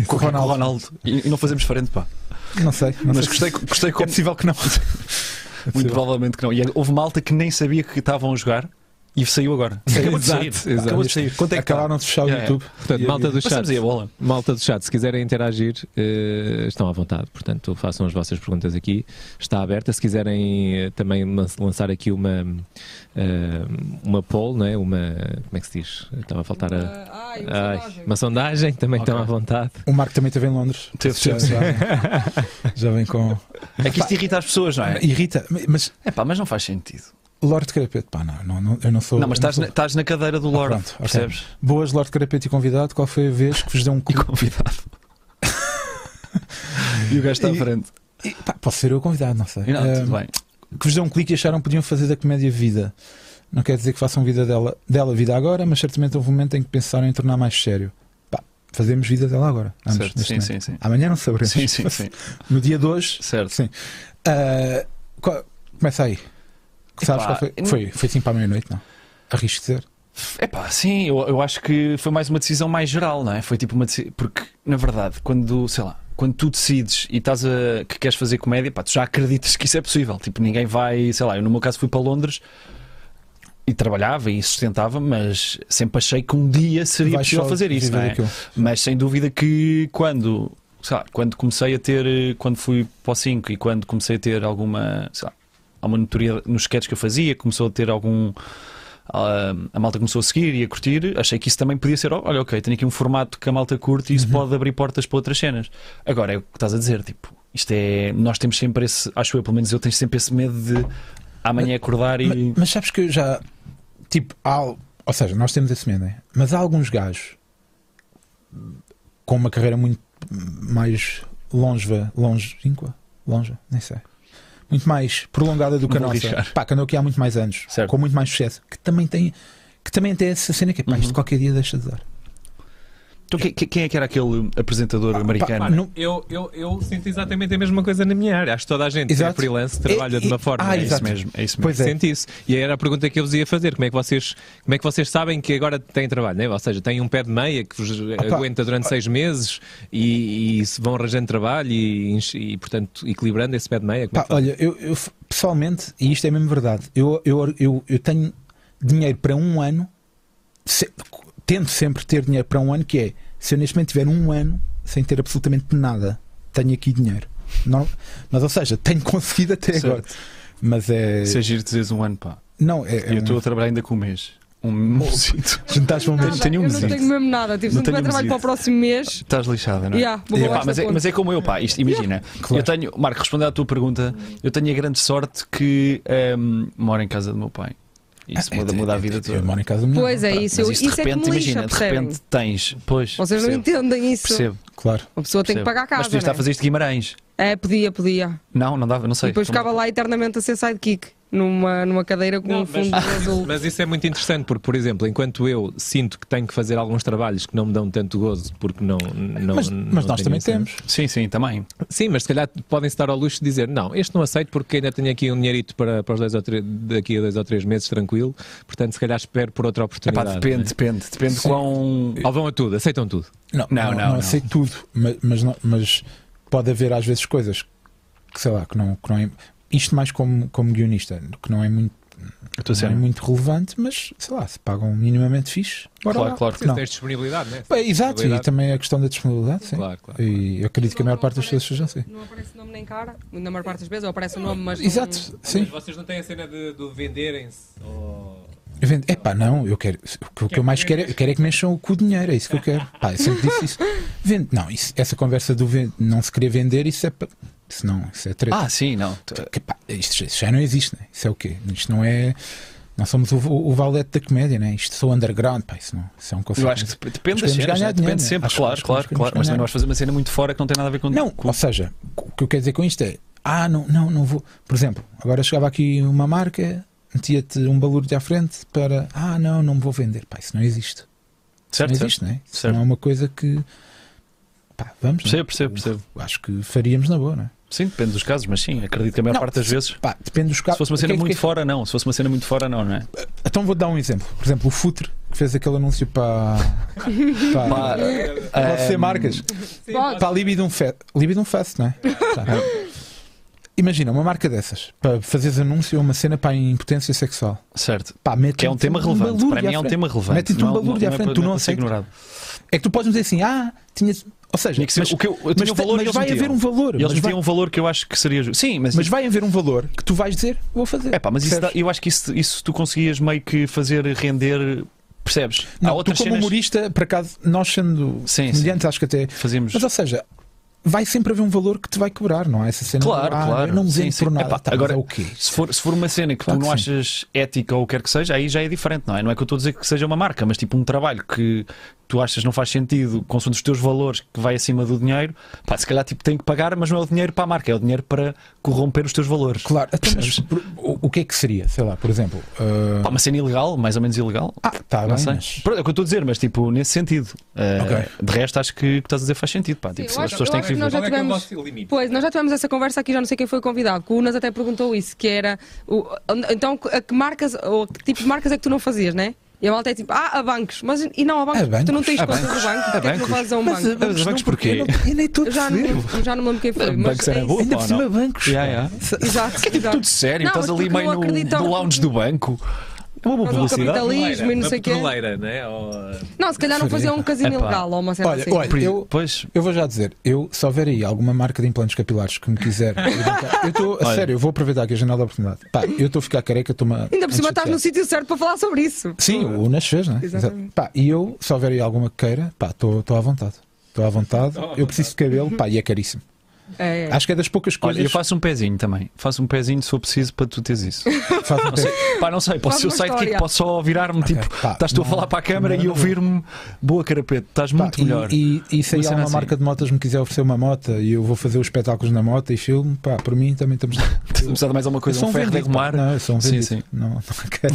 Speaker 1: com o
Speaker 2: Com o
Speaker 1: Ronaldo.
Speaker 2: Ronaldo. E, e não fazemos frente, pá.
Speaker 1: Não sei. Não
Speaker 2: Mas
Speaker 1: sei
Speaker 2: gostei, gostei
Speaker 1: se- É
Speaker 2: como.
Speaker 1: possível
Speaker 2: (laughs)
Speaker 1: que não.
Speaker 2: Muito
Speaker 1: possível.
Speaker 2: provavelmente que não. E é, houve malta que nem sabia que estavam a jogar e saiu agora. Acabou de sair.
Speaker 4: Exato, exato.
Speaker 2: Acabou de sair. Quanto é que está?
Speaker 1: Acabaram de fechar o
Speaker 2: Yeah,
Speaker 1: YouTube.
Speaker 4: Portanto,
Speaker 1: E
Speaker 4: malta do chat.
Speaker 2: Passamos aí a bola.
Speaker 4: Malta do chat, se quiserem interagir, eh, estão à vontade. Portanto, façam as vossas perguntas aqui. Está aberta. Se quiserem eh, também lan- lançar aqui uma, eh, uma poll, não é? uma. Como é que se diz? Estava a faltar a.
Speaker 3: Ah, Ai,
Speaker 4: Ai, uma sondagem, também
Speaker 2: Ok.
Speaker 4: estão à vontade.
Speaker 1: O Marco também esteve em Londres.
Speaker 2: Teve,
Speaker 1: já,
Speaker 2: teve.
Speaker 1: já- já vem com.
Speaker 2: É que isto irrita as pessoas, não é?
Speaker 1: Irrita. Mas
Speaker 2: É pá, mas não faz sentido.
Speaker 1: Lorde Carapete, pá, não, não, não, eu não sou.
Speaker 2: não, mas
Speaker 1: eu não
Speaker 2: estás
Speaker 1: sou-
Speaker 2: na, estás na cadeira do Lorde,
Speaker 1: Ah, pronto, ok.
Speaker 2: percebes?
Speaker 1: Boas, Lorde Carapete e convidado. Qual foi a vez que vos deu um.
Speaker 2: (laughs) E convidado.
Speaker 1: (laughs)
Speaker 2: e o gajo está à
Speaker 1: E-
Speaker 2: frente.
Speaker 1: E, pá, posso ser eu o convidado, não sei.
Speaker 2: E não,
Speaker 1: Ah,
Speaker 2: tudo bem.
Speaker 1: que vos deu um clique e acharam que podiam fazer da comédia vida. Não quer dizer que façam vida dela, dela vida agora, mas certamente houve um momento em que pensaram em tornar mais sério. Pá, fazemos vida dela agora. ambos,
Speaker 2: Certo.
Speaker 1: neste
Speaker 2: Sim,
Speaker 1: momento.
Speaker 2: sim, sim.
Speaker 1: Amanhã não saberemos.
Speaker 2: Sim, sim, sim.
Speaker 1: (laughs) No dia de hoje,
Speaker 2: Certo.
Speaker 1: Sim. ah, qual- começa aí. Sabes
Speaker 2: Epá,
Speaker 1: qual foi?
Speaker 2: eu não-
Speaker 1: Foi, foi sim para a meia-noite, não? Arrisco dizer.
Speaker 2: É pá, sim, eu, eu acho que foi mais uma decisão mais geral, não é? Foi tipo uma decisão. Porque, na verdade, quando, sei lá, quando tu decides e estás a. que queres fazer comédia, pá, tu já acreditas que isso é possível. Tipo, ninguém vai, sei lá, eu no meu caso fui para Londres e trabalhava e sustentava, mas sempre achei que um dia seria
Speaker 1: Vais
Speaker 2: possível
Speaker 1: só
Speaker 2: fazer isso,
Speaker 1: viver
Speaker 2: não é?
Speaker 1: daquilo.
Speaker 2: Mas sem dúvida que quando, sei lá, quando comecei a ter, eh, quando fui para o 5 e quando comecei a ter alguma, sei lá, alguma notoriedade nos sketches que eu fazia, começou a ter algum. ah, a malta começou a seguir e a curtir, achei que isso também podia ser. "Oh, Olha, ok, tenho aqui um formato que a malta curte e isso pode abrir portas para outras cenas. Agora é o que estás a dizer, tipo, isto é. Nós temos sempre esse, acho eu, pelo menos eu tenho sempre esse medo de amanhã acordar
Speaker 1: Ma-
Speaker 2: e.
Speaker 1: Mas, sabes que eu já. Tipo, há, al- ou seja, nós temos esse medo, né? mas há alguns gajos com uma carreira muito mais longeva, longínqua, longe, nem sei. Muito mais prolongada do que a
Speaker 2: Vou
Speaker 1: nossa.
Speaker 2: arriscar.
Speaker 1: Pá, que andou aqui há muito mais anos,
Speaker 2: Certo.
Speaker 1: com muito mais sucesso, que também tem, que também tem essa cena que é, pá, isto
Speaker 2: Uhum.
Speaker 1: qualquer dia deixa de dar.
Speaker 2: Então, que- que- quem é que era aquele apresentador americano?
Speaker 1: Pá, não-
Speaker 5: Eu, eu, eu sinto exatamente a mesma
Speaker 4: Mesma coisa na minha área. Acho que toda a gente que é
Speaker 1: Exato.
Speaker 4: freelance trabalha
Speaker 1: E-
Speaker 4: de uma
Speaker 1: e-
Speaker 4: forma.
Speaker 1: Ah,
Speaker 2: é
Speaker 4: né?
Speaker 2: isso
Speaker 1: exato.
Speaker 2: mesmo, é isso mesmo.
Speaker 1: Pois é.
Speaker 4: Sente isso. E era a pergunta que eu vos ia fazer: como é que vocês, como é que vocês sabem que agora têm trabalho? Né? Ou seja, têm um pé de meia que vos
Speaker 1: pá.
Speaker 4: aguenta durante seis meses e, e se vão arranjando trabalho e, enche- e, portanto, equilibrando esse pé de meia? Como
Speaker 1: Pá,
Speaker 4: é que
Speaker 1: olha, eu, eu f- pessoalmente, e isto é mesmo verdade, eu, eu, eu, eu tenho dinheiro para um ano, se- tento sempre ter dinheiro para um ano, que é se eu neste momento tiver um ano sem ter absolutamente nada, tenho aqui dinheiro. Não- mas ou seja, tenho conseguido até
Speaker 2: Certo.
Speaker 1: agora. Mas é.
Speaker 2: Se agir, dizes um ano, pá.
Speaker 1: não, é, é
Speaker 2: E eu
Speaker 1: um-
Speaker 2: estou a trabalhar ainda com o mês. um musito.
Speaker 1: Jantares vão ver.
Speaker 3: Nada,
Speaker 2: tenho um
Speaker 3: eu não
Speaker 2: mesito.
Speaker 3: tenho mesmo nada. Tipo, se
Speaker 2: Não
Speaker 3: não tiver
Speaker 2: tenho um
Speaker 3: trabalho
Speaker 2: mesito.
Speaker 3: para o próximo mês,
Speaker 2: (laughs) Estás lixada, não é?
Speaker 3: Yeah, vou
Speaker 2: Epá,
Speaker 3: levar esta
Speaker 2: mas, é,
Speaker 3: ponte.
Speaker 2: mas é como eu, pá, isto, imagina. Eu tenho, Marco, respondendo à tua pergunta, eu tenho a grande sorte que ehm, moro em casa do meu pai. Isso muda, muda a vida
Speaker 1: Eu
Speaker 2: toda.
Speaker 1: moro em casa da minha
Speaker 3: pois é
Speaker 2: Pá,
Speaker 3: isso.
Speaker 2: mas
Speaker 3: eu-
Speaker 2: isto de
Speaker 3: isso é que
Speaker 2: repente,
Speaker 3: me lixa,
Speaker 2: imagina, de
Speaker 3: percebem?
Speaker 2: repente tens. Pois,
Speaker 3: Vocês não
Speaker 2: percebo,
Speaker 3: entendem isso.
Speaker 2: percebo,
Speaker 1: mãe. Claro.
Speaker 3: Uma pessoa tem
Speaker 2: percebo.
Speaker 3: que pagar a casa.
Speaker 2: Mas podias estar a
Speaker 3: né?
Speaker 2: fazer isto de Guimarães.
Speaker 3: É, podia, podia.
Speaker 2: Não, não dava, não
Speaker 3: E
Speaker 2: sei. é
Speaker 3: depois ficava lá eternamente a ser sidekick. Numa, numa cadeira com
Speaker 2: (laughs)
Speaker 3: um fundo azul.
Speaker 4: Mas isso é muito interessante, porque, por exemplo, enquanto eu sinto que tenho que fazer alguns trabalhos que não me dão tanto gozo, porque não. não
Speaker 1: mas
Speaker 4: não
Speaker 1: mas nós
Speaker 4: tenho
Speaker 1: também
Speaker 4: essa-
Speaker 1: temos.
Speaker 2: Sim, sim, também.
Speaker 4: Sim, mas se calhar podem-se dar ao luxo de dizer: não, este não aceito porque ainda tenho aqui um dinheirito para, para os dois ou três, daqui a dois ou três meses tranquilo, portanto, se calhar espero por
Speaker 2: Epá,
Speaker 4: outra oportunidade.
Speaker 2: depende, depende. Depende
Speaker 1: Sim.
Speaker 2: quão.
Speaker 4: Ou vão a tudo, aceitam tudo.
Speaker 1: Não,
Speaker 2: Não,
Speaker 1: não,
Speaker 2: não,
Speaker 1: não,
Speaker 2: não.
Speaker 1: aceito tudo, mas, mas, não- mas pode haver às vezes coisas que sei lá, que não, que não é. Isto mais como, como guionista, que não é muito,
Speaker 2: Eu estou a
Speaker 1: não é
Speaker 2: ser.
Speaker 1: muito relevante, mas sei lá, se pagam minimamente fixe. bora
Speaker 2: Claro,
Speaker 1: lá,
Speaker 2: claro.
Speaker 1: porque não?
Speaker 4: Tens disponibilidade, né?
Speaker 1: Bem, exato, e também é a questão da disponibilidade, sim.
Speaker 4: Claro, claro.
Speaker 1: E eu acredito que a maior parte das pessoas seja assim.
Speaker 3: Não aparece nome nem cara. Na maior parte das vezes, ou aparece o nome, mas.
Speaker 1: Exato,
Speaker 5: Mas
Speaker 1: sim.
Speaker 5: vocês não têm a cena de, de venderem-se? Ou...
Speaker 1: Eu vendo- Epá, não, eu quero. O que eu mais quero, é- eu quero é que mexam com o dinheiro, é isso que eu quero. Pá, eu sempre disse isso. Vende, não, isso- essa conversa do vende, não se querer vender, isso é. pa- Isso não, isso é treta.
Speaker 2: Ah, sim, não.
Speaker 1: Que, pá, isto já- isto já não existe, né? Isso é o quê? Isto não é. Não somos o, o, o valete da comédia, né? Isto sou underground, pá, isso não. Isso é um conceito.
Speaker 2: Eu acho que depende das
Speaker 1: Acho que podemos
Speaker 2: cenas,
Speaker 1: ganhar
Speaker 2: né?
Speaker 1: dinheiro,
Speaker 2: depende
Speaker 1: né?
Speaker 2: sempre,
Speaker 1: Acho que-
Speaker 2: claro,
Speaker 1: acho que
Speaker 2: claro,
Speaker 1: podemos
Speaker 2: claro. Mas também
Speaker 1: ganhar.
Speaker 2: vais fazer uma cena muito fora que não tem nada a ver com
Speaker 1: Não,
Speaker 2: com-
Speaker 1: ou seja, o que eu quero dizer com isto é: ah, não, não, não vou. Por exemplo, agora chegava aqui uma marca, metia-te um balúrdio à frente para. Ah, não, não me vou vender. Pá, isso não existe.
Speaker 2: certo,
Speaker 1: não
Speaker 2: certo.
Speaker 1: existe, né? Isso
Speaker 2: Certo.
Speaker 1: não é uma coisa que. Pá, vamos. né?
Speaker 2: Percebo, percebo, percebo.
Speaker 1: Acho que faríamos na boa, né?
Speaker 2: Sim, depende dos casos, mas sim, acredito que a maior
Speaker 1: Não,
Speaker 2: parte das vezes.
Speaker 1: Pá, depende dos
Speaker 2: Se
Speaker 1: casos.
Speaker 2: fosse
Speaker 1: O
Speaker 2: uma
Speaker 1: que
Speaker 2: cena
Speaker 1: é que-
Speaker 2: muito fora, não. Se fosse uma cena muito fora, não, não é?
Speaker 1: Então vou dar um exemplo. Por exemplo, o Futre, que fez aquele anúncio para. para- Pode
Speaker 2: ehm,
Speaker 1: ser marcas.
Speaker 5: Sim,
Speaker 3: Pode.
Speaker 1: Para a Libidum Fest, Libidum Fest (laughs) não é? Tá. Imagina, uma marca dessas, para fazeres anúncio a uma cena para a impotência sexual.
Speaker 2: Certo.
Speaker 1: Pá, mete
Speaker 2: Que é um tema relevante. Para mim é um tema relevante.
Speaker 1: Mete-te um
Speaker 2: Não-
Speaker 1: balúrdio à
Speaker 2: é
Speaker 1: frente,
Speaker 2: para-
Speaker 1: tu não
Speaker 2: é para ser
Speaker 1: aceitas.
Speaker 2: ignorado.
Speaker 1: É que tu podes dizer assim, ah, tinhas. Ou seja,
Speaker 2: Tinha que ser-
Speaker 1: mas,
Speaker 2: o que eu, eu
Speaker 1: mas
Speaker 2: tinha um
Speaker 1: te-
Speaker 2: valor
Speaker 1: mas
Speaker 2: e eles
Speaker 1: vai
Speaker 2: metiam.
Speaker 1: haver um valor.
Speaker 2: Eles
Speaker 1: mas,
Speaker 2: metiam
Speaker 1: vai,
Speaker 2: um valor que eu acho que seria justo. Sim, mas.
Speaker 1: mas vai haver um valor que tu vais dizer, vou fazer.
Speaker 2: É pá, mas isso dá-
Speaker 1: Percebes?
Speaker 2: eu acho que isso, isso tu conseguias meio que fazer render. Percebes? Há
Speaker 1: Não, tu,
Speaker 2: outras
Speaker 1: como
Speaker 2: cenas.
Speaker 1: humorista, por acaso, nós sendo
Speaker 2: Sim, sim.
Speaker 1: comediantes, acho que até
Speaker 2: Fazemos.
Speaker 1: Mas ou seja, vai sempre haver um valor que te vai cobrar, não é? Essa cena
Speaker 2: Claro,
Speaker 1: ah,
Speaker 2: claro.
Speaker 1: Eu não me
Speaker 2: Sim,
Speaker 1: vendo
Speaker 2: sim.
Speaker 1: por nada.
Speaker 2: Epá,
Speaker 1: Tá, mas
Speaker 2: agora-
Speaker 1: é o quê?
Speaker 2: Se for, se for uma cena que
Speaker 1: Claro
Speaker 2: tu não
Speaker 1: que sim.
Speaker 2: achas ética ou o que quer que seja, aí já é diferente, não é? Não é que eu estou a dizer que seja uma marca, mas tipo um trabalho que tu achas não faz sentido, consoante os teus valores, que vai acima do dinheiro, pá, se calhar tipo tem que pagar, mas não é o dinheiro para a marca, é o dinheiro para corromper os teus valores.
Speaker 1: Claro, então, mas
Speaker 2: Percebes?
Speaker 1: por- o, o que é que seria? Sei lá, por exemplo. ah,
Speaker 2: Pá, uma cena ilegal, mais ou menos ilegal.
Speaker 1: ah, tá
Speaker 2: não
Speaker 1: bem,
Speaker 2: sei.
Speaker 1: mas.
Speaker 2: Pronto, é o que eu estou a dizer, mas tipo, nesse sentido. Eh,
Speaker 1: Ok.
Speaker 2: De resto, acho que o que estás a dizer faz sentido. Pá.
Speaker 3: Sim,
Speaker 2: Tipo,
Speaker 3: eu
Speaker 2: as
Speaker 3: acho-
Speaker 2: pessoas
Speaker 3: eu
Speaker 2: têm que
Speaker 3: acho que
Speaker 2: viver.
Speaker 3: nós já
Speaker 5: Qual é que é o
Speaker 3: tivemos-
Speaker 5: vosso limite?
Speaker 3: Pois, nós já tivemos essa conversa aqui, já não sei quem foi o convidado, que o Unas até perguntou isso, que era o- então a que marcas, ou a que tipo de marcas é que tu não fazias, né? E a malta é tipo, ah, a bancos, mas e não a bancos,
Speaker 1: A bancos,
Speaker 3: tu não tens
Speaker 2: a
Speaker 3: contas
Speaker 2: bancos,
Speaker 3: do banco,
Speaker 2: a
Speaker 3: porque é que não
Speaker 2: bancos.
Speaker 3: fazes a um
Speaker 1: Mas,
Speaker 3: banco?
Speaker 2: mas bancos porquê?
Speaker 1: Eu, não- eu nem estou a
Speaker 3: Eu já, não, me
Speaker 1: perceber.
Speaker 3: lembro- já não me lembro quem foi, mas
Speaker 2: Bancos era
Speaker 3: é
Speaker 2: boa,
Speaker 1: Ainda
Speaker 2: ou
Speaker 1: por
Speaker 2: não?
Speaker 1: cima, bancos.
Speaker 2: Yeah, yeah.
Speaker 1: Se-
Speaker 3: isso. Exato, exato.
Speaker 2: Tudo sério,
Speaker 3: Não,
Speaker 2: estás
Speaker 3: mas
Speaker 2: ali
Speaker 3: porque
Speaker 2: meio
Speaker 3: não
Speaker 2: no,
Speaker 3: acreditam-
Speaker 2: no lounge do banco. É uma boa
Speaker 3: Mas o
Speaker 2: publicidade.
Speaker 3: capitalismo e não sei o quê.
Speaker 4: Petroleira, né? Ou-
Speaker 3: Não, se calhar não faziam um casino
Speaker 2: Epá.
Speaker 3: ilegal ou uma cena
Speaker 1: Olha,
Speaker 3: assim.
Speaker 1: olha eu,
Speaker 2: Pois,
Speaker 1: eu vou já dizer, eu, se houver aí alguma marca de implantes capilares que me quiser. eu
Speaker 2: (laughs)
Speaker 1: estou, a
Speaker 2: Olha.
Speaker 1: sério, eu vou aproveitar aqui a janela da oportunidade. Pá, eu estou a ficar careca, estou-me. a-
Speaker 3: Ainda por cima
Speaker 1: a
Speaker 3: estás no
Speaker 1: chatear.
Speaker 3: sítio certo para falar sobre isso.
Speaker 1: Sim, o Unas fez, né?
Speaker 3: Exatamente.
Speaker 1: Exato. Pá, e eu, se houver aí alguma que queira, pá, estou à vontade. Estou à vontade, eu preciso de cabelo, pá, e é caríssimo.
Speaker 3: É, é.
Speaker 1: Acho que é das poucas coisas.
Speaker 2: olha, eu faço um pezinho também. Faço um pezinho se for preciso para tu
Speaker 1: (laughs)
Speaker 2: teres isso.
Speaker 1: Faz um teste.
Speaker 2: Pá, não sei, posso
Speaker 3: Faz
Speaker 2: ser o
Speaker 3: uma
Speaker 2: sidekick,
Speaker 3: história.
Speaker 2: posso só virar-me.
Speaker 1: Ok,
Speaker 2: tipo,
Speaker 1: pá,
Speaker 2: estás tu a
Speaker 1: não,
Speaker 2: falar para a câmara
Speaker 1: não,
Speaker 2: e
Speaker 1: não.
Speaker 2: ouvir-me. Boa carapeto, estás
Speaker 1: Pá,
Speaker 2: muito
Speaker 1: e-
Speaker 2: melhor. (laughs)
Speaker 1: E, e se
Speaker 2: Uma
Speaker 1: aí
Speaker 2: cena
Speaker 1: alguma
Speaker 2: assim.
Speaker 1: marca de motas me quiser oferecer uma moto e eu vou fazer os espetáculos na moto e filme, pá, por mim também estamos.
Speaker 2: Se precisar de mais alguma
Speaker 1: Eu
Speaker 2: (laughs) coisa,
Speaker 1: sou
Speaker 2: um ferro de
Speaker 1: vendido, pá.
Speaker 2: arrumar.
Speaker 1: Não, eu sou um
Speaker 2: Sim,
Speaker 1: vendido.
Speaker 2: sim.
Speaker 1: Não, não
Speaker 2: (laughs)
Speaker 1: quero.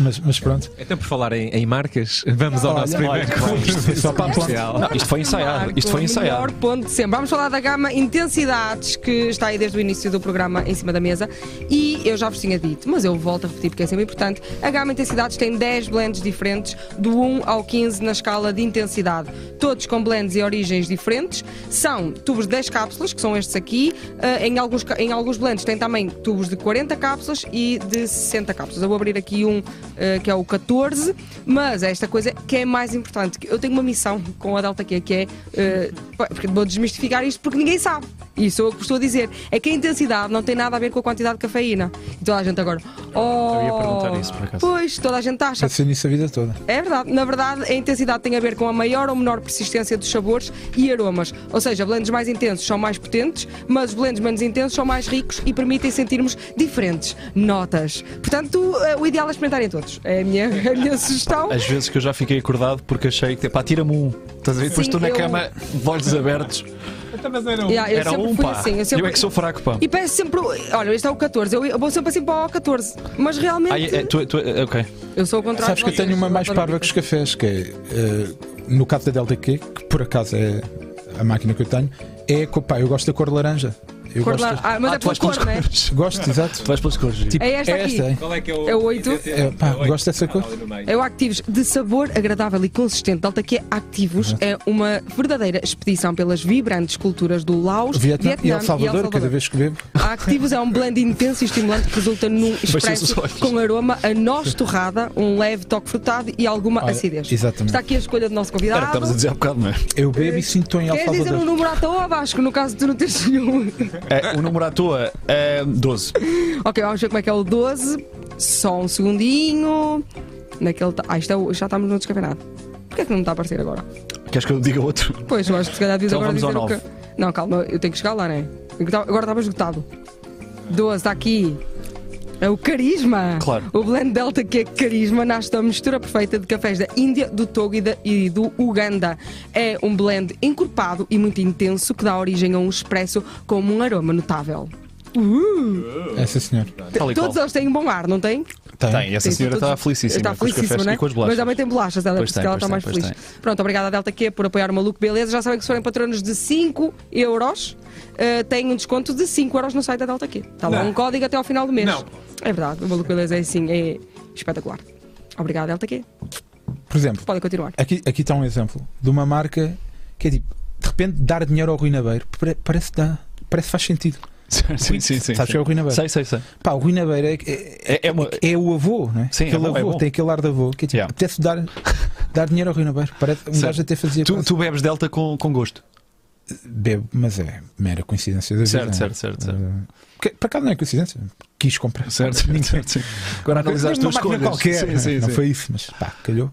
Speaker 1: Mas, mas pronto.
Speaker 4: Então, por falar em, em marcas, vamos ao nosso primeiro.
Speaker 1: Isto é só para a ponte.
Speaker 2: Não, isto foi ensaiado. Isto foi
Speaker 3: O
Speaker 2: ensaiado.
Speaker 3: melhor ponto de sempre. Vamos falar da gama Intensidades, que está aí desde o início do programa em cima da mesa. E eu já vos tinha dito, mas eu volto a repetir porque é sempre importante. A gama Intensidades tem 10 blends diferentes, do 1 ao 15 na escala de intensidade. Todos com blends e origens diferentes. São tubos de 10 cápsulas, que são estes aqui. Eh, em, alguns, ca- em alguns blends tem também tubos de 40 cápsulas e de 60 cápsulas. Eu vou abrir aqui um eh, que é o 14, mas esta coisa que é mais importante, que eu tenho uma missão com a Delta Q, que é, eh, pá, porque vou desmistificar isto porque ninguém sabe. E sou eu que estou a dizer. É que a intensidade não tem nada a ver com a quantidade de cafeína. E toda a gente agora. Oh,
Speaker 2: Eu ia perguntar isso, por acaso.
Speaker 3: Pois, toda a gente acha.
Speaker 1: Pode ser nisso a vida toda.
Speaker 3: É verdade. Na verdade, a intensidade tem a ver com a maior ou menor persistência dos sabores e aromas. Ou seja, blends mais intensos são mais potentes, mas os blends menos intensos são mais ricos e permitem sentirmos diferentes notas. Portanto, eh, o ideal é experimentarem todos. É a minha, (laughs) a minha sugestão.
Speaker 2: Às vezes que eu já fiquei acordado porque achei que, pá, tira-me um. Estás a ver? Depois
Speaker 3: Sim,
Speaker 2: estou na
Speaker 3: eu-
Speaker 2: cama, de olhos abertos.
Speaker 5: Então, mas era um.
Speaker 3: Yeah, eu
Speaker 2: Era
Speaker 3: sempre
Speaker 2: um,
Speaker 3: fui
Speaker 2: pá.
Speaker 3: assim. Eu,
Speaker 2: Eu,
Speaker 3: sempre...
Speaker 2: é que sou fraco, pá.
Speaker 3: E peço sempre. Olha, este é o 14. Eu eu vou sempre assim para o 14. Mas realmente.
Speaker 2: Ai, é, tu, tu, ok.
Speaker 3: Eu sou o contrário.
Speaker 1: Sabes
Speaker 3: de
Speaker 1: que eu tenho
Speaker 3: vocês,
Speaker 1: uma
Speaker 3: eu
Speaker 1: mais
Speaker 3: adoro
Speaker 1: parva que os cafés, que é eh, no caso da DLTQ, que por acaso é a máquina que eu tenho, é que pá, eu gosto da cor laranja. Eu
Speaker 3: cor
Speaker 1: gosto,
Speaker 3: lá- Ah, mas
Speaker 2: Ah,
Speaker 3: é
Speaker 2: tu
Speaker 3: por
Speaker 2: vais pelas
Speaker 3: cor, não é?
Speaker 2: cores.
Speaker 1: gosto, exato.
Speaker 2: Tu vais pelas cores. Tipo,
Speaker 3: É esta
Speaker 1: É
Speaker 3: aqui.
Speaker 1: esta, hein?
Speaker 5: Qual é que é o.
Speaker 3: É o oito?
Speaker 1: É, pá, gosto dessa cor.
Speaker 3: É o Activos de sabor agradável e consistente. Alta que é Activos é uma verdadeira expedição pelas vibrantes culturas do Laos,
Speaker 1: Vietnã, e El
Speaker 3: e
Speaker 1: Salvador,
Speaker 3: El
Speaker 1: cada
Speaker 3: Salvador.
Speaker 1: vez que bebo.
Speaker 3: A Activos é um blend intenso e estimulante que resulta num expresso
Speaker 2: os olhos.
Speaker 3: com aroma a noz torrada, um leve toque frutado e alguma
Speaker 1: Olha,
Speaker 3: acidez.
Speaker 1: exatamente.
Speaker 3: Está aqui a escolha do nosso convidado.
Speaker 2: era o que estavas a dizer há bocado, não é?
Speaker 1: Eu bebo e sinto em El
Speaker 3: Queres dizer um
Speaker 1: Salvador.
Speaker 3: número à toa, Vasco, no caso de tu não teres nenhum? (laughs)
Speaker 2: É, O número à toa é 12.
Speaker 3: ok, vamos ver como é que é o 12. Só um segundinho. Naquele. ta- Ah, isto é o- já estamos no descafeinado. Porquê é que não me está a aparecer agora?
Speaker 2: Queres que eu diga outro?
Speaker 3: Pois, eu acho que se calhar devias
Speaker 2: Então
Speaker 3: agora
Speaker 2: vamos ao
Speaker 3: dizer o que. Não, calma, eu tenho que chegar lá, né? Eu tava- Agora estava esgotado. 12, está aqui. É o carisma.
Speaker 2: Claro.
Speaker 3: O Blend Delta, que é carisma, nasce da mistura perfeita de cafés da Índia, do Togo e, da- e do Uganda. É um blend encorpado e muito intenso que dá origem a um expresso com um aroma notável.
Speaker 1: Essa senhora.
Speaker 2: Tal e qual.
Speaker 3: Todos eles têm um bom ar, não têm?
Speaker 1: Tem.
Speaker 2: Tem, essa
Speaker 3: Sim,
Speaker 2: senhora
Speaker 3: todos-
Speaker 2: está felicíssima.
Speaker 3: Está
Speaker 2: com os
Speaker 3: tá felicíssima,
Speaker 2: cafés
Speaker 3: né?
Speaker 2: e com as
Speaker 3: Mas
Speaker 2: bolachas. (laughs)
Speaker 3: também tem bolachas, ela,
Speaker 2: Pois
Speaker 3: porque ela
Speaker 2: tem,
Speaker 3: está mais
Speaker 2: pois tem,
Speaker 3: feliz.
Speaker 2: pois
Speaker 3: Pronto, obrigada à Delta Q por apoiar o Maluco Beleza. Já sabem que se forem patronos de 5 euros, eh, têm um desconto de 5 euros no site da Delta Q. Está lá
Speaker 5: Não.
Speaker 3: um código até ao final do mês.
Speaker 5: Não.
Speaker 3: É verdade, o Maluco Beleza é assim, é espetacular. Obrigada, Delta Q.
Speaker 2: é.
Speaker 1: Por exemplo,
Speaker 3: Podem continuar.
Speaker 1: aqui, aqui está um exemplo de uma marca que é tipo, de repente, dar dinheiro ao Rui Nabeiro. Pare- Parece que dá. Parece que faz sentido.
Speaker 2: Sim, sim, sim.
Speaker 1: Sabes que é o Rui Nabeiro?
Speaker 2: Sei, sei, sei.
Speaker 1: Pá, o Rui Nabeiro é, é,
Speaker 2: É, é uma...
Speaker 1: é o avô, não é?
Speaker 2: Sim, é
Speaker 1: aquele
Speaker 2: bom, é
Speaker 1: avô,
Speaker 2: bom.
Speaker 1: tem aquele ar de avô. Que é tipo,
Speaker 2: Yeah.
Speaker 1: apetece dar, dar dinheiro ao Rui Nabeiro. Parece, um
Speaker 2: Sim.
Speaker 1: gajo até fazia.
Speaker 2: tu,
Speaker 1: quase-
Speaker 2: tu bebes Delta com, com gosto.
Speaker 1: Bebo, mas é mera coincidência da vida.
Speaker 2: Certo,
Speaker 1: não é?
Speaker 2: certo, certo,
Speaker 1: (laughs)
Speaker 2: certo.
Speaker 1: Eh, que- Por acaso não é coincidência. Quis comprar.
Speaker 2: Certo, certo. sim. Agora analisar as
Speaker 1: Uma
Speaker 2: tuas
Speaker 1: máquina
Speaker 2: escolhas.
Speaker 1: qualquer,
Speaker 2: Sim,
Speaker 1: não é?
Speaker 2: sim,
Speaker 1: não
Speaker 2: sim.
Speaker 1: foi isso, mas pá, calhou.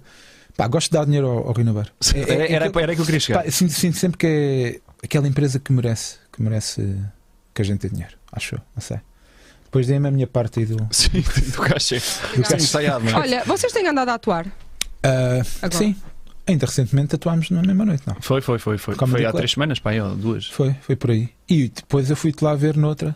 Speaker 1: Pá, gosto de dar dinheiro ao, ao Rui Nabeiro. É- é- é
Speaker 2: Era, era,
Speaker 1: aquele-
Speaker 2: era que eu queria chegar.
Speaker 1: Pá, sinto, sinto sempre que é aquela empresa que merece, que merece que a gente dê dinheiro, acho eu, não sei. Depois dei-me a minha parte aí do.
Speaker 2: (laughs) Sim, do cachê. Do
Speaker 3: cachê.
Speaker 2: ensaiado, não é?
Speaker 3: Olha, vocês têm andado a atuar?
Speaker 1: Ah,
Speaker 3: Agora.
Speaker 1: sim, ainda recentemente atuámos na mesma noite, não.
Speaker 2: Foi, foi, foi. Foi,
Speaker 1: Comedy
Speaker 2: foi há
Speaker 1: Club.
Speaker 2: três semanas, pá, aí, ou duas.
Speaker 1: Foi, foi por aí. E depois eu fui-te lá ver noutra.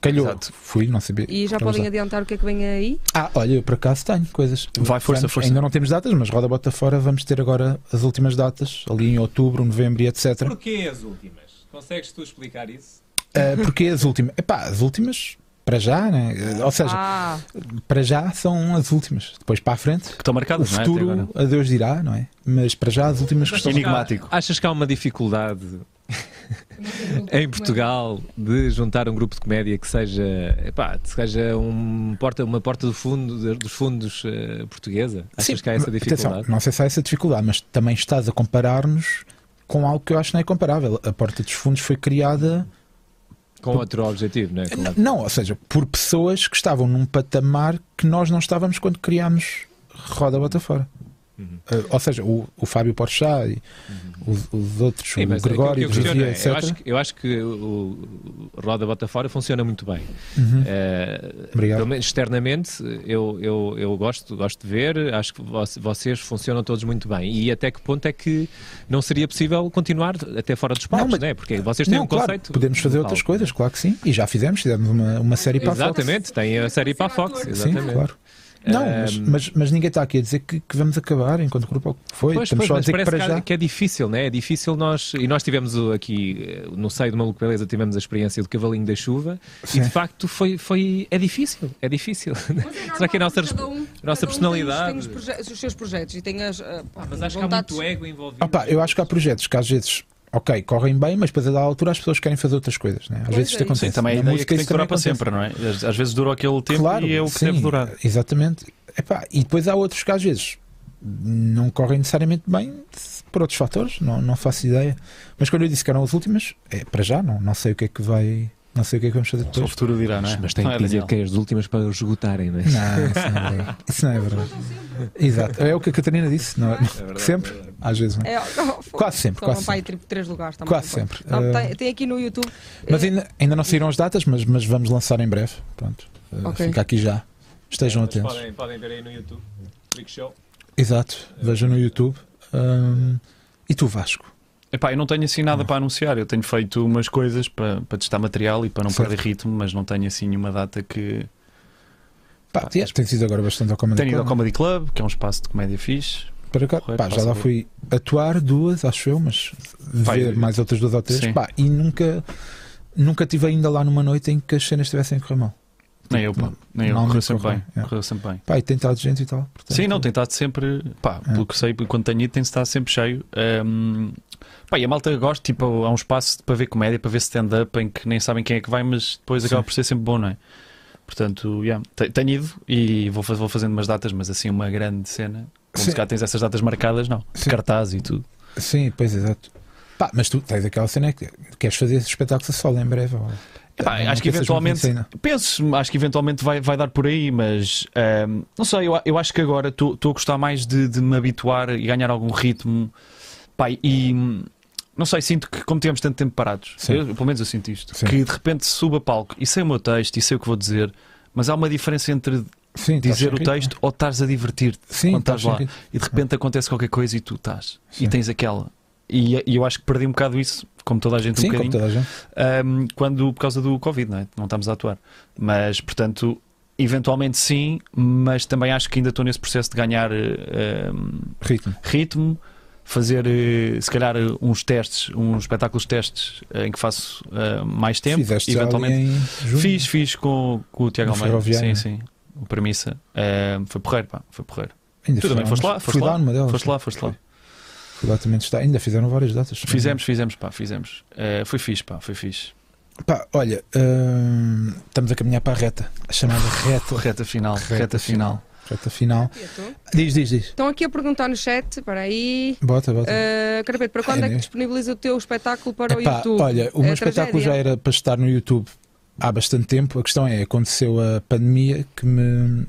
Speaker 1: Calhou.
Speaker 2: Exato.
Speaker 1: Fui, não sabia.
Speaker 3: E já
Speaker 1: Não
Speaker 3: podem
Speaker 1: sei.
Speaker 3: adiantar o que é que vem aí?
Speaker 1: Ah, olha, eu por acaso tenho coisas.
Speaker 2: Vai, força,
Speaker 1: Vamos-
Speaker 2: força.
Speaker 1: Ainda não temos datas, mas roda bota fora. Vamos ter agora as últimas datas, ali em outubro, novembro e etc.
Speaker 5: Porquê as últimas? Consegues tu explicar isso?
Speaker 1: Ah, porque as últimas. Epá, as últimas, para já, né? Ou seja,
Speaker 3: Ah,
Speaker 1: para já são as últimas. Depois para a frente,
Speaker 2: Que estão
Speaker 1: o
Speaker 2: marcadas, não é? até
Speaker 1: futuro
Speaker 2: agora.
Speaker 1: a Deus dirá, não é? Mas para já as últimas que estão.
Speaker 2: Enigmático.
Speaker 4: Achas que há uma dificuldade
Speaker 2: É.
Speaker 4: em Portugal de juntar um grupo de comédia que seja, epá, que seja um porta, uma porta do fundo, de- dos fundos eh, portuguesa? Achas que há essa
Speaker 1: Atenção,
Speaker 4: dificuldade?
Speaker 1: não sei se há essa dificuldade, mas também estás a comparar-nos com algo que eu acho que não é comparável. A Porta dos Fundos foi criada.
Speaker 4: Com outro objetivo, não é? Com outro-
Speaker 1: Não, ou seja, por pessoas que estavam num patamar que nós não estávamos quando criámos Roda Bota Fora.
Speaker 4: Uhum.
Speaker 1: Eh, ou seja, o, o Fábio Porchá e os, os outros,
Speaker 4: Sim,
Speaker 1: o
Speaker 4: mas aquilo que
Speaker 1: Gregório,
Speaker 4: eu
Speaker 1: o
Speaker 4: questiono
Speaker 1: José,
Speaker 4: é,
Speaker 1: etc.
Speaker 4: eu, acho, que- eu acho que o o Roda Bota Fora funciona muito bem.
Speaker 1: Uhum.
Speaker 4: Eh,
Speaker 1: Obrigado.
Speaker 4: Pelo menos externamente, eu, eu, eu gosto, gosto de ver, acho que vo- vocês funcionam todos muito bem. E até que ponto é que não seria possível continuar até fora dos palcos,
Speaker 1: Não,
Speaker 4: não,
Speaker 1: mas-
Speaker 4: é? Porque vocês têm
Speaker 1: não,
Speaker 4: um
Speaker 1: claro,
Speaker 4: conceito.
Speaker 1: podemos fazer
Speaker 4: local.
Speaker 1: outras coisas, claro que sim. E já fizemos, fizemos uma, uma série para a Fox.
Speaker 4: Exatamente, tem a série para a Fox. Exatamente.
Speaker 1: Sim, claro. Não, mas,
Speaker 2: Ehm,
Speaker 4: Ahm.
Speaker 1: mas, mas ninguém está aqui a dizer que, que vamos acabar enquanto grupo ou o que foi.
Speaker 4: Pois,
Speaker 1: Estamos
Speaker 4: pois,
Speaker 1: só a
Speaker 4: mas
Speaker 1: dizer que
Speaker 4: parece
Speaker 1: para
Speaker 4: que, há-
Speaker 1: já.
Speaker 4: que é difícil, né? É difícil nós. E nós tivemos o- aqui, eh, no seio do Maluco Beleza, tivemos a experiência do Cavalinho da Chuva
Speaker 1: Sim.
Speaker 4: e de facto foi. foi é difícil, é difícil. (laughs) Será que é a nossa, resp-
Speaker 3: um,
Speaker 4: nossa personalidade?
Speaker 3: Tem os, proje- os seus projetos e tem as. ah, pá,
Speaker 5: Mas acho que há
Speaker 3: vontades.
Speaker 5: muito ego
Speaker 2: um
Speaker 5: envolvido.
Speaker 1: Opa, eu acho que há projetos que às vezes, ok, correm bem, mas depois a dada altura as pessoas querem fazer outras coisas. Né? Às
Speaker 3: Pois
Speaker 1: vezes
Speaker 3: é,
Speaker 1: isto acontece.
Speaker 2: Sim, também
Speaker 1: Na
Speaker 2: a ideia é que
Speaker 1: música
Speaker 2: tem que
Speaker 1: isso
Speaker 2: durar
Speaker 1: também
Speaker 2: para
Speaker 1: acontece.
Speaker 2: sempre, não é? Às, às vezes dura aquele tempo
Speaker 1: Claro,
Speaker 2: e é o que
Speaker 1: sim,
Speaker 2: deve durar.
Speaker 1: Exatamente. Epá, e depois há outros que às vezes não correm necessariamente bem, por outros fatores, não, não faço ideia. Mas quando eu disse que eram as últimas, é para já, não, não sei o que é que vai. Não sei o que é que vamos fazer
Speaker 2: Só o
Speaker 1: depois.
Speaker 2: futuro dirá, não é?
Speaker 4: Mas tem
Speaker 5: Ah,
Speaker 2: Não
Speaker 4: que
Speaker 2: é,
Speaker 4: dizer
Speaker 2: Daniel?
Speaker 4: que é as últimas para os esgotarem, não é?
Speaker 1: Não, isso não é verdade. Isso não é verdade. Exato. É o que a Catarina disse, não é?
Speaker 5: verdade,
Speaker 1: sempre?
Speaker 5: é verdade.
Speaker 1: Às vezes não.
Speaker 3: É, (laughs) oh, foda-se.
Speaker 1: Quase sempre,
Speaker 3: Só
Speaker 1: quase
Speaker 3: vão para aí tri- tipo, três lugares também.
Speaker 1: Quase sempre.
Speaker 3: Não, tá,
Speaker 1: Eh,
Speaker 3: tem, tem aqui no YouTube.
Speaker 1: Mas
Speaker 3: eh,
Speaker 1: ainda, ainda não saíram as datas, mas, mas vamos lançar em breve. Pronto. Uh,
Speaker 3: Ok.
Speaker 1: Fica aqui já. Estejam
Speaker 5: Mas
Speaker 1: atentos.
Speaker 5: podem, podem ver aí no YouTube. Freak Show.
Speaker 1: Exato. Vejam no YouTube. Hum, e tu, Vasco?
Speaker 2: Epá, eu não tenho assim
Speaker 1: Hum.
Speaker 2: nada para anunciar. Eu tenho feito umas coisas para, para testar material e para não
Speaker 1: Certo.
Speaker 2: perder ritmo, mas não tenho assim nenhuma data que.
Speaker 1: Pá, tens tens ido agora bastante ao Comedy
Speaker 2: Tenho ido ao
Speaker 1: Club,
Speaker 2: Comedy Club, que é um espaço de comédia fixe.
Speaker 1: Para cá,
Speaker 2: Correto,
Speaker 1: pá, já lá
Speaker 2: passa
Speaker 1: fui atuar duas, acho eu, mas
Speaker 2: Pá,
Speaker 1: ver
Speaker 2: eu-
Speaker 1: mais outras duas ou três.
Speaker 2: Sim.
Speaker 1: Pá, e nunca, nunca tive ainda lá numa noite em que as cenas estivessem a correr mal.
Speaker 2: Nem eu, pá. Nem eu.
Speaker 1: Não,
Speaker 2: Correu
Speaker 1: não
Speaker 2: sempre
Speaker 1: Hum, corre
Speaker 2: bem.
Speaker 1: bem, é.
Speaker 2: Correu sempre bem.
Speaker 1: Pá, e tem estado gente e tal. portanto-
Speaker 2: Sim, não, tem estado sempre, pá,
Speaker 1: É.
Speaker 2: pelo que sei, quando tenho ido, tem estado sempre cheio. Ahm, pá, e a malta gosta, tipo, há um espaço para ver comédia, para ver stand-up, em que nem sabem quem é que vai, mas depois acaba por ser sempre bom, não é? Portanto, yeah, te- tenho ido e vou, fa- vou fazendo umas datas, mas assim, uma grande cena. Como
Speaker 1: Sim.
Speaker 2: se cá tens essas datas marcadas, não.
Speaker 1: Sim.
Speaker 2: Cartaz e tudo.
Speaker 1: Sim, pois exato. Pá, mas tu tens aquela cena que queres fazer espetáculo solo em breve. ou-
Speaker 2: Epá,
Speaker 1: Não
Speaker 2: acho que
Speaker 1: pensas muito
Speaker 2: eventualmente
Speaker 1: nisso ainda.
Speaker 2: Penso, acho que eventualmente vai, vai dar por aí, mas ahm, não sei, eu, a- eu acho que agora estou estou a gostar mais de, de me habituar e ganhar algum ritmo. Pai, e hum, não sei, sinto que como tivemos tanto tempo parados,
Speaker 1: Sim.
Speaker 2: eu, pelo menos eu sinto isto,
Speaker 1: Sim.
Speaker 2: que de repente subo a palco e sei o meu texto e sei o que vou dizer, mas há uma diferença
Speaker 1: tá
Speaker 2: entre
Speaker 1: Sim, estás
Speaker 2: dizer
Speaker 1: sem
Speaker 2: o
Speaker 1: ritmo.
Speaker 2: texto ou estares a divertir-te
Speaker 1: Sim, tá
Speaker 2: quando estás
Speaker 1: estás
Speaker 2: lá um
Speaker 1: sem
Speaker 2: e de repente acontece qualquer coisa e tu estás
Speaker 1: Sim.
Speaker 2: e tens aquela. E, e eu acho que perdi um bocado isso, como toda a gente
Speaker 1: Sim,
Speaker 2: um
Speaker 1: como
Speaker 2: bocadinho.
Speaker 1: toda a gente.
Speaker 2: Um, quando, por causa do Covid, não, é? não estamos a atuar. Mas, portanto, eventualmente sim, mas também acho que ainda estou nesse processo de ganhar eh, um,
Speaker 1: Ritmo.
Speaker 2: ritmo, fazer eh, se calhar eh, uns testes, uns espetáculos testes eh, em que faço eh, mais tempo.
Speaker 1: Fizeste
Speaker 2: eventualmente
Speaker 1: ali em junho?
Speaker 2: fiz, fiz com, com o Tiago
Speaker 1: No
Speaker 2: Almeida. Sim,
Speaker 1: Ferroviário. é?
Speaker 2: sim. O Premissa. Eh, foi porreiro, pá, foi porreiro.
Speaker 1: Ainda
Speaker 2: Tu também
Speaker 1: fizeram
Speaker 2: foste
Speaker 1: umas-
Speaker 2: lá? Foste
Speaker 1: Fui
Speaker 2: lá?
Speaker 1: lá numa delas.
Speaker 2: Foste lá, foste lá.
Speaker 1: Fui lá também testar. Ainda fizeram várias datas.
Speaker 2: Fizemos, fizemos, pá, fizemos. Eh, foi fixe, pá, foi fixe.
Speaker 1: Pá, olha, hum, estamos a caminhar para a reta. A chamada reta.
Speaker 2: Reta final, reta final.
Speaker 1: Reta final.
Speaker 3: eu tô.
Speaker 1: Diz, diz, diz.
Speaker 3: Estão aqui a perguntar no chat, para aí.
Speaker 1: Bota, bota.
Speaker 3: Eh, Carapete, para quando é que
Speaker 1: É.
Speaker 3: disponibiliza o teu espetáculo para o
Speaker 1: Epá,
Speaker 3: YouTube?
Speaker 1: Olha, o
Speaker 3: É
Speaker 1: meu espetáculo já
Speaker 3: tragédia.
Speaker 1: era para estar no YouTube há bastante tempo. A questão é, aconteceu a pandemia que me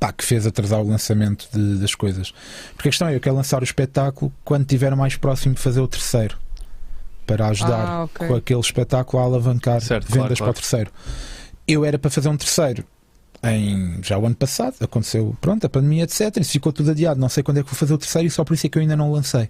Speaker 1: pá, que fez atrasar o lançamento de- das coisas. Porque a questão é, eu quero lançar o espetáculo quando estiver mais próximo de fazer o terceiro. Para ajudar
Speaker 3: Ah, ok.
Speaker 1: com aquele espetáculo a alavancar
Speaker 2: Certo, claro,
Speaker 1: vendas
Speaker 2: claro.
Speaker 1: para o terceiro. Eu era para fazer um terceiro em já o ano passado, aconteceu pronto, a pandemia, etc. Isso ficou tudo adiado. Não sei quando é que vou fazer o terceiro e só por isso é que eu ainda não o lancei.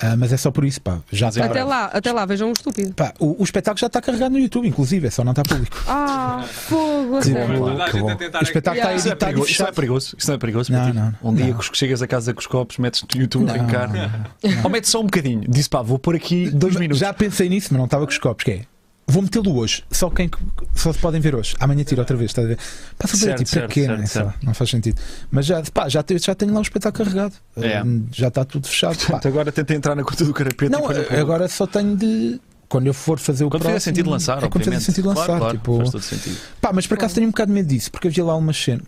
Speaker 1: Ah, mas é só por isso, pá. Já
Speaker 2: Mas em
Speaker 3: Até lá, até lá, vejam um estúpido.
Speaker 1: Pá, o, o espetáculo já está carregado no YouTube, inclusive, é só não está público.
Speaker 3: Ah, fogo, a
Speaker 1: Que
Speaker 2: é.
Speaker 3: sério.
Speaker 1: bom,
Speaker 5: Toda a
Speaker 1: que
Speaker 5: gente
Speaker 1: bom.
Speaker 5: a tentar
Speaker 1: O espetáculo
Speaker 3: aqui.
Speaker 1: está
Speaker 2: Isso, é
Speaker 1: editado e
Speaker 2: perigoso, isso não é
Speaker 1: fechado.
Speaker 2: perigoso. Isso não é perigoso.
Speaker 1: Não,
Speaker 2: para ti?
Speaker 1: não,
Speaker 2: um dia
Speaker 1: não.
Speaker 2: que chegas a casa com os copos, metes no YouTube a
Speaker 1: Não,
Speaker 2: brincar. (laughs) Ou metes só um bocadinho. Disse pá, vou pôr aqui dois minutos.
Speaker 1: Já pensei nisso, mas não estava com os copos, que é. Vou metê-lo hoje, só quem só se podem ver hoje. Amanhã tiro outra vez, estás a ver? Passa para
Speaker 2: Certo,
Speaker 1: ti, para
Speaker 2: certo,
Speaker 1: quê?
Speaker 2: certo,
Speaker 1: né? Sei lá,
Speaker 2: certo.
Speaker 1: Não faz sentido. Mas já, pá, já, te- já tenho lá o espetáculo carregado.
Speaker 2: É. Então,
Speaker 1: Hum, Já está tudo fechado. pá.
Speaker 2: Portanto, agora tenta entrar na conta do carapete. e
Speaker 1: Não,
Speaker 2: pôr no público.
Speaker 1: agora só tenho de. Quando eu for fazer o
Speaker 2: Quando fizer
Speaker 1: próximo,
Speaker 2: sentido lançar,
Speaker 1: é quando fizer
Speaker 2: obviamente.
Speaker 1: sentido lançar.
Speaker 2: Claro, claro,
Speaker 1: tipo,
Speaker 2: faz todo sentido.
Speaker 1: Pá, mas por acaso tenho um bocado de medo disso, porque havia lá uma cena.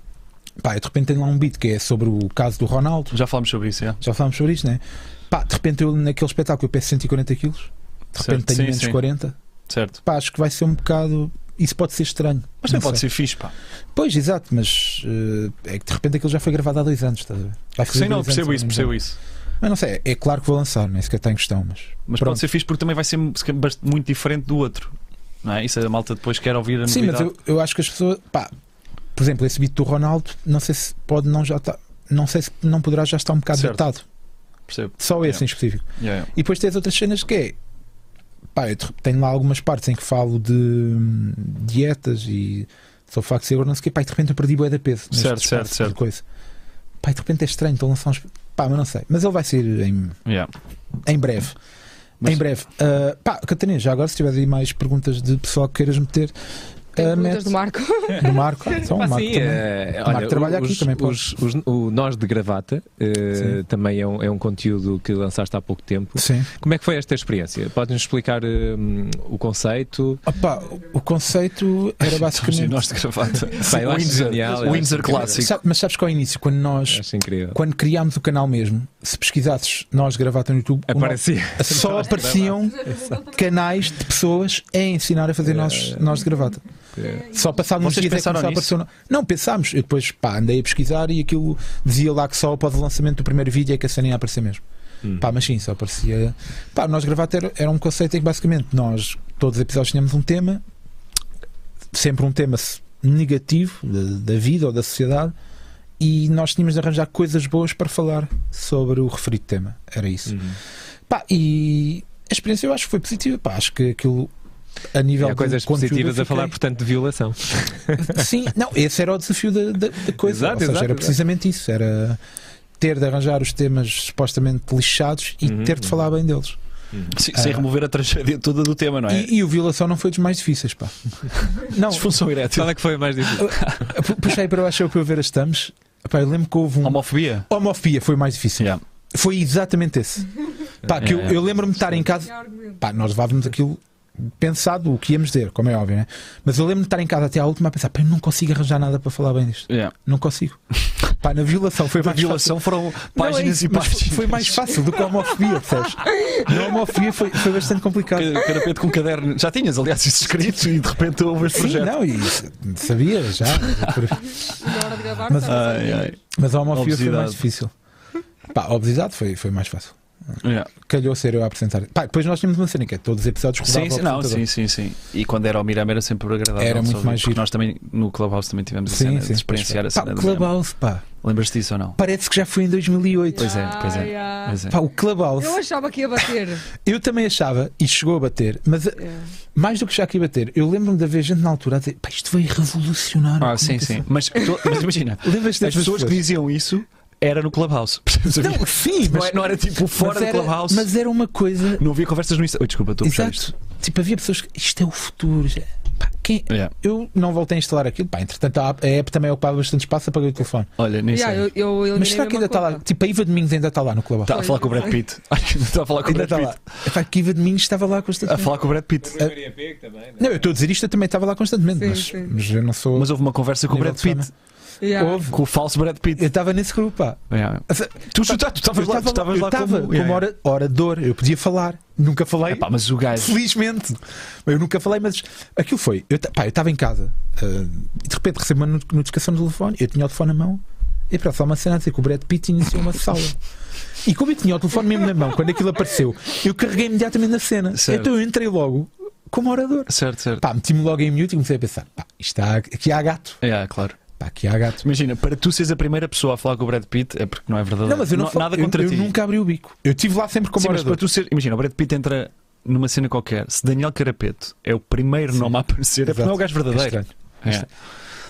Speaker 1: Pá, eu de repente tenho lá um beat que é sobre o caso do Ronaldo.
Speaker 2: Já falámos sobre isso, é?
Speaker 1: Já falámos sobre isto, né? Pá, de repente eu naquele espetáculo eu peço 140 quilos, de repente
Speaker 2: Certo,
Speaker 1: tenho
Speaker 2: sim,
Speaker 1: menos
Speaker 2: sim.
Speaker 1: 40.
Speaker 2: Certo.
Speaker 1: Pá, acho que vai ser um bocado. Isso pode ser estranho.
Speaker 2: Mas também
Speaker 1: Não
Speaker 2: pode
Speaker 1: sei.
Speaker 2: ser fixe, pá.
Speaker 1: Pois, exato, mas eh, é que de repente aquilo já foi gravado há dois anos, estás a ver? Vai fazer
Speaker 2: Sim, não,
Speaker 1: dois
Speaker 2: percebo
Speaker 1: anos, um
Speaker 2: isso,
Speaker 1: se não
Speaker 2: percebo
Speaker 1: me engano.
Speaker 2: isso.
Speaker 1: Mas não sei, é claro que vou lançar, nem sequer está em questão, mas.
Speaker 2: Mas
Speaker 1: Pronto.
Speaker 2: pode ser fixe porque também vai ser se calhar, bast- muito diferente do outro. Não é? Isso a malta depois quer ouvir a
Speaker 1: Sim, mas
Speaker 2: novidade.
Speaker 1: eu, eu acho que as pessoas. Pá, por exemplo, esse beat do Ronaldo, não sei se pode não já está. Não sei se não poderá já estar um bocado
Speaker 2: Certo.
Speaker 1: datado.
Speaker 2: Percebo.
Speaker 1: Só esse
Speaker 2: Yeah.
Speaker 1: em específico.
Speaker 2: Yeah, yeah.
Speaker 1: E depois tens outras cenas que é. Pá, eu te- tenho lá algumas partes em que falo de hum, dietas e sou facto de ser gordo, não sei o quê. Pá, e de repente eu perdi bué da peso. neste
Speaker 2: Certo,
Speaker 1: espaço
Speaker 2: certo,
Speaker 1: de
Speaker 2: certo.
Speaker 1: Coisa. Pá, e de repente é estranho, estou a lançar uns. Pá, mas não sei. Mas ele vai sair em,
Speaker 2: Yeah.
Speaker 1: em breve.
Speaker 2: Mas-
Speaker 1: Em breve. Ah, pá, Catarina, já agora, se tiver aí mais perguntas de pessoal que queiras meter,
Speaker 3: Tem
Speaker 1: ah,
Speaker 3: perguntas
Speaker 1: mete- (laughs)
Speaker 3: do Marco.
Speaker 1: do Marco.
Speaker 3: (laughs)
Speaker 1: Só um
Speaker 4: Pá,
Speaker 1: Marco
Speaker 4: sim,
Speaker 1: também.
Speaker 4: é,
Speaker 1: O Marco trabalha aqui,
Speaker 4: os-
Speaker 1: também pode.
Speaker 4: os- os- o Nós de Gravata eh,
Speaker 1: Sim.
Speaker 4: também é um, é um conteúdo que lançaste há pouco tempo.
Speaker 1: Sim.
Speaker 4: Como é que foi esta experiência? Podes-nos explicar eh, o conceito?
Speaker 1: Opá, o conceito
Speaker 2: (laughs)
Speaker 1: era
Speaker 2: Somos
Speaker 1: basicamente.
Speaker 2: nós de gravata.
Speaker 4: Pá, eu acho
Speaker 2: Windsor,
Speaker 4: genial, eu acho
Speaker 2: Windsor
Speaker 4: incrível.
Speaker 2: clássico.
Speaker 1: Sabe- mas sabes qual é o início? Quando nós
Speaker 4: Acho incrível.
Speaker 1: quando criámos o canal mesmo, se pesquisasses nós gravata no YouTube, o
Speaker 4: Aparecia.
Speaker 1: no- só apareciam canais de pessoas a ensinar a fazer nós, nós de gravata. Só passado uns
Speaker 2: É, Vocês
Speaker 1: dias é que
Speaker 2: pensaram
Speaker 1: começou a aparecer. o- Não, pensámos. Eu depois pá, andei a pesquisar e aquilo dizia lá que só após o lançamento do primeiro vídeo é que a cena ia aparecer mesmo.
Speaker 2: Hum.
Speaker 1: Pá, mas sim, só aparecia. Pá, nós gravata era, era um conceito em que basicamente nós, todos os episódios, tínhamos um tema, sempre um tema se- negativo da, da vida ou da sociedade, e nós tínhamos de arranjar coisas boas para falar sobre o referido tema. Era isso. Pá, e a experiência eu acho que foi positiva. Pá, acho que aquilo. A nível
Speaker 4: E há
Speaker 1: de
Speaker 4: coisas
Speaker 1: conteúdo,
Speaker 4: positivas
Speaker 1: eu
Speaker 4: a falar,
Speaker 1: fiquei-
Speaker 4: portanto, de violação.
Speaker 1: Sim, não, esse era o desafio da, da- da coisa.
Speaker 4: Exato,
Speaker 1: Ou seja,
Speaker 4: exato,
Speaker 1: era
Speaker 4: exato.
Speaker 1: precisamente isso. Era ter de arranjar os temas supostamente lixados e
Speaker 4: Uhum,
Speaker 1: ter de
Speaker 4: uhum.
Speaker 1: falar bem deles.
Speaker 2: Sem, sem
Speaker 1: Ah.
Speaker 2: remover a tragédia toda do tema, não é?
Speaker 1: E, e o violação não foi dos mais difíceis,
Speaker 4: (laughs)
Speaker 1: pá. Não,
Speaker 2: Disfunção erétil.
Speaker 4: Qual é que foi a mais difícil?
Speaker 1: pu- puxei para baixo eu para eu ver as thumbs. Pá, eu lembro que houve um.
Speaker 2: Homofobia?
Speaker 1: Homofobia foi o mais difícil.
Speaker 2: Yeah.
Speaker 1: Foi exatamente esse. Pá, que eu,
Speaker 2: Yeah,
Speaker 4: É,
Speaker 2: yeah.
Speaker 1: eu lembro-me de estar em casa. Pá, nós levávamos aquilo pensado, o que íamos dizer, como é óbvio, né? Mas eu lembro-me de estar em casa até à última a pensar, pá, eu não consigo arranjar nada para falar bem disto.
Speaker 2: Yeah.
Speaker 1: Não consigo. Pá, na violação foi
Speaker 2: A
Speaker 1: mais
Speaker 2: violação foram
Speaker 1: fácil. Não, é
Speaker 2: páginas
Speaker 1: isso,
Speaker 2: e
Speaker 1: mas
Speaker 2: páginas.
Speaker 1: Foi mais fácil do que a homofobia, percebes? Na homofobia foi, foi bastante complicado.
Speaker 2: Ca- Carapete com um caderno. Já tinhas, aliás, isso escrito e de repente houve este
Speaker 1: Sim,
Speaker 2: projeto.
Speaker 1: não, e sabia já.
Speaker 3: Na hora de gravar,
Speaker 1: Mas-
Speaker 3: estava
Speaker 2: Ai, ai.
Speaker 1: Mas a homofobia foi
Speaker 2: Obesidade.
Speaker 1: mais difícil. Pá, a obesidade foi, foi mais fácil.
Speaker 2: Yeah.
Speaker 1: Calhou ser eu a apresentar. Pá, depois nós tínhamos uma cena que é todos os episódios rodava
Speaker 2: Sim,
Speaker 1: o
Speaker 2: sim, não,
Speaker 1: apresentador.
Speaker 2: sim, sim, sim. E quando era ao Miram era sempre agradável.
Speaker 1: Era
Speaker 2: de
Speaker 1: muito
Speaker 2: ouvir,
Speaker 1: mais
Speaker 2: porque
Speaker 1: giro.
Speaker 2: Nós também, no Clubhouse, também tivemos a
Speaker 1: Sim,
Speaker 2: cena
Speaker 1: sim,
Speaker 2: de
Speaker 1: pois
Speaker 2: experienciar a
Speaker 1: Pá,
Speaker 2: cena do Miram.
Speaker 1: Clubhouse, pá.
Speaker 2: Lembras-te disso ou não?
Speaker 1: Parece que já foi em 2008.
Speaker 2: Pois é, pois é.
Speaker 3: Ah,
Speaker 2: Pois é.
Speaker 1: Pá, o Clubhouse.
Speaker 3: Eu achava que ia bater. (laughs)
Speaker 1: Eu também achava, e chegou a bater, mas eh,
Speaker 3: É.
Speaker 1: mais do que já aqui bater, eu lembro-me de haver gente na altura a dizer, pá, isto vai revolucionar. a
Speaker 2: Ah, sim, sim.
Speaker 1: comunicação."
Speaker 2: Mas,
Speaker 1: (laughs)
Speaker 2: to- mas imagina,
Speaker 1: Lembras-te das
Speaker 2: as pessoas que diziam isso era no
Speaker 1: (laughs)
Speaker 2: Clubhouse. Percebes? Havia-
Speaker 1: Não, sim,
Speaker 2: Não,
Speaker 1: mas,
Speaker 2: é- não era tipo fora
Speaker 1: mas,
Speaker 2: do
Speaker 1: era,
Speaker 2: Clubhouse.
Speaker 1: mas era uma coisa.
Speaker 2: Não havia conversas no Insta. Oi, desculpa, estou a puxar isto.
Speaker 1: Exato. Tipo, havia pessoas que. Isto é o futuro. já- Pá, quem-
Speaker 2: Yeah.
Speaker 1: Eu não voltei a instalar aquilo. Pá, entretanto, a app, a app também ocupava bastante espaço, apaguei o telefone.
Speaker 2: Olha, nem
Speaker 3: Yeah,
Speaker 2: sei.
Speaker 3: eu, eu eliminei
Speaker 1: Mas será que
Speaker 3: mesmo a
Speaker 1: ainda está lá?
Speaker 3: conta.
Speaker 1: Tipo, a Iva Domingos ainda está lá no Clubhouse.
Speaker 2: Está a falar com o Brad Pitt. (laughs) Está a falar com o
Speaker 1: Ainda
Speaker 2: Brad
Speaker 1: está lá.
Speaker 2: Pitt.
Speaker 1: Pá, que Iva Domingos estava lá
Speaker 2: A
Speaker 1: constantemente.
Speaker 2: falar com o Brad Pitt.
Speaker 5: O primeiro EP também,
Speaker 1: Não, eu estou a dizer isto, eu também estava lá constantemente,
Speaker 3: Sim,
Speaker 1: mas,
Speaker 3: sim.
Speaker 1: mas eu não sou.
Speaker 2: Ah. Mas houve uma conversa com o
Speaker 1: Nível
Speaker 2: Brad
Speaker 1: de
Speaker 2: Pitt.
Speaker 3: Yeah.
Speaker 1: Houve.
Speaker 2: Com o falso Brad Pitt.
Speaker 1: Eu estava nesse grupo, pá.
Speaker 2: Yeah.
Speaker 1: A se-
Speaker 2: Tu chuta- tu estavas lá, tu estavas
Speaker 1: eu
Speaker 2: lá
Speaker 1: estava
Speaker 2: como-
Speaker 1: como,
Speaker 2: Yeah,
Speaker 1: ora- orador, eu podia falar, nunca falei,
Speaker 2: Epá, mas o gajo.
Speaker 1: felizmente. Eu nunca falei, mas aquilo foi. Eu ta- pá, eu estava em casa ah, e de repente recebo uma not- notificação do telefone, eu tinha o telefone na mão e para só uma cena a dizer que o Brad Pitt iniciou uma sala. E como eu tinha o telefone mesmo na mão, quando aquilo apareceu, eu carreguei imediatamente na cena.
Speaker 2: Certo.
Speaker 1: Então eu entrei logo como orador.
Speaker 2: Certo, certo.
Speaker 1: Pá, meti-me logo em mute e comecei a pensar: pá, isto há, aqui há gato.
Speaker 2: Yeah, claro.
Speaker 1: Pá, aqui há gato.
Speaker 2: Imagina, para tu seres a primeira pessoa a falar com o Brad Pitt é porque não é verdadeiro.
Speaker 1: Não, mas eu não, falo-
Speaker 2: nada
Speaker 1: eu-
Speaker 2: contra
Speaker 1: eu
Speaker 2: ti.
Speaker 1: nunca abri o bico. Eu estive lá sempre como
Speaker 2: Sim, mas
Speaker 1: orador.
Speaker 2: para tu ser. Imagina, o Brad Pitt entra numa cena qualquer. Se Daniel Carapeto é o primeiro nome a aparecer, é porque
Speaker 1: Exato.
Speaker 2: não é o gajo
Speaker 1: É
Speaker 2: verdadeiro.
Speaker 1: estranho.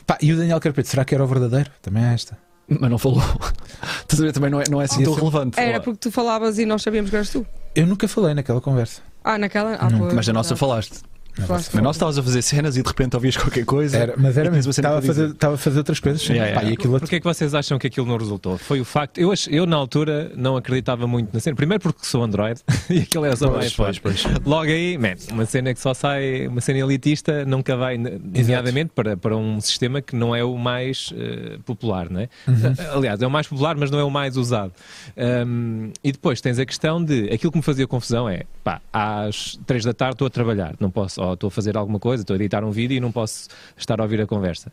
Speaker 1: Pá, e o Daniel Carpeto, será que era o verdadeiro? Também é esta.
Speaker 2: É. Mas não falou. (laughs) Estás a ver? Também não é, não é assim tão
Speaker 1: Esse-
Speaker 2: relevante.
Speaker 3: Era porque tu falavas e nós sabíamos que eras tu.
Speaker 1: Eu nunca falei naquela conversa.
Speaker 3: Ah, naquela. Ah,
Speaker 1: Nunca.
Speaker 3: pois,
Speaker 2: Mas da nossa
Speaker 3: verdade.
Speaker 2: falaste.
Speaker 1: Não,
Speaker 3: Claro.
Speaker 1: essa
Speaker 2: Na
Speaker 1: foi-
Speaker 2: nossa estavas a fazer cenas e de repente ouvias qualquer coisa.
Speaker 1: Era- mas era
Speaker 2: Mas tinhas
Speaker 1: mesmo.
Speaker 2: uma cena
Speaker 1: Estava a
Speaker 2: para dizer.
Speaker 1: fazer, estava a fazer outras coisas. sim.
Speaker 2: Yeah,
Speaker 1: Pá,
Speaker 2: yeah, yeah.
Speaker 1: E aquilo
Speaker 4: Porquê é que vocês acham que aquilo não resultou? Foi o facto. Eu, ach- eu na altura não acreditava muito na cena. Primeiro porque sou Android (laughs) e aquilo é só
Speaker 2: Pois,
Speaker 4: mais
Speaker 2: pois, pois.
Speaker 4: Logo aí, man, uma cena que só sai, uma cena elitista nunca vai, ne- nomeadamente para, para um sistema que não é o mais eh, popular, não é? Aliás, é o mais popular, mas não é o mais usado. Ahm, e depois tens a questão de aquilo que me fazia confusão é pá, às três da tarde estou a trabalhar, não posso, ou estou a fazer alguma coisa, estou a editar um vídeo e não posso estar a ouvir a conversa.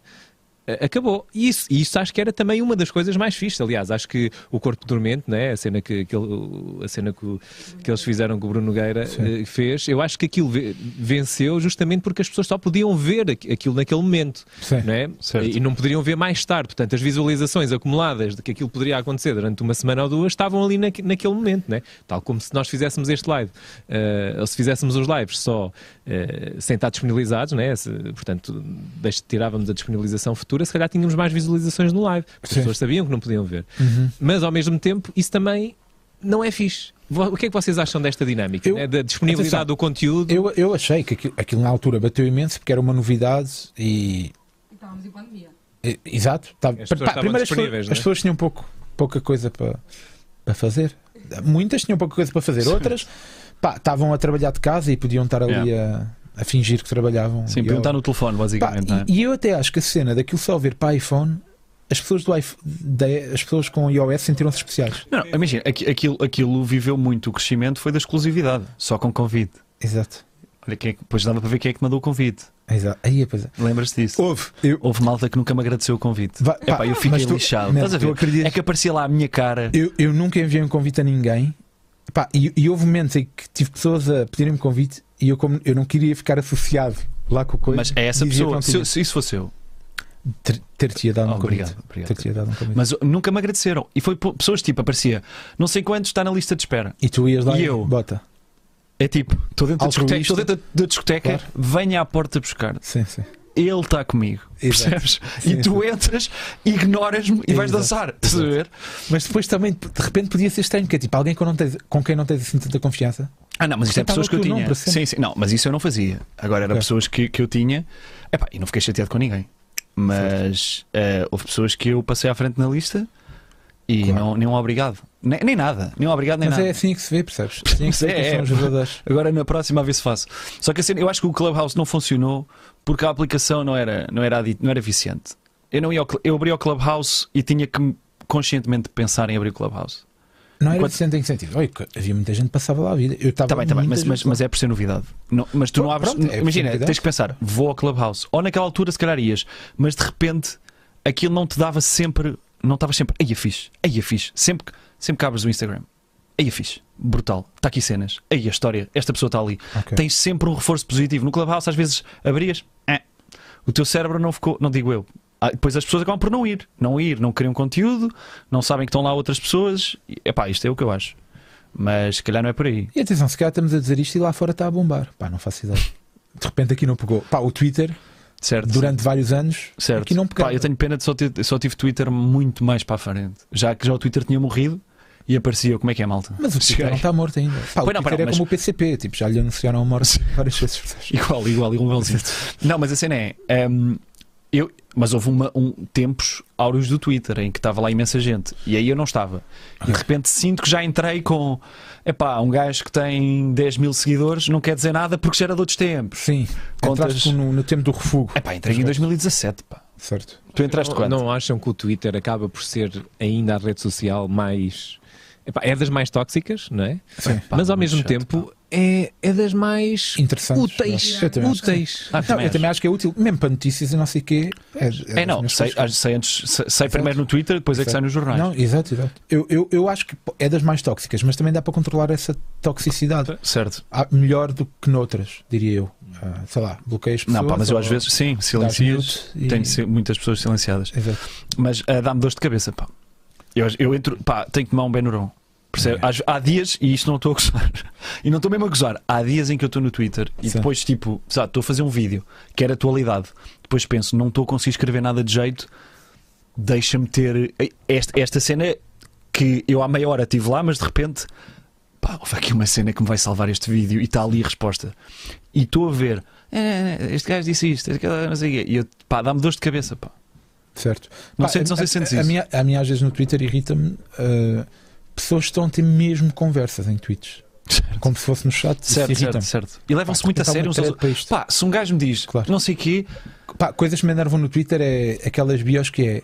Speaker 4: A- Acabou. E isso, e isso acho que era também uma das coisas mais fixas. Aliás, acho que o Corpo Dormente, né? a cena, que, que ele- a cena que, o- que eles fizeram que o Bruno Nogueira eh, fez, eu acho que aquilo ve- venceu justamente porque as pessoas só podiam ver aqu- aquilo naquele momento.
Speaker 1: Sim.
Speaker 4: Não é?
Speaker 2: Certo.
Speaker 4: E não poderiam ver mais tarde. Portanto, as visualizações acumuladas de que aquilo poderia acontecer durante uma semana ou duas estavam ali naque- naquele momento. Né? Tal como se nós fizéssemos este live, eh, ou se fizéssemos os lives só eh, sem estar disponibilizados, né? Se- portanto, deix- tirávamos a disponibilização futura, se calhar tínhamos mais visualizações no live. Porque
Speaker 1: Sim.
Speaker 4: as pessoas sabiam que não podiam ver.
Speaker 1: Uhum.
Speaker 4: Mas, ao mesmo tempo, isso também não é fixe. Vo- O que é que vocês acham desta dinâmica?
Speaker 1: Eu-
Speaker 4: né? Da disponibilidade
Speaker 1: Atenção.
Speaker 4: do conteúdo?
Speaker 1: Eu, eu achei que aquilo, aquilo na altura bateu imenso porque era uma novidade e.
Speaker 3: Estávamos em pandemia.
Speaker 1: e- Exato. Tava,
Speaker 4: As pessoas estavam
Speaker 1: primeiro as, pessoas-
Speaker 4: disponíveis, não é?
Speaker 1: as pessoas tinham pouco, pouca coisa para, para fazer. Muitas tinham pouca coisa para fazer. Outras pá, estavam a trabalhar de casa e podiam estar ali a, a fingir que trabalhavam.
Speaker 2: Sim,
Speaker 1: E
Speaker 2: podiam
Speaker 1: eu-
Speaker 2: estar no telefone,
Speaker 1: É Pá,
Speaker 2: basicamente. não é?
Speaker 1: e, e eu até acho que a cena daquilo só ver para iPhone as pessoas do iPhone, da- as pessoas com iOS sentiram-se especiais.
Speaker 2: Não, não, imagina, aqui- aquilo, aquilo viveu muito o crescimento, foi da exclusividade, só com convite.
Speaker 1: Exato.
Speaker 2: Olha, quem é que- depois dava para ver quem é que mandou o convite.
Speaker 1: Exato. Aí, pois é.
Speaker 2: Lembras-te disso?
Speaker 1: Houve. Eu,
Speaker 2: Houve malta que nunca me agradeceu o convite.
Speaker 1: Va-
Speaker 2: Epá,
Speaker 1: pá,
Speaker 2: eu fiquei
Speaker 1: mas tu-
Speaker 2: lixado.
Speaker 1: não,
Speaker 2: Estás a
Speaker 1: tu
Speaker 2: ver?
Speaker 1: acreditas-
Speaker 2: É que aparecia lá a minha cara.
Speaker 1: eu, eu nunca enviei um convite a ninguém. Pá, e, e houve momentos em que tive pessoas a pedirem-me convite e eu, como eu não queria ficar associado lá com a coisa.
Speaker 2: Mas é essa
Speaker 1: dizia
Speaker 2: pessoa.
Speaker 1: que
Speaker 2: Se,
Speaker 1: não
Speaker 2: eu- se isso fosse eu. oh,
Speaker 1: tinha. Ter- Ter-te-ia dado um
Speaker 2: obrigado,
Speaker 1: convite.
Speaker 2: obrigado.
Speaker 1: Ter-te-ia dado um convite.
Speaker 2: Mas oh, nunca me agradeceram. E foi po- pessoas tipo, aparecia não sei quantos está na lista de espera.
Speaker 1: E tu ias lá
Speaker 2: E
Speaker 1: e,
Speaker 2: eu?
Speaker 1: bota.
Speaker 2: É tipo, estou dentro da discoteca,
Speaker 1: Altruísta.
Speaker 2: estou dentro da- da discoteca
Speaker 1: Claro.
Speaker 2: venha à porta buscar.
Speaker 1: Sim, sim.
Speaker 2: Ele está comigo.
Speaker 1: Exato.
Speaker 2: Percebes?
Speaker 1: Sim,
Speaker 2: e tu entras, ignoras-me e vais
Speaker 1: Exato.
Speaker 2: dançar. Estás a ver?
Speaker 1: Mas depois também, de repente, podia ser estranho, que é tipo alguém com, não tens- com quem não tens assim tanta confiança.
Speaker 2: Ah, não, mas isto é
Speaker 1: Tentava
Speaker 2: pessoas que eu
Speaker 1: o teu
Speaker 2: tinha.
Speaker 1: nome para sempre.
Speaker 2: Sim, sim, não, mas isso eu não fazia. Agora eram
Speaker 1: Ok.
Speaker 2: pessoas que, que eu tinha. Epá, e não fiquei chateado com ninguém. Mas eh, houve pessoas que eu passei à frente na lista e
Speaker 1: Claro.
Speaker 2: não, nem um obrigado. Nem, nem nada. Nem um obrigado, nem
Speaker 1: Mas
Speaker 2: nada.
Speaker 1: é assim que se vê, percebes? Assim é que se vê
Speaker 2: (laughs) É,
Speaker 1: que
Speaker 2: é.
Speaker 1: são os jogadores.
Speaker 2: Agora na próxima a ver se faço. Só que a cena- eu acho que o Clubhouse não funcionou porque a aplicação não era, não era, adi- não era viciante. Eu, não ia ao cl- eu abri o Clubhouse e tinha que conscientemente pensar em abrir o Clubhouse.
Speaker 1: Não era
Speaker 2: Enquanto-
Speaker 1: Enquanto... em que sentido? Oi, que havia muita gente que passava lá a vida. Eu estava
Speaker 2: Tá bem, tá bem,
Speaker 1: muita
Speaker 2: mas,
Speaker 1: gente
Speaker 2: mas,
Speaker 1: lá.
Speaker 2: mas é por ser novidade. Não- mas tu
Speaker 1: Pronto,
Speaker 2: não abres.
Speaker 1: pronto, é por ser
Speaker 2: imagina,
Speaker 1: novidade.
Speaker 2: tens que pensar, vou ao Clubhouse. Ou naquela altura, se calhar ias, mas de repente aquilo não te dava sempre. Não estavas sempre. Aí é fixe, aí é fixe. Sempre, que- sempre que abres o Instagram, aí é fixe, brutal. Está aqui cenas, aí a história, esta pessoa está ali.
Speaker 1: Ok.
Speaker 2: Tens sempre um reforço positivo. No Clubhouse, às vezes abrias, eh, o teu cérebro não ficou. Não digo eu. Ah, Depois as pessoas acabam por não ir, não ir, não criam conteúdo, não sabem que estão lá outras pessoas. E, Epá, isto é o que eu acho. Mas se calhar não é por aí.
Speaker 1: E atenção, se calhar estamos a dizer isto e lá fora está a bombar. Pá, não faço ideia. De repente aqui não pegou. Pá, o Twitter,
Speaker 2: Certo.
Speaker 1: durante vários anos,
Speaker 2: certo.
Speaker 1: aqui não pegava.
Speaker 2: Pá, eu tenho pena de só, ter, só tive Twitter muito mais para a frente. Já que já o Twitter tinha morrido e aparecia eu, como é que é, malta?
Speaker 1: Mas o Twitter
Speaker 2: Cheguei.
Speaker 1: não está morto ainda. Pá, o
Speaker 2: Pois não,
Speaker 1: Twitter
Speaker 2: pá, não,
Speaker 1: é
Speaker 2: mas-
Speaker 1: como o PCP, tipo, já lhe anunciaram a morte várias vezes. percebes?
Speaker 2: (laughs) Igual, igual, igualzinho. não, mas a cena é. hum, eu, mas houve uma, um, tempos áureos do Twitter em que estava lá imensa gente e aí eu não estava. E de repente sinto que já entrei com. Epá, um gajo que tem 10 mil seguidores não quer dizer nada porque já era de outros tempos.
Speaker 1: Sim,
Speaker 2: Contas-
Speaker 1: entraste no, no tempo do refugo.
Speaker 2: Epá, entrei em 2017, pá.
Speaker 1: Certo.
Speaker 2: Tu entraste
Speaker 4: não,
Speaker 2: quando?
Speaker 4: não acham que o Twitter acaba por ser ainda a rede social mais. Epá, é das mais tóxicas, não é?
Speaker 1: Sim.
Speaker 2: Pá,
Speaker 4: Mas ao
Speaker 2: muito
Speaker 4: mesmo
Speaker 2: chato,
Speaker 4: tempo é, é das mais
Speaker 1: Interessantes,
Speaker 4: úteis.
Speaker 1: não é? Eu também acho que
Speaker 4: úteis.
Speaker 2: Ah,
Speaker 1: Não, eu também acho que é útil, mesmo para notícias e não sei o quê. É,
Speaker 2: É,
Speaker 1: das
Speaker 2: não,
Speaker 1: minhas
Speaker 2: sei,
Speaker 1: coisas.
Speaker 2: ah, sei antes, sei, sei primeiro no Twitter, depois é que
Speaker 1: Exato.
Speaker 2: sai nos jornais.
Speaker 1: Não, exato, exato. Eu, eu, eu acho que é das mais tóxicas, mas também dá para controlar essa toxicidade.
Speaker 2: Certo.
Speaker 1: Ah, melhor do que noutras, diria eu. Ah, sei lá, bloqueio as pessoas.
Speaker 2: Não, pá, mas eu
Speaker 1: ou-
Speaker 2: às vezes, sim,
Speaker 1: dás
Speaker 2: silencio.
Speaker 1: mute e-
Speaker 2: Tenho si- muitas pessoas silenciadas.
Speaker 1: Exato.
Speaker 2: Mas ah, dá-me dor de cabeça, pá. Eu, eu entro, pá, tenho que tomar um Benuron. Percebe? Às- Há dias, e isto não estou a gozar, (laughs) e não estou mesmo a gozar. Há dias em que eu estou no Twitter e
Speaker 1: Sim.
Speaker 2: depois, tipo, sei lá, estou a fazer um vídeo que era atualidade. Depois penso, não estou a conseguir escrever nada de jeito, deixa-me ter. Esta, esta cena que eu há meia hora estive lá, mas de repente, pá, houve aqui uma cena que me vai salvar este vídeo e está ali a resposta. E estou a ver, "É, este gajo disse isto, este gajo não sei o quê. E eu, pá, dá-me dores de cabeça, pá.
Speaker 1: Certo.
Speaker 2: Não
Speaker 1: Pá,
Speaker 2: sentes- não
Speaker 1: a-
Speaker 2: sei se sentes
Speaker 1: a, a
Speaker 2: isso.
Speaker 1: minha, a minha às vezes no Twitter irrita-me. ah, pessoas que estão a ter mesmo conversas em tweets. Como se fosse no chat. isso
Speaker 2: Certo, certo,
Speaker 1: irrita-me.
Speaker 2: certo. E levam-se
Speaker 1: Pá,
Speaker 2: muito a
Speaker 1: tentar
Speaker 2: sério
Speaker 1: uma
Speaker 2: uns aos
Speaker 1: treta para
Speaker 2: outros.
Speaker 1: isto.
Speaker 2: Pá, se um gajo me diz
Speaker 1: Claro.
Speaker 2: não sei o quê,
Speaker 1: Pá, coisas que me enervam no Twitter é aquelas bios que é.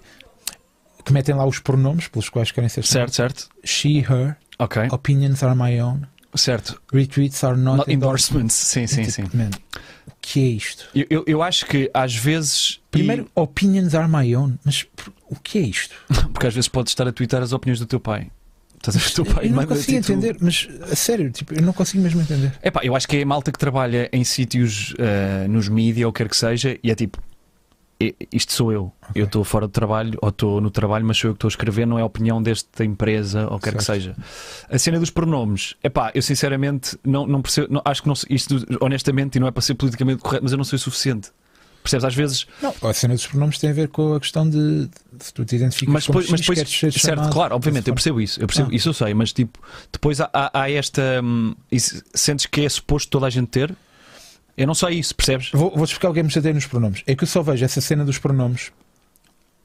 Speaker 1: que metem lá os pronomes pelos quais querem ser
Speaker 2: certo, certo.
Speaker 1: chamados. She, her,
Speaker 2: Ok,
Speaker 1: opinions are my own,
Speaker 2: certo.
Speaker 1: retweets are not, (laughs)
Speaker 2: Not endorsements, sim, sim, sim.
Speaker 1: Man, o que é isto?
Speaker 2: Eu, eu, eu acho que às vezes. e-
Speaker 1: Primeiro, opinions are my own, mas por- o que é isto?
Speaker 2: porque às vezes podes estar a twittar as opiniões do teu pai. Estás a ver? O teu pai
Speaker 1: eu não
Speaker 2: manda-te
Speaker 1: consigo
Speaker 2: e tu-
Speaker 1: entender, mas a sério, tipo, eu não consigo mesmo entender.
Speaker 2: Epá, eu acho que é a malta que trabalha em sítios ah, nos mídia ou quer que seja e é tipo. "I- Isto sou eu. Eu estou fora do trabalho ou estou no trabalho, mas sou eu que estou a escrever, não é a opinião desta empresa ou quer que seja. A cena dos pronomes, epá, eu sinceramente não, não percebo, não- acho que não sei- isto honestamente, e não é para ser politicamente correto, mas eu não sei o suficiente. Percebes? Às vezes
Speaker 1: Não, a cena dos pronomes tem a ver com a questão de, de se tu te identificas
Speaker 2: mas
Speaker 1: como
Speaker 2: depois, mas
Speaker 1: X,
Speaker 2: depois
Speaker 1: queres ser
Speaker 2: certo,
Speaker 1: chamado
Speaker 2: claro, obviamente,
Speaker 1: dessa
Speaker 2: eu
Speaker 1: forma.
Speaker 2: percebo isso, eu percebo
Speaker 1: Ah.
Speaker 2: isso, eu sei, mas tipo, depois há, há- há esta hum, isso- sentes que é suposto toda a gente ter? Eu não sei isso, percebes?
Speaker 1: Vou, vou explicar o que é que me chateia nos pronomes. É que eu só vejo essa cena dos pronomes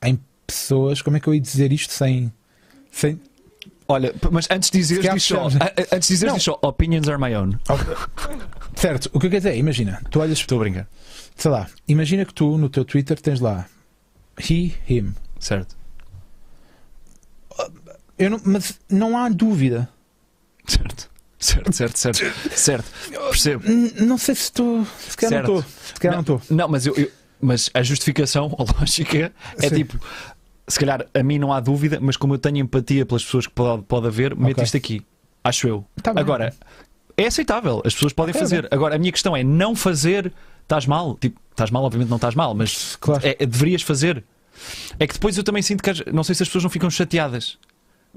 Speaker 1: em pessoas. Como é que eu ia dizer isto sem. sem
Speaker 2: Olha, p- mas antes de dizeres,
Speaker 1: Se
Speaker 2: diz só,
Speaker 1: calhar
Speaker 2: a- a- antes de dizeres,
Speaker 1: Não.
Speaker 2: diz só, opinions are my own.
Speaker 1: certo, o que eu quero dizer é, imagina, tu olhas,
Speaker 2: Estou a brincar,
Speaker 1: sei lá, imagina que tu no teu Twitter tens lá he, him.
Speaker 2: certo?
Speaker 1: Eu não, mas não há dúvida.
Speaker 2: Certo. Certo, certo, certo. Certo. Percebo.
Speaker 1: N- não sei se estou. Se calhar
Speaker 2: Certo.
Speaker 1: não estou. Se calhar não estou.
Speaker 2: Não, mas eu, eu- mas a justificação, a lógica, é
Speaker 1: Sim.
Speaker 2: tipo, se calhar a mim não há dúvida, mas como eu tenho empatia pelas pessoas que pode, pode haver, meto
Speaker 1: Ok.
Speaker 2: isto aqui. Acho eu.
Speaker 1: Tá bem.
Speaker 2: Agora, é aceitável, as pessoas podem
Speaker 1: Ok,
Speaker 2: fazer. Agora, a minha questão é não fazer, estás mal. Tipo, estás mal, obviamente não estás mal, mas
Speaker 1: Claro.
Speaker 2: é- é- deverias fazer. É que depois eu também sinto que as- não sei se as pessoas não ficam chateadas.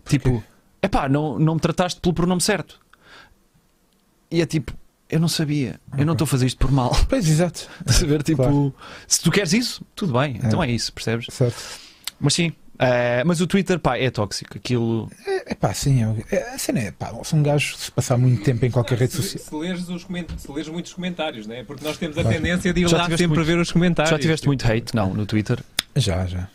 Speaker 2: Tipo, é pá, não, não me trataste pelo pronome certo. E é tipo, eu não sabia, eu não estou a fazer isto por mal.
Speaker 1: Pois,
Speaker 2: (laughs)
Speaker 1: exato.
Speaker 2: Estás a ver? Tipo,
Speaker 1: Claro.
Speaker 2: se tu queres isso, tudo bem, então é isso, percebes?
Speaker 1: Certo.
Speaker 2: Mas sim, eh, mas o Twitter, pá, é tóxico. Aquilo.
Speaker 1: É pá, sim. É, é, a cena é pá, se um gajo se passar muito tempo em qualquer rede
Speaker 5: se,
Speaker 1: social.
Speaker 5: se lês os coment... se lês muitos comentários, né? Porque nós temos a
Speaker 1: Claro.
Speaker 5: tendência de ir
Speaker 2: Já
Speaker 5: lá
Speaker 2: tiveste
Speaker 5: sempre.
Speaker 4: Sempre a ver os comentários.
Speaker 2: Já tiveste muito hate, não, no Twitter.
Speaker 1: Já, já.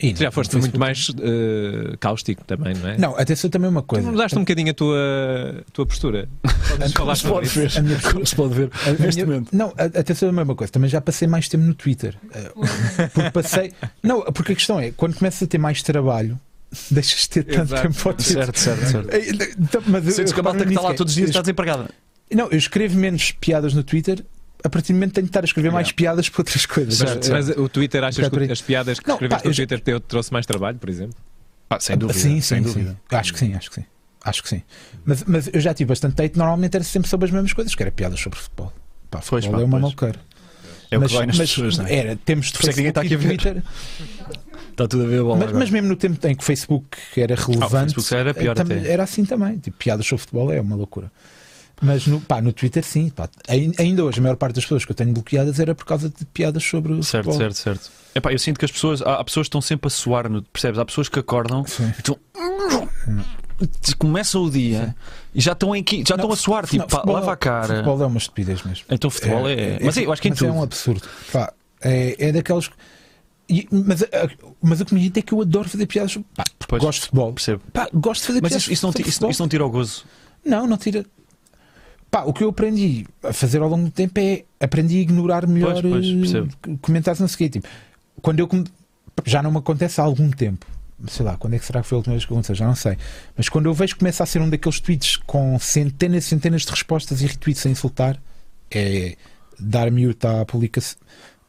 Speaker 1: E
Speaker 4: Já
Speaker 1: no
Speaker 4: foste
Speaker 1: Facebook.
Speaker 4: muito mais eh, cáustico também, não é?
Speaker 1: Não, é. atenção também uma
Speaker 4: Tu
Speaker 1: coisa.
Speaker 4: mudaste um bocadinho a tua, a tua postura. Podes falar
Speaker 2: se pode
Speaker 4: sobre isso.
Speaker 2: ver.
Speaker 1: A minha-
Speaker 2: Como se pode ver
Speaker 1: A- a
Speaker 2: (laughs) neste
Speaker 1: minha-
Speaker 2: momento.
Speaker 1: Não, a- atenção a mesma coisa, também já passei mais tempo no Twitter. Eh, Porque passei. Não, porque a questão é, quando começas a ter mais trabalho, deixas de ter tanto
Speaker 4: Exato.
Speaker 1: tempo ao Twitter.
Speaker 2: Certo, certo, certo.
Speaker 1: Eh, eh, tá- Mas (laughs) eu-
Speaker 2: Sentes
Speaker 1: eu
Speaker 2: que a
Speaker 1: reparo
Speaker 2: malta que está
Speaker 1: nisso,
Speaker 2: lá
Speaker 1: é,
Speaker 2: todos os dias
Speaker 1: eu
Speaker 2: está desempregada.
Speaker 1: es- Não, eu escrevo menos piadas no Twitter, a partir do momento tenho de estar a escrever mais
Speaker 2: Yeah.
Speaker 1: piadas para outras coisas. Ah,
Speaker 2: Certo,
Speaker 4: Mas,
Speaker 2: certo.
Speaker 4: mas o Twitter, achas
Speaker 1: Bocado por
Speaker 4: que
Speaker 1: aí.
Speaker 4: as piadas que
Speaker 1: Não,
Speaker 4: escreveste
Speaker 1: pá,
Speaker 4: no
Speaker 1: eu já-
Speaker 4: Twitter te trouxe mais trabalho, por exemplo?
Speaker 2: Ah, sem dúvida.
Speaker 1: sim, sim,
Speaker 2: sem
Speaker 1: sim.
Speaker 2: dúvida.
Speaker 1: Acho que sim, acho que sim. Acho que sim. Mas, mas eu já tive bastante hate, normalmente era sempre sobre as mesmas coisas, que era piadas sobre futebol. Pá,
Speaker 2: Pois,
Speaker 1: futebol
Speaker 2: pá,
Speaker 1: é uma
Speaker 2: pois.
Speaker 1: malqueira.
Speaker 2: É o
Speaker 1: mas,
Speaker 2: que vai nas
Speaker 1: mas
Speaker 2: pessoas, não é?
Speaker 1: Era, temos de
Speaker 2: Por isso é que ninguém está aqui a ver.
Speaker 1: Twitter.
Speaker 2: Está tudo a ver a bola.
Speaker 1: Mas, mas mesmo no tempo em que o Facebook era relevante,
Speaker 2: Facebook era pior
Speaker 1: eh, também
Speaker 2: até.
Speaker 1: era assim também. Tipo, piadas sobre futebol é uma loucura. Mas no, pá, no Twitter, sim. pá. Ai- ainda hoje, a maior parte das pessoas que eu tenho bloqueadas era por causa de piadas sobre o
Speaker 2: Certo,
Speaker 1: futebol.
Speaker 2: certo, certo. Epá, eu sinto que as pessoas. Há, há pessoas que estão sempre a suar, no, percebes? Há pessoas que acordam
Speaker 1: Sim.
Speaker 2: e estão. Começam o dia e já estão, em, qui- já estão a suar, tipo,
Speaker 1: Não,
Speaker 2: pá,
Speaker 1: futebol é-
Speaker 2: lava a cara.
Speaker 1: Futebol é uma estupidez mesmo.
Speaker 2: Então futebol é. Mas eu acho que em
Speaker 1: mas é
Speaker 2: tudo.
Speaker 1: um absurdo. Pá, é, é daqueles. E- mas, a- mas o que me irrita é que eu adoro fazer piadas. Pá, porque
Speaker 2: Pois,
Speaker 1: gosto de futebol.
Speaker 2: Percebo.
Speaker 1: Pá, gosto de fazer
Speaker 2: Mas
Speaker 1: piadas.
Speaker 2: isso, isso não, ti-
Speaker 1: sobre
Speaker 2: isso,
Speaker 1: futebol.
Speaker 2: isso não tira o gozo.
Speaker 1: Não, não tira. Pá, o que eu aprendi a fazer ao longo do tempo é aprendi a ignorar melhor
Speaker 2: Pois, pois,
Speaker 1: eh,
Speaker 2: percebo.
Speaker 1: c- comentários não sei o quê. Tipo, quando eu come- já não me acontece há algum tempo. Sei lá, quando é que será que foi a última vez que aconteceu? Já não sei. Mas quando eu vejo que começa a ser um daqueles tweets com centenas e centenas de respostas e retweets a insultar, é dar mute à publicação,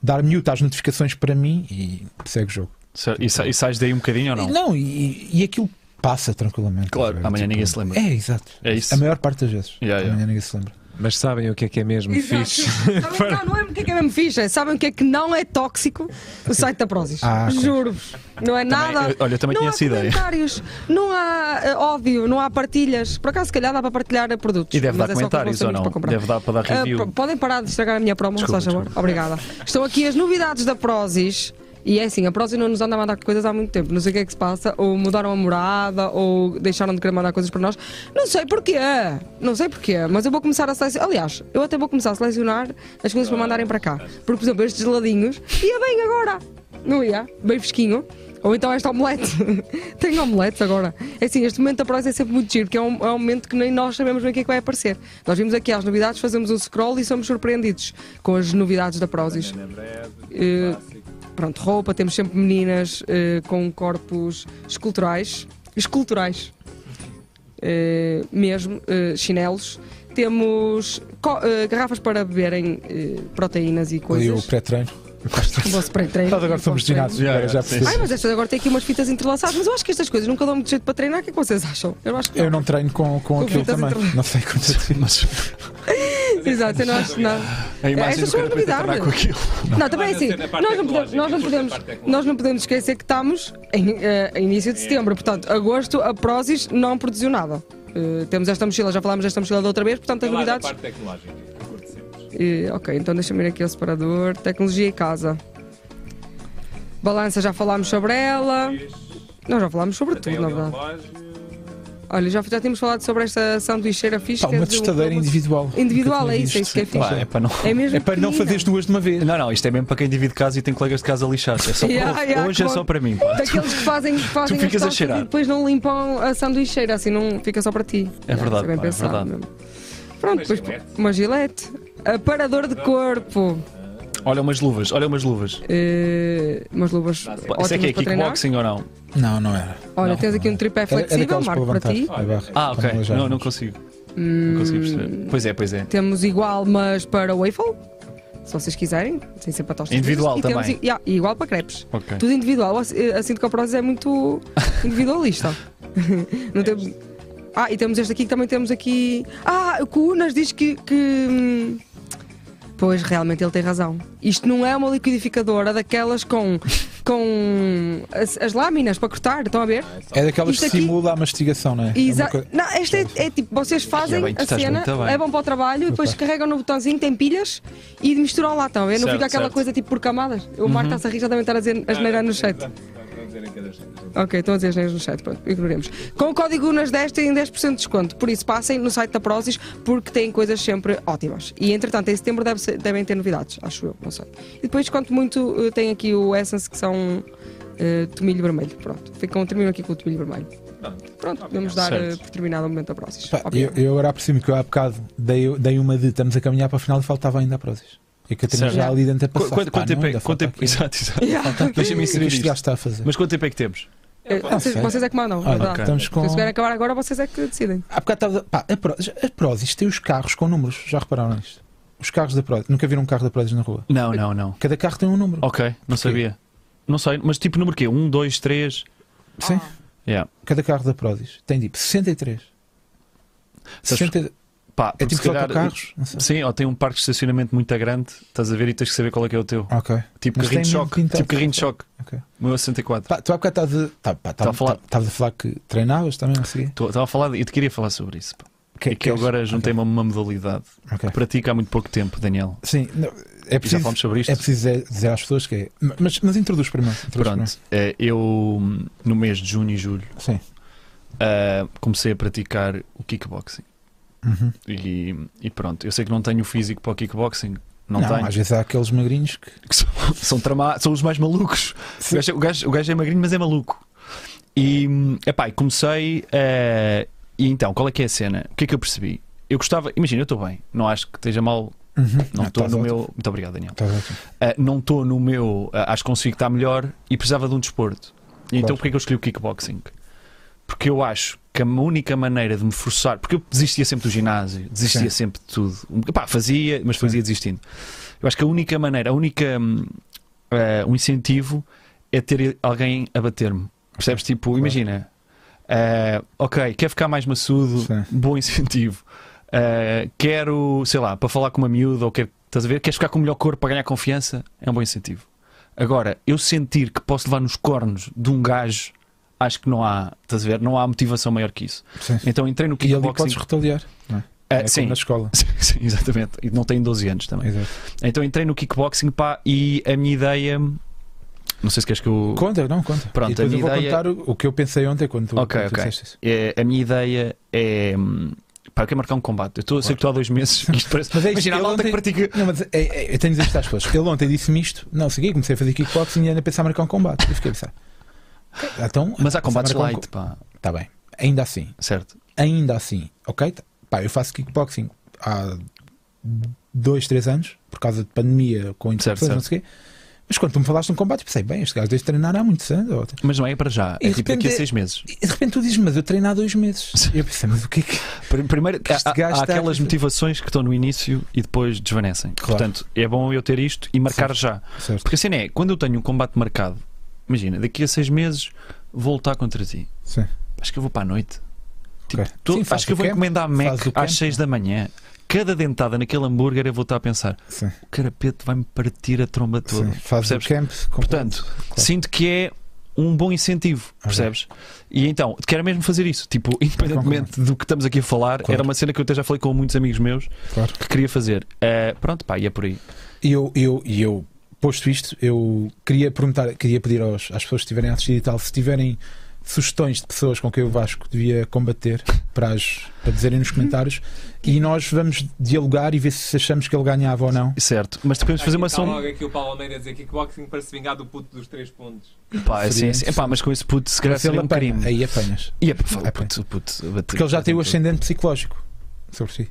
Speaker 1: dar mute às notificações para mim e segue o jogo.
Speaker 2: Certo. E, sa- e sais daí um bocadinho ou
Speaker 1: E
Speaker 2: não?
Speaker 1: Não, e, e aquilo passa tranquilamente.
Speaker 2: Claro,
Speaker 1: Tipo,
Speaker 2: amanhã ninguém se lembra.
Speaker 1: É, exato.
Speaker 2: É isso.
Speaker 1: A maior parte das vezes.
Speaker 2: Yeah, yeah.
Speaker 1: Amanhã ninguém se lembra.
Speaker 4: Mas sabem o que é que é mesmo
Speaker 3: Exato.
Speaker 4: fixe?
Speaker 2: (laughs)
Speaker 3: Sabem- Não, não é o que é que é mesmo fixe, é sabem o que é que não é tóxico o site da Prozis.
Speaker 1: Ah, ok.
Speaker 3: Juro-vos. Não é nada.
Speaker 2: eu- olha, eu também
Speaker 3: não
Speaker 2: tinha
Speaker 3: há
Speaker 2: essa ideia.
Speaker 3: comentários, não há eh, ódio, não há partilhas. Por acaso, se calhar dá para partilhar eh, produtos.
Speaker 2: E deve
Speaker 3: mas
Speaker 2: dar
Speaker 3: é só com os
Speaker 2: comentários
Speaker 3: meus
Speaker 2: ou
Speaker 3: amigos
Speaker 2: não?
Speaker 3: para comprar.
Speaker 2: Deve dar para dar
Speaker 3: Ah,
Speaker 2: review.
Speaker 3: pro- podem parar de estragar a minha promo, se
Speaker 2: Desculpa,
Speaker 3: faz favor.
Speaker 2: desculpa.
Speaker 3: Obrigada. Estão aqui as novidades da Prozis. E é assim, a Prozis não nos anda a mandar coisas há muito tempo. Não sei o que é que se passa. Ou mudaram a morada, ou deixaram de querer mandar coisas para nós. Não sei porquê. Não sei porquê. Mas eu vou começar a selecionar. Aliás, eu até vou começar a selecionar as coisas para mandarem para cá. Porque, por exemplo, estes geladinhos. Ia bem agora. Não ia? Bem fresquinho. Ou então esta omelete. (laughs) Tenho omeletes agora. É assim, este momento da prosa é sempre muito giro, porque é um, é um momento que nem nós sabemos bem o que é que vai aparecer. Nós vimos aqui as novidades, fazemos um scroll e somos surpreendidos com as novidades da Prozis. Eh, pronto, roupa, temos sempre meninas eh, com corpos esculturais. Esculturais. Eh, mesmo, eh, chinelos. Temos co- eh, garrafas para beberem eh, proteínas e
Speaker 1: Ali o
Speaker 3: coisas.
Speaker 1: pré-treino.
Speaker 3: O vosso pré-treino.
Speaker 1: Nós agora somos
Speaker 3: Pós-treino.
Speaker 1: ginásios. Já, já percebi.
Speaker 3: Ai, mas estas agora têm aqui umas fitas entrelaçadas, mas eu acho que estas coisas nunca dão muito jeito para treinar. O que é que vocês acham? Eu acho que
Speaker 1: Eu não treino com, com aquilo
Speaker 3: fitas
Speaker 1: também.
Speaker 3: entre-
Speaker 1: Não sei quanto é eu tive.
Speaker 2: Mas
Speaker 3: (laughs) Exato, eu não acho nada.
Speaker 2: a
Speaker 1: é,
Speaker 2: imagem
Speaker 3: Estas
Speaker 2: do cara
Speaker 3: são
Speaker 2: para trabalhar
Speaker 3: novidades.
Speaker 2: com aquilo.
Speaker 3: Não, também é
Speaker 5: Mas é
Speaker 3: assim.
Speaker 5: na parte
Speaker 3: Nós não, podemos,
Speaker 5: tecnológica,
Speaker 3: nós, não
Speaker 5: depois
Speaker 3: podemos,
Speaker 5: da parte tecnológica.
Speaker 3: nós não podemos esquecer que estamos em eh, início de setembro. Portanto, agosto, a Prozis não produziu nada. Eh, temos esta mochila, já falámos desta mochila da outra vez, portanto, as
Speaker 5: Lá da
Speaker 3: novidades.
Speaker 5: parte tecnológica. que curto sempre.
Speaker 3: Eh, ok, então deixa-me ir aqui ao separador. Tecnologia e casa. Balança, já falámos sobre ela. Nós já falámos sobre
Speaker 5: Tem
Speaker 3: tudo, na
Speaker 5: ali um
Speaker 3: verdade.
Speaker 5: relógio.
Speaker 3: Olha, já, já tínhamos falado sobre esta sanduicheira fixe.
Speaker 1: Pá,
Speaker 3: que é
Speaker 1: uma
Speaker 3: de um-
Speaker 1: testadeira individual.
Speaker 3: Individual,
Speaker 1: Nunca
Speaker 3: é
Speaker 1: tinha
Speaker 3: isso, é isso
Speaker 1: visto.
Speaker 3: que é fixe.
Speaker 2: Pá, é para não.
Speaker 3: É mesmo
Speaker 1: É para não
Speaker 3: pequenina.
Speaker 1: fazeres duas de uma vez.
Speaker 2: Não, não, isto é mesmo para quem divide casa e tem colegas de casa lixados.
Speaker 1: (laughs)
Speaker 2: É só
Speaker 3: Yeah,
Speaker 2: para-
Speaker 3: yeah,
Speaker 2: Hoje é
Speaker 3: claro.
Speaker 2: só para mim. pá.
Speaker 3: Daqueles que fazem, que fazem
Speaker 2: ficas
Speaker 3: as
Speaker 2: a
Speaker 3: tostas
Speaker 2: cheirar.
Speaker 3: e depois não limpam a sanduicheira, assim não fica só para ti.
Speaker 2: É
Speaker 3: Não,
Speaker 2: verdade,
Speaker 3: isso bem
Speaker 2: pá, é
Speaker 3: pensado
Speaker 2: verdade.
Speaker 3: mesmo. Pronto,
Speaker 5: Uma
Speaker 3: depois
Speaker 5: gilete.
Speaker 3: uma gilete. Aparador de corpo.
Speaker 2: Olha umas luvas, olha umas luvas.
Speaker 3: Eh, umas luvas
Speaker 2: Isso é que é
Speaker 3: ótimas para treinar.
Speaker 2: kickboxing ou não?
Speaker 1: é- Não, não era.
Speaker 3: Olha,
Speaker 2: Não. É-
Speaker 3: tens aqui um tripé
Speaker 1: Era- era
Speaker 3: flexível,
Speaker 1: daquelas
Speaker 3: Marco, para ti.
Speaker 1: levantar a barra,
Speaker 2: Ah,
Speaker 1: para
Speaker 2: ok.
Speaker 1: não aleijar
Speaker 2: Não, não
Speaker 1: as mãos.
Speaker 2: consigo. Não consigo perceber. Pois é, pois é. (laughs)
Speaker 3: Temos igual, mas para waffle, se vocês quiserem, sem ser para tostas.
Speaker 2: Individual
Speaker 3: E temos
Speaker 2: também.
Speaker 3: i- yeah, e igual para crepes.
Speaker 2: Ok.
Speaker 3: Tudo individual. Assim- eh, Assim de Coproses
Speaker 2: (laughs)
Speaker 3: é muito individualista. (laughs) Não tem- Ah, e temos este aqui que também temos aqui. Ah, o que o Unas diz que. que, hum, Pois, realmente ele tem razão. Isto não é uma liquidificadora daquelas com, com as, as lâminas para cortar, estão a ver?
Speaker 1: É daquelas que
Speaker 3: Isto aqui-
Speaker 1: simula a mastigação, não é? É uma
Speaker 3: Exa
Speaker 1: coisa-
Speaker 3: Não, esta é, é tipo, vocês fazem
Speaker 2: bem, tu
Speaker 3: a
Speaker 2: estás
Speaker 3: cena,
Speaker 2: muito bem.
Speaker 3: levam para o trabalho e depois carregam no botãozinho, tem pilhas e misturam lá também. Não
Speaker 2: Certo,
Speaker 3: fica aquela
Speaker 2: certo. Uhum.
Speaker 3: coisa tipo por camadas. O Marco está-se a rir já também estar a dizer as neiras no chat. Ok, estão a dizer as neiras no chat, pronto, ignoremos. Com o código nas 10 têm 10% de desconto, por isso passem no site da Prozis porque têm coisas sempre ótimas. E entretanto, em setembro deve ser- devem ter novidades, acho eu, não sei. E depois, quanto muito, eh, tem aqui o Essence que são eh, tomilho vermelho. Pronto, ficam, terminam aqui com o tomilho vermelho. Pronto, podemos dar eh,
Speaker 2: Certo.
Speaker 3: por terminado o momento da Prozis.
Speaker 1: Pá, eu,
Speaker 3: obviamente.
Speaker 1: eu agora apercebi-me que eu há bocado dei, dei uma de estamos a caminhar para a final e faltava ainda a Prozis. E que eu tenho
Speaker 2: Certo.
Speaker 1: já ali dentro a
Speaker 2: Qu-
Speaker 1: passar.
Speaker 2: Quanto
Speaker 1: Pá,
Speaker 2: quanto tempo
Speaker 1: não,
Speaker 2: é
Speaker 1: ainda
Speaker 2: que. quanto
Speaker 1: falta
Speaker 2: tempo-
Speaker 1: aqui.
Speaker 2: Exato, exato.
Speaker 3: Yeah.
Speaker 2: (laughs) Deixa-me
Speaker 1: O que
Speaker 2: inserir
Speaker 1: este gajo
Speaker 2: isto.
Speaker 1: está a fazer?
Speaker 2: Mas quanto tempo é que temos?
Speaker 1: não
Speaker 3: vocês,
Speaker 1: sei.
Speaker 3: vocês é que mandam,
Speaker 1: Ah, Olha,
Speaker 3: verdade.
Speaker 1: estamos com...
Speaker 3: Se eu quero acabar agora, vocês é que decidem.
Speaker 1: Há bocado estava. Pá, a Prozis, a Prozis tem os carros com números, já repararam nisto? Os carros da Prozis. Nunca viram um carro da Prozis na rua.
Speaker 2: Não, não, não.
Speaker 1: Cada carro tem um número.
Speaker 2: Ok, não sabia. Não sei, mas tipo número quê? Um, dois, três. Oh.
Speaker 1: Sim?
Speaker 2: Yeah.
Speaker 1: Cada carro da Prozis tem tipo 63.
Speaker 2: Sabes-
Speaker 1: 60...
Speaker 2: Pá,
Speaker 1: É
Speaker 2: porque
Speaker 1: tipo
Speaker 2: se calhar-
Speaker 1: autocarros? Não sei.
Speaker 2: Sim, ou tem um parque de estacionamento muito grande, estás a ver e tens que saber qual é que é o teu.
Speaker 1: Ok. Ah,
Speaker 2: Tipo
Speaker 1: Mas
Speaker 2: carrinho de
Speaker 1: tem
Speaker 2: choque.
Speaker 1: pintado.
Speaker 2: Tipo carrinho de choque.
Speaker 1: Ok.
Speaker 2: O Meu é 64.
Speaker 1: Pá, tu há bocado estavas a- tá, pá,
Speaker 2: Estava
Speaker 1: tá-
Speaker 2: a falar.
Speaker 1: tá- estavas a falar que treinavas também, não sei.
Speaker 2: Estava a falar e te queria falar sobre isso. pá.
Speaker 1: Que-
Speaker 2: é que eu
Speaker 1: queres?
Speaker 2: agora juntei uma, uma modalidade
Speaker 1: Ok.
Speaker 2: que pratico há muito pouco tempo, Daniel.
Speaker 1: Sim, não, é
Speaker 2: E já
Speaker 1: preciso,
Speaker 2: falamos sobre isto.
Speaker 1: é preciso é dizer às pessoas que é. Mas, mas introduz primeiro. introduz
Speaker 2: Pronto, eh, eu hum, no mês de junho e julho
Speaker 1: primeiro. Sim.
Speaker 2: ah, comecei a praticar o kickboxing.
Speaker 1: Uhum.
Speaker 2: E, e pronto, eu sei que não tenho o físico para o kickboxing. Não,
Speaker 1: Não,
Speaker 2: tenho.
Speaker 1: às vezes há aqueles magrinhos que.
Speaker 2: (laughs) que são, são, trama- são os mais malucos. O
Speaker 1: Sim.
Speaker 2: gajo, o gajo- o gajo é magrinho, mas é maluco. E, hum, epá, e comecei. eh, e então, qual é que é a cena? O que é que eu percebi? Eu gostava, imagina, eu estou bem, não acho que esteja mal,
Speaker 1: Uhum.
Speaker 2: não estou
Speaker 1: estás
Speaker 2: no
Speaker 1: ótimo,
Speaker 2: meu. Muito obrigado, Daniel.
Speaker 1: estás ótimo.
Speaker 2: Eh, não estou no meu. eh, acho que consigo estar melhor e precisava de um desporto. E Então,
Speaker 1: Claro.
Speaker 2: porquê é que eu escolhi o kickboxing? Porque eu acho que a única maneira de me forçar. Porque eu desistia sempre do ginásio, desistia
Speaker 1: Sim.
Speaker 2: sempre de tudo. Um- Pá, fazia, mas fazia desistindo. Eu acho que a única maneira, a única. hum, eh, um incentivo é ter alguém a bater-me. Percebes? Tipo, imagina. eh, ok, quer ficar mais maçudo,
Speaker 1: Sim.
Speaker 2: bom incentivo. Eh, quero, sei lá, para falar com uma miúda ou quero, estás a ver? Queres ficar com o melhor corpo para ganhar confiança? É um bom incentivo. Agora, eu sentir que posso levar nos cornos de um gajo, acho que não há, estás a ver? Não há motivação maior que isso.
Speaker 1: Sim.
Speaker 2: Então entrei no
Speaker 1: E ali podes
Speaker 2: kickboxing.
Speaker 1: retaliar. não é?
Speaker 2: Ah,
Speaker 1: É como
Speaker 2: sim.
Speaker 1: na escola.
Speaker 2: (laughs) Sim, exatamente. E não tenho 12 anos também.
Speaker 1: Exato.
Speaker 2: Então entrei no kickboxing pá, e a minha ideia. Não sei se queres que eu.
Speaker 1: Conta, não, conta.
Speaker 2: Pronto,
Speaker 1: e
Speaker 2: a
Speaker 1: depois eu
Speaker 2: minha
Speaker 1: vou
Speaker 2: ideia-
Speaker 1: contar o, o que eu pensei ontem quando tu,
Speaker 2: Ok,
Speaker 1: quando tu
Speaker 2: ok.
Speaker 1: disseste isso.
Speaker 2: É, a minha ideia é. hum, Pá, eu quero marcar um combate. Eu estou a sei que estou há dois meses. que Isto parece...
Speaker 1: Mas é isto,
Speaker 2: Imagina, a
Speaker 1: eu
Speaker 2: malta que
Speaker 1: ontem-
Speaker 2: pratica.
Speaker 1: Não, mas é, é, eu tenho de dizer isto às pessoas. Ele ontem disse-me isto, não segui, comecei a fazer kickboxing e ainda pensei a marcar um combate. E fiquei a pensar. Então,
Speaker 2: Mas há
Speaker 1: se
Speaker 2: combates
Speaker 1: marcar um
Speaker 2: light, pá.
Speaker 1: co- Tá bem. Ainda assim,
Speaker 2: Certo.
Speaker 1: ainda assim, ok? Tá- Pá, eu faço kickboxing há dois, três anos, por causa de pandemia, com interrupções,
Speaker 2: certo.
Speaker 1: não sei o quê. Mas quando tu me falaste num combate, pensei, bem, este gajo deve treinar há muitos anos. ou-
Speaker 2: Mas não é para já.
Speaker 1: E
Speaker 2: É
Speaker 1: de
Speaker 2: tipo daqui a
Speaker 1: repente-
Speaker 2: seis meses.
Speaker 1: E de repente tu dizes, mas eu treino há dois meses. E eu pensei, mas o que é que.
Speaker 2: Pri- Primeiro,
Speaker 1: Que este
Speaker 2: há- há,
Speaker 1: gajo
Speaker 2: há
Speaker 1: está-
Speaker 2: aquelas motivações que estão no início e depois desvanecem.
Speaker 1: Claro.
Speaker 2: Portanto, é bom eu ter isto e marcar já.
Speaker 1: Certo,
Speaker 2: Porque a cena é, quando eu tenho um combate marcado, imagina, daqui a seis meses vou lutar contra ti.
Speaker 1: sim.
Speaker 2: Acho que eu vou para a noite. Tipo,
Speaker 1: Ok.
Speaker 2: tô-
Speaker 1: Sim, faz
Speaker 2: acho que
Speaker 1: o
Speaker 2: eu vou
Speaker 1: camp,
Speaker 2: encomendar a Mac
Speaker 1: faz o camp,
Speaker 2: às seis da manhã. Cada dentada naquele hambúrguer eu vou estar a pensar:
Speaker 1: Sim,
Speaker 2: o carapete vai-me partir a tromba toda.
Speaker 1: sim. Faz
Speaker 2: Percebes?
Speaker 1: o camp.
Speaker 2: Portanto, sinto que é um bom incentivo, percebes? E então, quero mesmo fazer isso. Tipo, (laughs) independentemente do que estamos aqui a falar,
Speaker 1: Claro.
Speaker 2: era uma cena que eu até já falei com muitos amigos meus
Speaker 1: claro.
Speaker 2: que queria fazer. Eh, pronto, pá, e é por aí.
Speaker 1: E eu, eu, e eu, posto isto, eu queria perguntar, queria pedir aos, às pessoas que estiverem a assistir e tal, se tiverem sugestões de pessoas com quem o Vasco devia combater para, as, para dizerem nos comentários e nós vamos dialogar e ver se achamos que ele ganhava ou não.
Speaker 2: Certo, mas podemos fazer uma som.
Speaker 5: logo aqui o Paulo Almeida a dizer kickboxing para se vingar do puto dos 3 pontos.
Speaker 2: Pá, é assim, é assim.
Speaker 1: interessante.
Speaker 2: Epá, mas com esse puto, se calhar
Speaker 1: Se ele
Speaker 2: seria um
Speaker 1: apanha,
Speaker 2: crime.
Speaker 1: aí apanhas.
Speaker 2: E é para falar,
Speaker 1: Ok.
Speaker 2: puto, puto, bater-
Speaker 1: Porque ele já tem o
Speaker 2: bater-
Speaker 1: ascendente psicológico sobre si.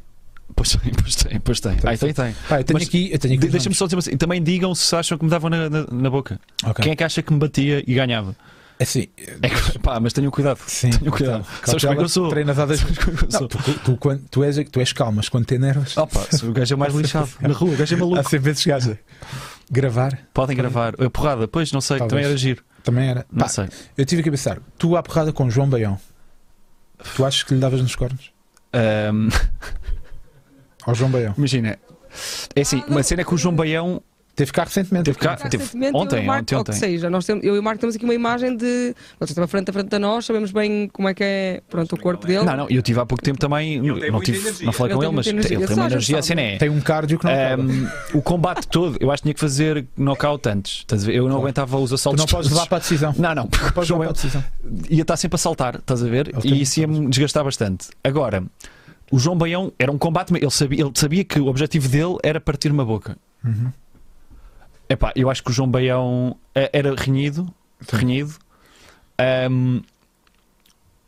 Speaker 2: Pois tem, pois tem, pois tem. Ai, tem, tem.
Speaker 1: Pá, eu tenho
Speaker 2: Mas
Speaker 1: aqui. Eu tenho aqui
Speaker 2: De-
Speaker 1: os
Speaker 2: Deixa-me
Speaker 1: nomes.
Speaker 2: só dizer assim, também digam se acham que me davam na, na, na boca.
Speaker 1: Ok.
Speaker 2: Quem é que acha que me batia e ganhava?
Speaker 1: Assim,
Speaker 2: É que- pá, mas tenham cuidado.
Speaker 1: sim.
Speaker 2: Tenham cuidado.
Speaker 1: cautela,
Speaker 2: Sabes como é que eu sou?
Speaker 1: Treinas há 10
Speaker 2: Sabes como é que eu
Speaker 1: Não,
Speaker 2: sou?
Speaker 1: tu, tu, quando- tu és, tu és calmo, mas quando te enervas,
Speaker 2: (laughs) Ah, pá, se o gajo é mais lixado. Na rua, o gajo é
Speaker 1: há
Speaker 2: maluco.
Speaker 1: sempre vezes chegares a gravar.
Speaker 2: Ah, Podem gravar. A porrada, pois, não sei,
Speaker 1: Talvez.
Speaker 2: também era giro.
Speaker 1: Também era.
Speaker 2: Não
Speaker 1: Pá,
Speaker 2: sei.
Speaker 1: eu tive que pensar, tu à porrada com João Baião, tu achas que lhe davas nos cornos?
Speaker 2: Ahm, (laughs)
Speaker 1: Ao João Baião.
Speaker 2: imagina. É assim, uma cena é que o João Baião
Speaker 1: Teve cá recentemente.
Speaker 2: teve cá.
Speaker 3: Está
Speaker 2: Teve,
Speaker 3: recentemente, eu e
Speaker 2: ontem,
Speaker 3: o Marco,
Speaker 2: ontem,
Speaker 3: ou o que
Speaker 2: ontem.
Speaker 3: seja, nós temos, eu e o Marco temos aqui uma imagem de. Vocês estão frente a frente a nós, sabemos bem como é que é pronto, o corpo dele.
Speaker 2: Não, não, eu tive há pouco tempo também.
Speaker 5: Ele tem
Speaker 2: Não,
Speaker 5: muita
Speaker 2: tive,
Speaker 5: energia.
Speaker 2: não falei
Speaker 3: Ele
Speaker 2: com
Speaker 3: tem
Speaker 2: ele, mas
Speaker 3: muita
Speaker 2: ele tem
Speaker 3: energia.
Speaker 2: uma energia. A
Speaker 3: Sabe,
Speaker 2: cena é.
Speaker 1: Tem um cardio que não acaba.
Speaker 2: Ahm, o combate todo, eu acho que tinha que fazer knockout antes. Estás a ver? Eu não aguentava os
Speaker 1: Tu
Speaker 2: assaltos.
Speaker 1: não podes
Speaker 2: todos.
Speaker 1: levar para a decisão.
Speaker 2: Não, não, porque o
Speaker 1: Podes levar
Speaker 2: João
Speaker 1: para a
Speaker 2: Baião
Speaker 1: decisão.
Speaker 2: ia estar sempre a saltar, estás a ver?
Speaker 1: Ele tem
Speaker 2: E isso ia me desgastar bastante. Agora, o João Baião era um combate, mas ele sabia, ele sabia que o objetivo dele era partir uma boca.
Speaker 1: Uhum.
Speaker 2: Epá, eu acho que o João Baião eh, era renhido, renhido. Ahm,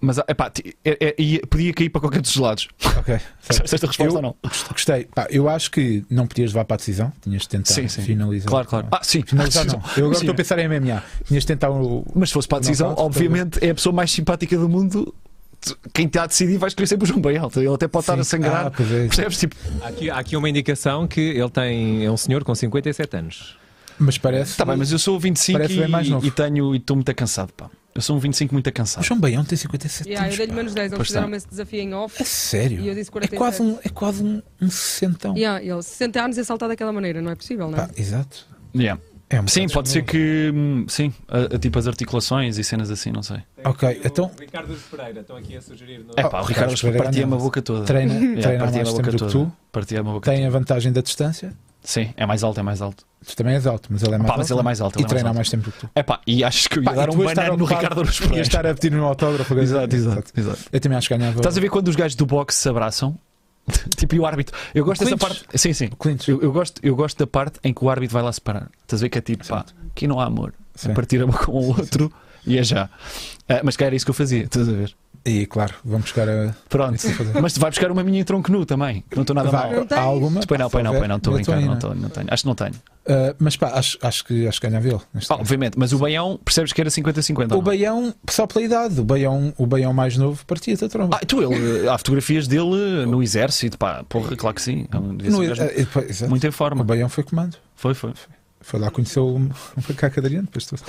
Speaker 2: mas epá, ti- eh, eh, ia- podia cair para qualquer
Speaker 1: (laughs)
Speaker 2: dos lados.
Speaker 1: Ok.
Speaker 2: Sabes esta resposta
Speaker 1: Eu-
Speaker 2: ou não?
Speaker 1: Gostei. Pá, eu acho que não podias levar para a decisão. Tinhas de tentar
Speaker 2: Sim, sim.
Speaker 1: finalizar.
Speaker 2: Claro, claro. Ah, sim.
Speaker 1: Finalizar não. Eu agora
Speaker 2: Sim.
Speaker 1: estou a pensar em MMA. Tinhas de tentar o.
Speaker 2: Mas se fosse para a decisão,
Speaker 1: Knockout,
Speaker 2: obviamente é a pessoa mais simpática do mundo. Tu- Quem está a decidir vai escolher sempre o João Baião. tá? Ele até pode estar
Speaker 1: Sim.
Speaker 2: a sangrar.
Speaker 1: Ah, pois é.
Speaker 2: Percebes? Tipo,
Speaker 4: Há aqui, há aqui uma indicação que ele tem. É um senhor com 57 anos.
Speaker 1: Mas parece.
Speaker 2: Tá bem, mas eu sou 25
Speaker 1: Parece bem mais novo.
Speaker 2: e, e tenho e estou muito cansado, pá. Eu sou um 25 muito
Speaker 1: O
Speaker 2: cansado.
Speaker 1: João Baião tem 57
Speaker 3: Yeah, ah, eu
Speaker 1: anos.
Speaker 3: dei-lhe
Speaker 1: pá.
Speaker 3: menos 10, eles
Speaker 2: Pois está.
Speaker 3: fizeram esse desafio em off.
Speaker 1: É sério.
Speaker 3: E eu disse
Speaker 1: É
Speaker 3: 47.
Speaker 1: quase um, é quase um, um sessentão.
Speaker 3: Yeah, ele 60 anos e saltar daquela maneira, não é possível, não é?
Speaker 1: Pá, exato.
Speaker 2: Yeah.
Speaker 1: É um
Speaker 2: Sim,
Speaker 1: bocado
Speaker 2: pode ser
Speaker 1: escandaloso.
Speaker 2: que. hum, Sim, a- a- tipo as articulações e cenas assim, não sei.
Speaker 5: Tem
Speaker 1: Ok,
Speaker 5: aqui o
Speaker 1: então-
Speaker 5: Ricardo dos Pereira, estão aqui a sugerir. No...
Speaker 2: É
Speaker 1: Oh,
Speaker 2: pá, o Ricardo
Speaker 1: Carlos Pereira
Speaker 2: partia-me a
Speaker 1: ganhava.
Speaker 2: boca toda.
Speaker 1: Treina,
Speaker 2: Yeah,
Speaker 1: treina há
Speaker 2: partia-me
Speaker 1: mais
Speaker 2: a boca
Speaker 1: tempo do que
Speaker 2: toda.
Speaker 1: tu.
Speaker 2: Partia-me a boca
Speaker 1: Tem a vantagem da distância.
Speaker 2: toda. Sim, é mais alto, é mais alto.
Speaker 1: Tu também és alto, mas ele é mais
Speaker 2: Pá,
Speaker 1: alto.
Speaker 2: mas ele é mais alto.
Speaker 1: E
Speaker 2: Ele é mais
Speaker 1: treina há
Speaker 2: alto.
Speaker 1: mais tempo do que tu.
Speaker 2: É pá, e acho que eu ia
Speaker 1: Pá, e
Speaker 2: dar
Speaker 1: tu
Speaker 2: um
Speaker 1: ias estar
Speaker 2: banano no
Speaker 1: ocupado-
Speaker 2: Ricardo dos
Speaker 1: Ia
Speaker 2: Pereira.
Speaker 1: estar a pedir um autógrafo. alguma coisa.
Speaker 2: Exato, exato, exato.
Speaker 1: Eu também acho que ganhava.
Speaker 2: Estás a ver quando os gajos do boxe se abraçam? (laughs) tipo, e o árbitro. Eu gosto dessa
Speaker 1: Clinch.
Speaker 2: parte. Sim, sim.
Speaker 1: Clint.
Speaker 2: Eu, eu gosto, eu gosto da parte em que o árbitro vai lá separar. Estás a ver que é tipo, pá, aqui não há amor.
Speaker 1: Sim.
Speaker 2: A partir a boca com o outro e é já. Ah, mas cá era isso que eu fazia, estás a ver?
Speaker 1: E claro, vamos buscar a.
Speaker 2: Pronto.
Speaker 1: Isso a fazer.
Speaker 2: mas tu vai buscar uma minha em tronco nu também. que Não estou nada
Speaker 1: Vá,
Speaker 2: mal.
Speaker 3: tens?
Speaker 1: há alguma?
Speaker 2: Pois não, pois não, pois não, estou a
Speaker 1: Eu
Speaker 2: brincar,
Speaker 1: aí,
Speaker 2: não,
Speaker 1: é?
Speaker 2: tô- não tenho. Acho que não tenho.
Speaker 1: Uh, mas pá, acho, acho que, acho que ganhava ele. neste
Speaker 2: Ah,
Speaker 1: caso.
Speaker 2: obviamente, mas o Baião, percebes que era 50-50.
Speaker 1: o
Speaker 2: não?
Speaker 1: Baião, só pela idade, o Baião, o Baião mais novo partia-te a tromba.
Speaker 2: Ah, tu, ele, há fotografias dele no exército, pá, porra, claro que sim. É um- devia ser
Speaker 1: No-
Speaker 2: um gajo
Speaker 1: eh, eh, pois, exato.
Speaker 2: muito em
Speaker 1: O
Speaker 2: forma.
Speaker 1: Baião foi comando.
Speaker 2: Foi, foi.
Speaker 1: Foi lá, conheceu o (laughs) um macaco Adriano. Depois
Speaker 2: (laughs)
Speaker 1: trouxe.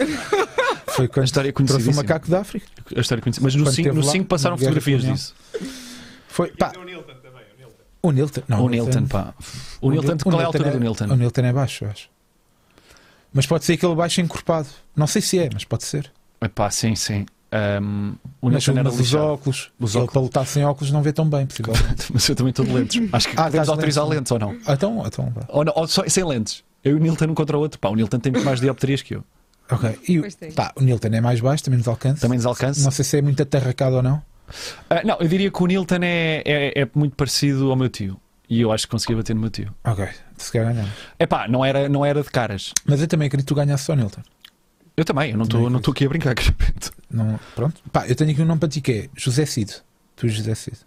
Speaker 1: Foi
Speaker 2: A
Speaker 1: quando
Speaker 2: história é
Speaker 1: trouxe o
Speaker 2: conhecidíssima.
Speaker 1: macaco da África.
Speaker 2: A história é conhecida. Mas no
Speaker 1: Quando
Speaker 2: 5
Speaker 1: esteve lá,
Speaker 2: passaram
Speaker 1: na Guerra
Speaker 2: fotografias
Speaker 1: Colonial.
Speaker 2: disso.
Speaker 1: Foi, pá,
Speaker 5: O Nilton também, o Nilton.
Speaker 1: o Nilton. Não,
Speaker 2: o Nilton, pá. O Nilton, qual é a altura do Nilton?
Speaker 1: O Nilton é baixo, eu acho. Mas pode ser aquele baixo encorpado. Não sei se é, mas pode ser.
Speaker 2: Epá, sim, sim. Um, o
Speaker 1: mas
Speaker 2: Nilton era
Speaker 1: mas os
Speaker 2: lixado.
Speaker 1: óculos.
Speaker 2: Os
Speaker 1: ele
Speaker 2: óculos.
Speaker 1: para lutar sem óculos não vê tão bem,
Speaker 2: (laughs)
Speaker 1: possivelmente.
Speaker 2: Mas eu também estou de lentes. Acho
Speaker 1: Ah,
Speaker 2: que
Speaker 1: estás
Speaker 2: podemos
Speaker 1: de
Speaker 2: autorizar
Speaker 1: lentes,
Speaker 2: lentes, ou não?
Speaker 1: Ah, então, então, vá.
Speaker 2: Ou, não, ou só, sem lentes. Eu e o Nilton um contra o outro. Pá, o Nilton tem muito mais diopterias que eu.
Speaker 1: Ok. E
Speaker 3: Pois tem.
Speaker 1: o, pá, o Nilton é mais baixo, também nos alcança.
Speaker 2: Também desalcance.
Speaker 1: Não
Speaker 2: Não,
Speaker 1: sei se é muito atarracado ou não.
Speaker 2: não eu diria que o Nilton é, é, é muito parecido ao meu tio. E eu acho que consegui bater no meu tio.
Speaker 1: Ok, se calhar ganhamos.
Speaker 2: Epá, não era, não era de caras.
Speaker 1: Mas eu também acredito que tu ganhasse só, Nilton.
Speaker 2: Eu também, eu não
Speaker 1: Também
Speaker 2: estou aqui a brincar, (laughs) de repente.
Speaker 1: Não, pronto. Pá, eu tenho aqui um nome para ti que é José Cid. Tu, José Cid.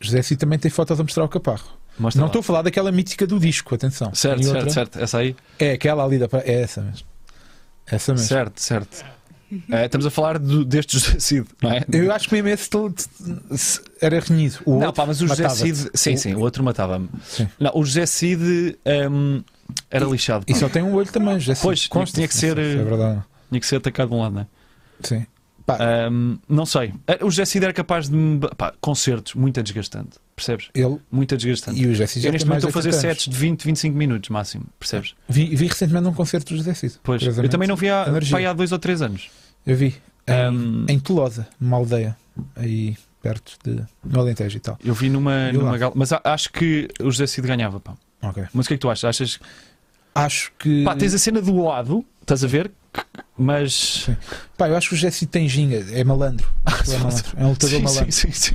Speaker 1: José Cid também tem fotos a mostrar ao caparro.
Speaker 2: Mostra
Speaker 1: não
Speaker 2: tá
Speaker 1: estou
Speaker 2: lá.
Speaker 1: a falar daquela mítica do disco, atenção.
Speaker 2: Certo,
Speaker 1: Tem
Speaker 2: certo,
Speaker 1: outra.
Speaker 2: certo. Essa aí.
Speaker 1: É aquela ali da praia. É essa mesmo. Essa mesmo.
Speaker 2: Certo, certo. Eh, estamos a falar do, deste José (laughs) Cid, não é?
Speaker 1: Eu acho que mesmo esse todo se- era renhido. O
Speaker 2: não,
Speaker 1: outro
Speaker 2: pá, mas o José
Speaker 1: matava-te.
Speaker 2: Cid. Sim, sim, o outro matava-me.
Speaker 1: Sim.
Speaker 2: Não, o José Cid hum, era lixado. pá.
Speaker 1: E só tem um olho também, José Cid.
Speaker 2: Pois,
Speaker 1: Consta,
Speaker 2: tinha que
Speaker 1: não
Speaker 2: ser,
Speaker 1: sei se É
Speaker 2: eh,
Speaker 1: verdade.
Speaker 2: Tinha que ser atacado de um lado, não é?
Speaker 1: Sim. Pá,
Speaker 2: Hum, não sei. O José Cid era capaz de. me- Pá, concertos, muito é desgastante. Percebes?
Speaker 1: ele
Speaker 2: Muito é desgastante.
Speaker 1: e o José Cid já
Speaker 2: Eu neste
Speaker 1: tem mais Ah,
Speaker 2: momento estou a fazer
Speaker 1: 80 anos.
Speaker 2: sets de 20, 25 minutos máximo. Percebes?
Speaker 1: Vi, vi recentemente um concerto do José Cid.
Speaker 2: Pois. Eu
Speaker 1: curiosamente.
Speaker 2: também não vi há,
Speaker 1: é, Energia.
Speaker 2: pá, há dois ou três anos.
Speaker 1: Eu vi. Em,
Speaker 2: Hum,
Speaker 1: em Tolosa, numa aldeia. Aí perto de. No Alentejo e tal.
Speaker 2: Eu vi numa.
Speaker 1: Eu
Speaker 2: numa
Speaker 1: acho.
Speaker 2: gala- Mas a- acho que o José Cid ganhava, pá.
Speaker 1: Ok.
Speaker 2: Mas o que é que tu achas? Achas
Speaker 1: Acho que.
Speaker 2: Pá, tens a cena do lado, estás a ver? Mas.
Speaker 1: Pá, eu acho que o José Cid tem ginga. É
Speaker 2: (laughs)
Speaker 1: malandro. É, malandro. é um lutador
Speaker 2: Ah, Sim,
Speaker 1: malandro.
Speaker 2: sim, sim, sim.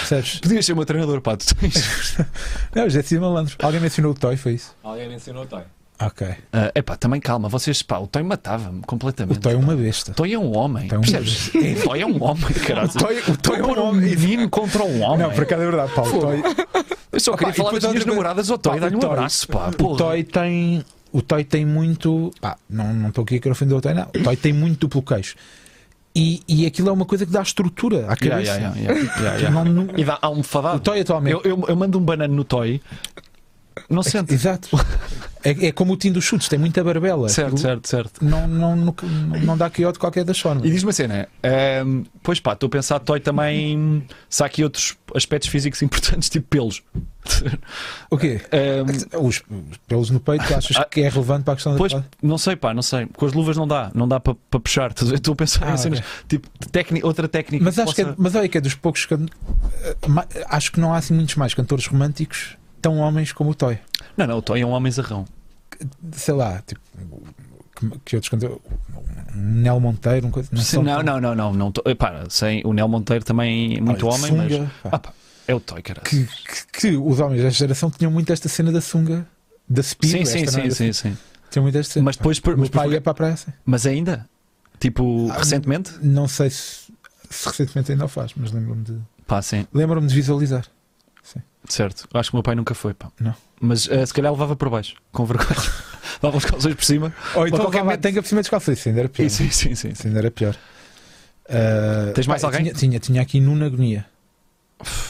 Speaker 1: Percebes?
Speaker 2: Podias ser o meu treinador, pá. Tu tens.
Speaker 1: Não, o José Cid é malandro. Alguém mencionou o Toy, foi isso?
Speaker 5: Alguém mencionou o Toy.
Speaker 1: Ok.
Speaker 2: Ah, epá, também calma, vocês, pá, o Toy matava-me
Speaker 1: O
Speaker 2: completamente.
Speaker 1: Toy é uma besta.
Speaker 2: Toy é um homem.
Speaker 1: Toy é um
Speaker 2: percebes? O Toy é um homem, caralho.
Speaker 1: o Toy
Speaker 2: Pôr um menino contra um homem.
Speaker 1: Não, por acaso é verdade, Paulo. O Toy,
Speaker 2: Eu só
Speaker 1: Opa,
Speaker 2: queria
Speaker 1: e
Speaker 2: falar
Speaker 1: depois outra
Speaker 2: das minhas
Speaker 1: coisa.
Speaker 2: namoradas ao Toy,
Speaker 1: Pá,
Speaker 2: dar-lhe
Speaker 1: o
Speaker 2: um
Speaker 1: Toy.
Speaker 2: abraço, pá.
Speaker 1: o
Speaker 2: porra.
Speaker 1: Toy tem. O Toy tem muito. Pá, não não estou aqui a querer ofender o Toy, não. O Toy tem muito duplo queixo. E, e aquilo é uma coisa que dá estrutura à
Speaker 2: Yeah,
Speaker 1: cabeça.
Speaker 2: yeah, yeah, yeah, é yeah, yeah.
Speaker 1: Não- não-
Speaker 2: E dá almofadado.
Speaker 1: O Toy atualmente.
Speaker 2: Eu, eu, eu mando um banano no Toy. Não sente.
Speaker 1: Exato. É, é como o Tim dos Chutes, tem muita barbela.
Speaker 2: Certo,
Speaker 1: Aquilo
Speaker 2: certo, certo.
Speaker 1: Não, não, não, não dá quió de qualquer das formas.
Speaker 2: E diz-me assim, né? Ahm, pois pá, estou a pensar, Toy também. Se há aqui outros aspectos físicos importantes, tipo pelos. (laughs) Ehm,
Speaker 1: O quê?
Speaker 2: Ahm,
Speaker 1: Os os pelos no peito, achas que é relevante para a questão
Speaker 2: pois,
Speaker 1: da.
Speaker 2: não sei, pá, não sei. Com as luvas não dá, não dá para puxar. Estás a ver? Estou a pensar
Speaker 1: Ah,
Speaker 2: em cenas.
Speaker 1: ok.
Speaker 2: Tipo, tecni- outra técnica.
Speaker 1: Mas acho que é,
Speaker 2: possa-
Speaker 1: mas olha que é dos poucos. can- eh, ma- Acho que não há assim muitos mais cantores românticos tão homens como o Toy.
Speaker 2: Não, não, o Toy é um homem zarrão.
Speaker 1: Sei lá, tipo. Que, que outros cantores. Um Nel Monteiro, um coisa.
Speaker 2: Sim,
Speaker 1: são tão-
Speaker 2: Não, não, não, não. não tô- Pá, sem, o Nel Monteiro também é muito
Speaker 1: Olha,
Speaker 2: homem, mas.
Speaker 1: sunga, pá.
Speaker 2: Ah, pá, é o Toy, cara.
Speaker 1: que, que- que os homens desta geração tinham muito esta cena da sunga, da speed.
Speaker 2: Sim,
Speaker 1: esta
Speaker 2: sim,
Speaker 1: não
Speaker 2: sim,
Speaker 1: era
Speaker 2: sim, sim.
Speaker 1: assim. Tinham muito esta cena.
Speaker 2: Mas
Speaker 1: pá.
Speaker 2: depois.
Speaker 1: O meu
Speaker 2: Mas,
Speaker 1: pai ia
Speaker 2: depois
Speaker 1: para a praia assim.
Speaker 2: mas ainda? Tipo,
Speaker 1: Ah,
Speaker 2: recentemente?
Speaker 1: Não sei se, se recentemente ainda o faz, mas lembro-me de.
Speaker 2: Pá, sim.
Speaker 1: Lembro-me de visualizar.
Speaker 2: Certo, acho que o meu pai nunca foi, pá.
Speaker 1: Não.
Speaker 2: Mas eh, se calhar levava por baixo, com vergonha. (laughs) Levava os calções por cima.
Speaker 1: Ou então
Speaker 2: qualquer
Speaker 1: vá,
Speaker 2: método.
Speaker 1: tem que aproximar dos calções, isso ainda era pior.
Speaker 2: E sim, sim, sim. sim.
Speaker 1: Isso ainda era pior. Ah,
Speaker 2: Tens mais
Speaker 1: eu
Speaker 2: alguém?
Speaker 1: Tinha, tinha, tinha aqui Nuno Agonia.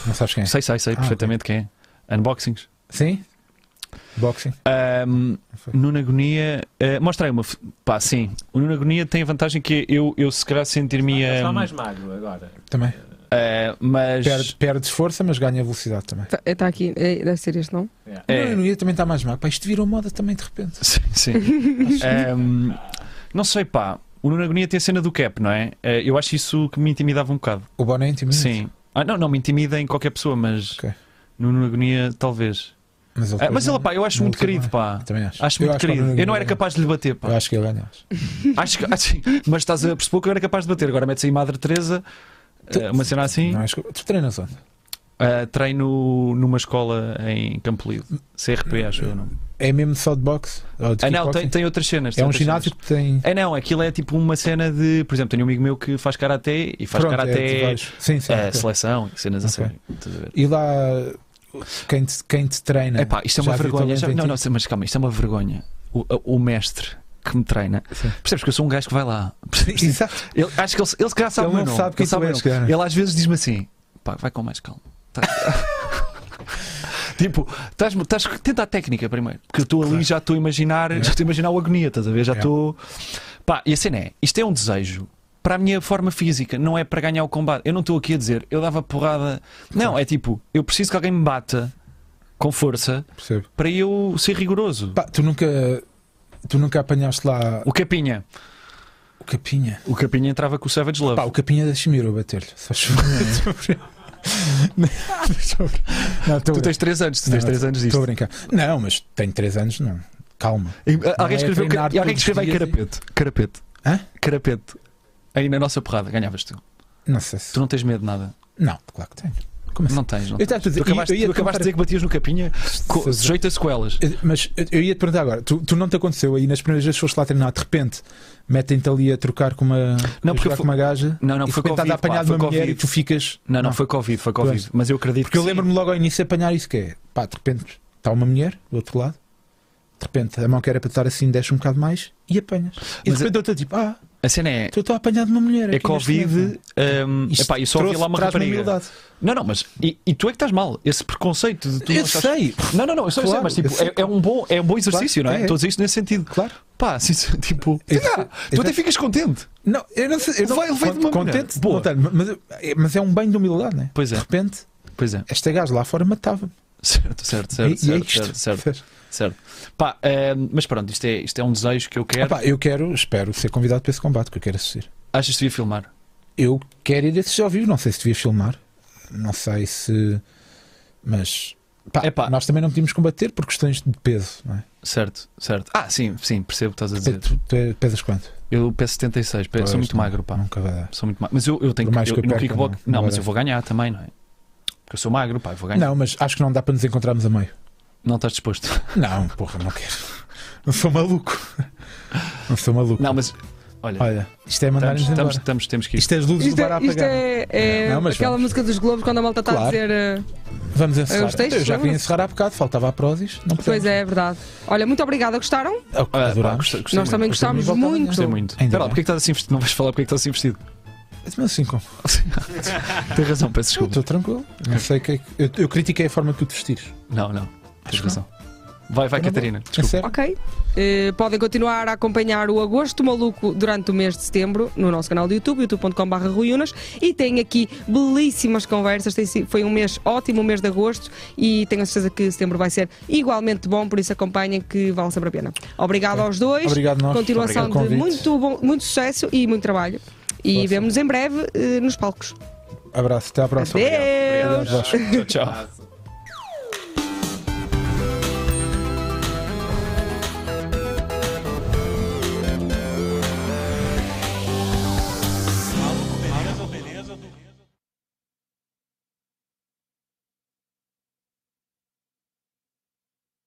Speaker 1: Não sabes quem é?
Speaker 2: Sei, sei, sei
Speaker 1: Ah,
Speaker 2: perfeitamente quem é. Unboxings.
Speaker 1: Sim? Boxing.
Speaker 2: Ahm,
Speaker 1: foi.
Speaker 2: Nuno Agonia. eh, mostra aí uma. f- Pá, sim. O Nuno Agonia tem a vantagem que eu, eu se calhar sentir-me.
Speaker 5: Ele Está
Speaker 2: ahm,
Speaker 4: um.
Speaker 5: mais magro agora.
Speaker 1: Também.
Speaker 2: eh, mas.
Speaker 1: Perde, perde força, mas ganha velocidade também.
Speaker 3: Está tá aqui, é, deve ser este, não?
Speaker 5: É.
Speaker 2: É.
Speaker 1: Nuno Agonia também está mais magro. Pá, isto virou moda também de repente.
Speaker 2: (laughs) Sim,
Speaker 1: (laughs)
Speaker 2: sim. Ahm, não sei, pá. O Nuno Agonia tem a cena do cap, não é? Eh, eu acho isso que me intimidava um bocado.
Speaker 1: O Bono é íntimo.
Speaker 2: Sim. Ah, não, não me intimida em qualquer pessoa, mas
Speaker 1: Ok.
Speaker 2: Nuno Agonia talvez.
Speaker 1: Mas ele,
Speaker 2: Ah, mas ele,
Speaker 1: depois
Speaker 2: pá, eu acho
Speaker 1: não
Speaker 2: muito
Speaker 1: luta
Speaker 2: querido,
Speaker 1: mais.
Speaker 2: pá.
Speaker 1: não- Também acho.
Speaker 2: Acho muito
Speaker 1: que o Nuno
Speaker 2: querido. Eu não
Speaker 1: Agonia
Speaker 2: era
Speaker 1: ganha.
Speaker 2: capaz de lhe bater,
Speaker 1: Eu
Speaker 2: pá.
Speaker 1: acho que ele ganha. acho.
Speaker 2: Acho que, (laughs) acho- mas estás a perceber que eu era capaz de bater. Agora metes aí Madre Teresa,
Speaker 1: Então,
Speaker 2: eh, uma cena assim.
Speaker 1: Não, acho que... Tu treinas onde?
Speaker 2: Ah, treino numa escola em Campolido, CRP, acho eu. Não.
Speaker 1: É mesmo só de boxe? Ou de
Speaker 2: Ah, não,
Speaker 1: kickboxing?
Speaker 2: tem, tem outras cenas.
Speaker 1: É
Speaker 2: tem
Speaker 1: um
Speaker 2: outras
Speaker 1: ginásio
Speaker 2: cenas.
Speaker 1: que tem.
Speaker 2: É não, aquilo é tipo uma cena de. Por exemplo, tenho um amigo meu que faz karaté e faz
Speaker 1: Pronto, é de
Speaker 2: karaté.
Speaker 1: vários. Sim, sim.
Speaker 2: eh,
Speaker 1: ok.
Speaker 2: seleção, cenas
Speaker 1: Ok.
Speaker 2: assim. Estás a ver?
Speaker 1: E lá quem te, quem te treina. (laughs)
Speaker 2: Epá, isto é uma
Speaker 1: já viu
Speaker 2: vergonha.
Speaker 1: talento
Speaker 2: Já-
Speaker 1: em
Speaker 2: não,
Speaker 1: ti?
Speaker 2: não, mas calma, isto é uma vergonha. O, o mestre que me treina.
Speaker 1: Sim.
Speaker 2: Percebes que eu sou um gajo que vai lá.
Speaker 1: Exato.
Speaker 2: Ele, acho que ele, ele se calhar sabe
Speaker 1: Ele
Speaker 2: o meu
Speaker 1: não
Speaker 2: nome.
Speaker 1: sabe quem
Speaker 2: ele,
Speaker 1: tu
Speaker 2: sabe o meu
Speaker 1: és,
Speaker 2: nome.
Speaker 1: cara.
Speaker 2: Ele às vezes diz-me assim: pá, vai com mais calma. (laughs) Tá- tipo, estás, estás, tenta a técnica primeiro. Porque eu estou ali, já estou a imaginar, já estou a imaginar o agonia, estás a ver? Já
Speaker 1: Yeah.
Speaker 2: estou. Pá, e a cena é: isto é um desejo. Para a minha forma física, não é para ganhar o combate. Eu não estou aqui a dizer, eu dava porrada. Não, é tipo, eu preciso que alguém me bata com força
Speaker 1: Percebo.
Speaker 2: para eu ser rigoroso.
Speaker 1: Pá, tu nunca. Tu nunca apanhaste lá
Speaker 2: O Capinha.
Speaker 1: o Capinha.
Speaker 2: O Capinha entrava com o Savage Love.
Speaker 1: Pá, o Capinha da Chimiro a bater-lhe. Só chove.
Speaker 2: (laughs)
Speaker 1: Não, estou
Speaker 2: tu
Speaker 1: a brincar.
Speaker 2: tens 3 anos, tu
Speaker 1: Não,
Speaker 2: tens 3 anos disto.
Speaker 1: Estou a brincar. Não, mas tenho 3 anos, não. Calma.
Speaker 2: E, uh, Alguém
Speaker 1: é
Speaker 2: escreveu,
Speaker 1: treinar
Speaker 2: e alguém que
Speaker 1: todos
Speaker 2: escreveu aí
Speaker 1: os dias,
Speaker 2: carapete. Carapete.
Speaker 1: Hã?
Speaker 2: Carapete. Aí na nossa porrada ganhavas tu.
Speaker 1: Não sei se.
Speaker 2: Tu não tens medo de nada.
Speaker 1: Não, claro que tenho. Como assim?
Speaker 2: Não tens, não.
Speaker 1: Eu
Speaker 2: tens.
Speaker 1: estava a dizer,
Speaker 2: Tu acabaste,
Speaker 1: eu ia
Speaker 2: tu acabaste de dizer que batias no capinha co-
Speaker 1: Sim, sim.
Speaker 2: sujeito a sequelas.
Speaker 1: Eh, Mas eu ia te perguntar agora, tu, tu não te aconteceu aí nas primeiras vezes que foste lá treinar, de repente metem-te ali a trocar com uma,
Speaker 2: Não,
Speaker 1: a
Speaker 2: porque
Speaker 1: jogar
Speaker 2: foi-
Speaker 1: com uma gaja
Speaker 2: Não, não,
Speaker 1: e de
Speaker 2: foi
Speaker 1: repente estás
Speaker 2: Covid.
Speaker 1: a
Speaker 2: pá,
Speaker 1: apanhar de
Speaker 2: foi
Speaker 1: uma mulher e
Speaker 2: Covid.
Speaker 1: tu ficas.
Speaker 2: Não, não,
Speaker 1: Não.
Speaker 2: foi Covid, foi Covid.
Speaker 1: Pois.
Speaker 2: Mas eu acredito
Speaker 1: Porque eu
Speaker 2: que sim.
Speaker 1: lembro-me logo ao início de apanhar isso que é pá, de repente está uma mulher do outro lado, de repente a mão que era para estar assim desce um bocado mais e apanhas. E
Speaker 2: Mas
Speaker 1: de repente eu estou tipo, ah,
Speaker 2: A cena é.
Speaker 1: eu estou a apanhar de uma mulher.
Speaker 2: É
Speaker 1: aqui neste momento. né?
Speaker 2: Covid. hum,
Speaker 1: Isto
Speaker 2: epá, eu só ouvi
Speaker 1: trouxe-
Speaker 2: lá uma
Speaker 1: traz-me
Speaker 2: rapariga.
Speaker 1: humildade.
Speaker 2: Não, não, mas. E, e tu é que estás mal. Esse preconceito de tu. não
Speaker 1: Eu
Speaker 2: estás-
Speaker 1: sei,
Speaker 2: Não, não, não, eu só sei,
Speaker 1: É Claro,
Speaker 2: mas tipo,
Speaker 1: eu sei.
Speaker 2: é, é um bom, é um bom exercício,
Speaker 1: Claro,
Speaker 2: não é?
Speaker 1: é.
Speaker 2: Estou a dizer isto nesse sentido.
Speaker 1: claro.
Speaker 2: Pá, (laughs) assim, tipo.
Speaker 1: Eu
Speaker 2: sei lá,
Speaker 1: sei,
Speaker 2: tu até
Speaker 1: eu-
Speaker 2: ficas contente.
Speaker 1: Não, eu não sei. Eu
Speaker 2: Ele
Speaker 1: não,
Speaker 2: vai- ele vai de uma
Speaker 1: contente,
Speaker 2: maneira. Boa.
Speaker 1: não tenho, mas, é- mas é um bem de humildade, né?
Speaker 2: Pois é.
Speaker 1: De repente,
Speaker 2: Pois é.
Speaker 1: esta gaja lá fora matava-me.
Speaker 2: Certo, certo,
Speaker 1: E,
Speaker 2: certo,
Speaker 1: e é
Speaker 2: certo,
Speaker 1: isto.
Speaker 2: certo, certo,
Speaker 1: Fez.
Speaker 2: certo. Pá, ehm, mas pronto, isto é, isto é um desejo que eu quero.
Speaker 1: Opa, eu quero, espero ser convidado para esse combate que eu quero assistir.
Speaker 2: Achas que devia filmar?
Speaker 1: Eu quero ir assistir ao vivo, não sei se devia filmar, não sei se. Mas. pá,
Speaker 2: Epá.
Speaker 1: nós também não podíamos combater por questões de peso, não é?
Speaker 2: Certo, certo. Ah, sim, sim, percebo o que estás a dizer.
Speaker 1: Tu, tu pesas quanto?
Speaker 2: Eu peso 76, pe-
Speaker 1: Pois,
Speaker 2: sou muito
Speaker 1: não,
Speaker 2: magro, pá.
Speaker 1: Nunca vai dar.
Speaker 2: Sou muito magro. Mas eu, eu tenho
Speaker 1: Por mais
Speaker 2: eu,
Speaker 1: que eu
Speaker 2: no
Speaker 1: perca,
Speaker 2: kickbox-
Speaker 1: não-
Speaker 2: Não,
Speaker 1: não
Speaker 2: mas
Speaker 1: vai
Speaker 2: eu vou ganhar também, não é? Porque eu sou magro, pá, eu vou ganhar. Não,
Speaker 1: (laughs) Não, mas acho que não dá para nos encontrarmos a meio.
Speaker 2: estás disposto.
Speaker 1: Não, porra, não quero. Não sou maluco. Não sou maluco.
Speaker 2: Não, mas. Olha,
Speaker 1: Olha, isto é
Speaker 2: estamos,
Speaker 1: mandar-nos
Speaker 2: estamos,
Speaker 1: embora.
Speaker 2: estamos- temos que ir.
Speaker 1: Isto é as luzes
Speaker 3: Isto
Speaker 1: do bar a
Speaker 3: é, isto
Speaker 1: apagar.
Speaker 3: é, é
Speaker 1: Não, mas
Speaker 3: aquela
Speaker 1: vamos.
Speaker 3: música dos Globos quando a malta está
Speaker 1: Claro.
Speaker 3: a dizer. eh,
Speaker 1: Vamos encerrar.
Speaker 3: Os textos,
Speaker 1: Eu já queria
Speaker 3: lembram-se?
Speaker 1: encerrar há bocado, faltava a Prozis. Não
Speaker 3: Pois é, é verdade. Olha, muito obrigada, gostaram?
Speaker 1: Oh,
Speaker 2: Ah, pá,
Speaker 1: adorámos.
Speaker 2: gostei- gostei
Speaker 3: Nós também
Speaker 1: Gostei
Speaker 3: gostámos
Speaker 1: muito.
Speaker 3: muito.
Speaker 2: Gostei muito.
Speaker 1: Ainda
Speaker 2: Espera lá,
Speaker 1: bem.
Speaker 2: porque é que estás assim vestido? Não vais falar porque é que estás assim vestido?
Speaker 1: (laughs) Mas assim como?
Speaker 2: Tem razão, peço
Speaker 1: Eu
Speaker 2: desculpa.
Speaker 1: Estou tranquilo. Não sei o que é que. Eu, eu critiquei a forma que tu te vestires.
Speaker 2: Não, não. Tens
Speaker 1: que
Speaker 2: razão. Vai, vai,
Speaker 1: Não, não.
Speaker 2: Catarina.
Speaker 1: É
Speaker 2: Desculpa.
Speaker 1: sério?
Speaker 3: Ok. Eh, podem continuar a acompanhar o Agosto Maluco durante o mês de setembro no nosso canal do YouTube, youtube.com.br ruiunas e tem aqui belíssimas conversas. Tem si- foi um mês ótimo, o mês de agosto e tenho a certeza que setembro vai ser igualmente bom, por isso acompanhem que vale sempre a pena. Obrigado aos dois.
Speaker 1: Obrigado, nós.
Speaker 3: Continuação
Speaker 1: Obrigado.
Speaker 3: de
Speaker 1: Convite.
Speaker 3: muito, bom, muito sucesso e muito trabalho. E
Speaker 1: Força.
Speaker 3: vemos-nos em breve eh, nos palcos.
Speaker 1: Abraço, até à próxima.
Speaker 3: Adeus!
Speaker 1: Obrigado, Vasco.
Speaker 2: Tchau, tchau.
Speaker 5: Abraço.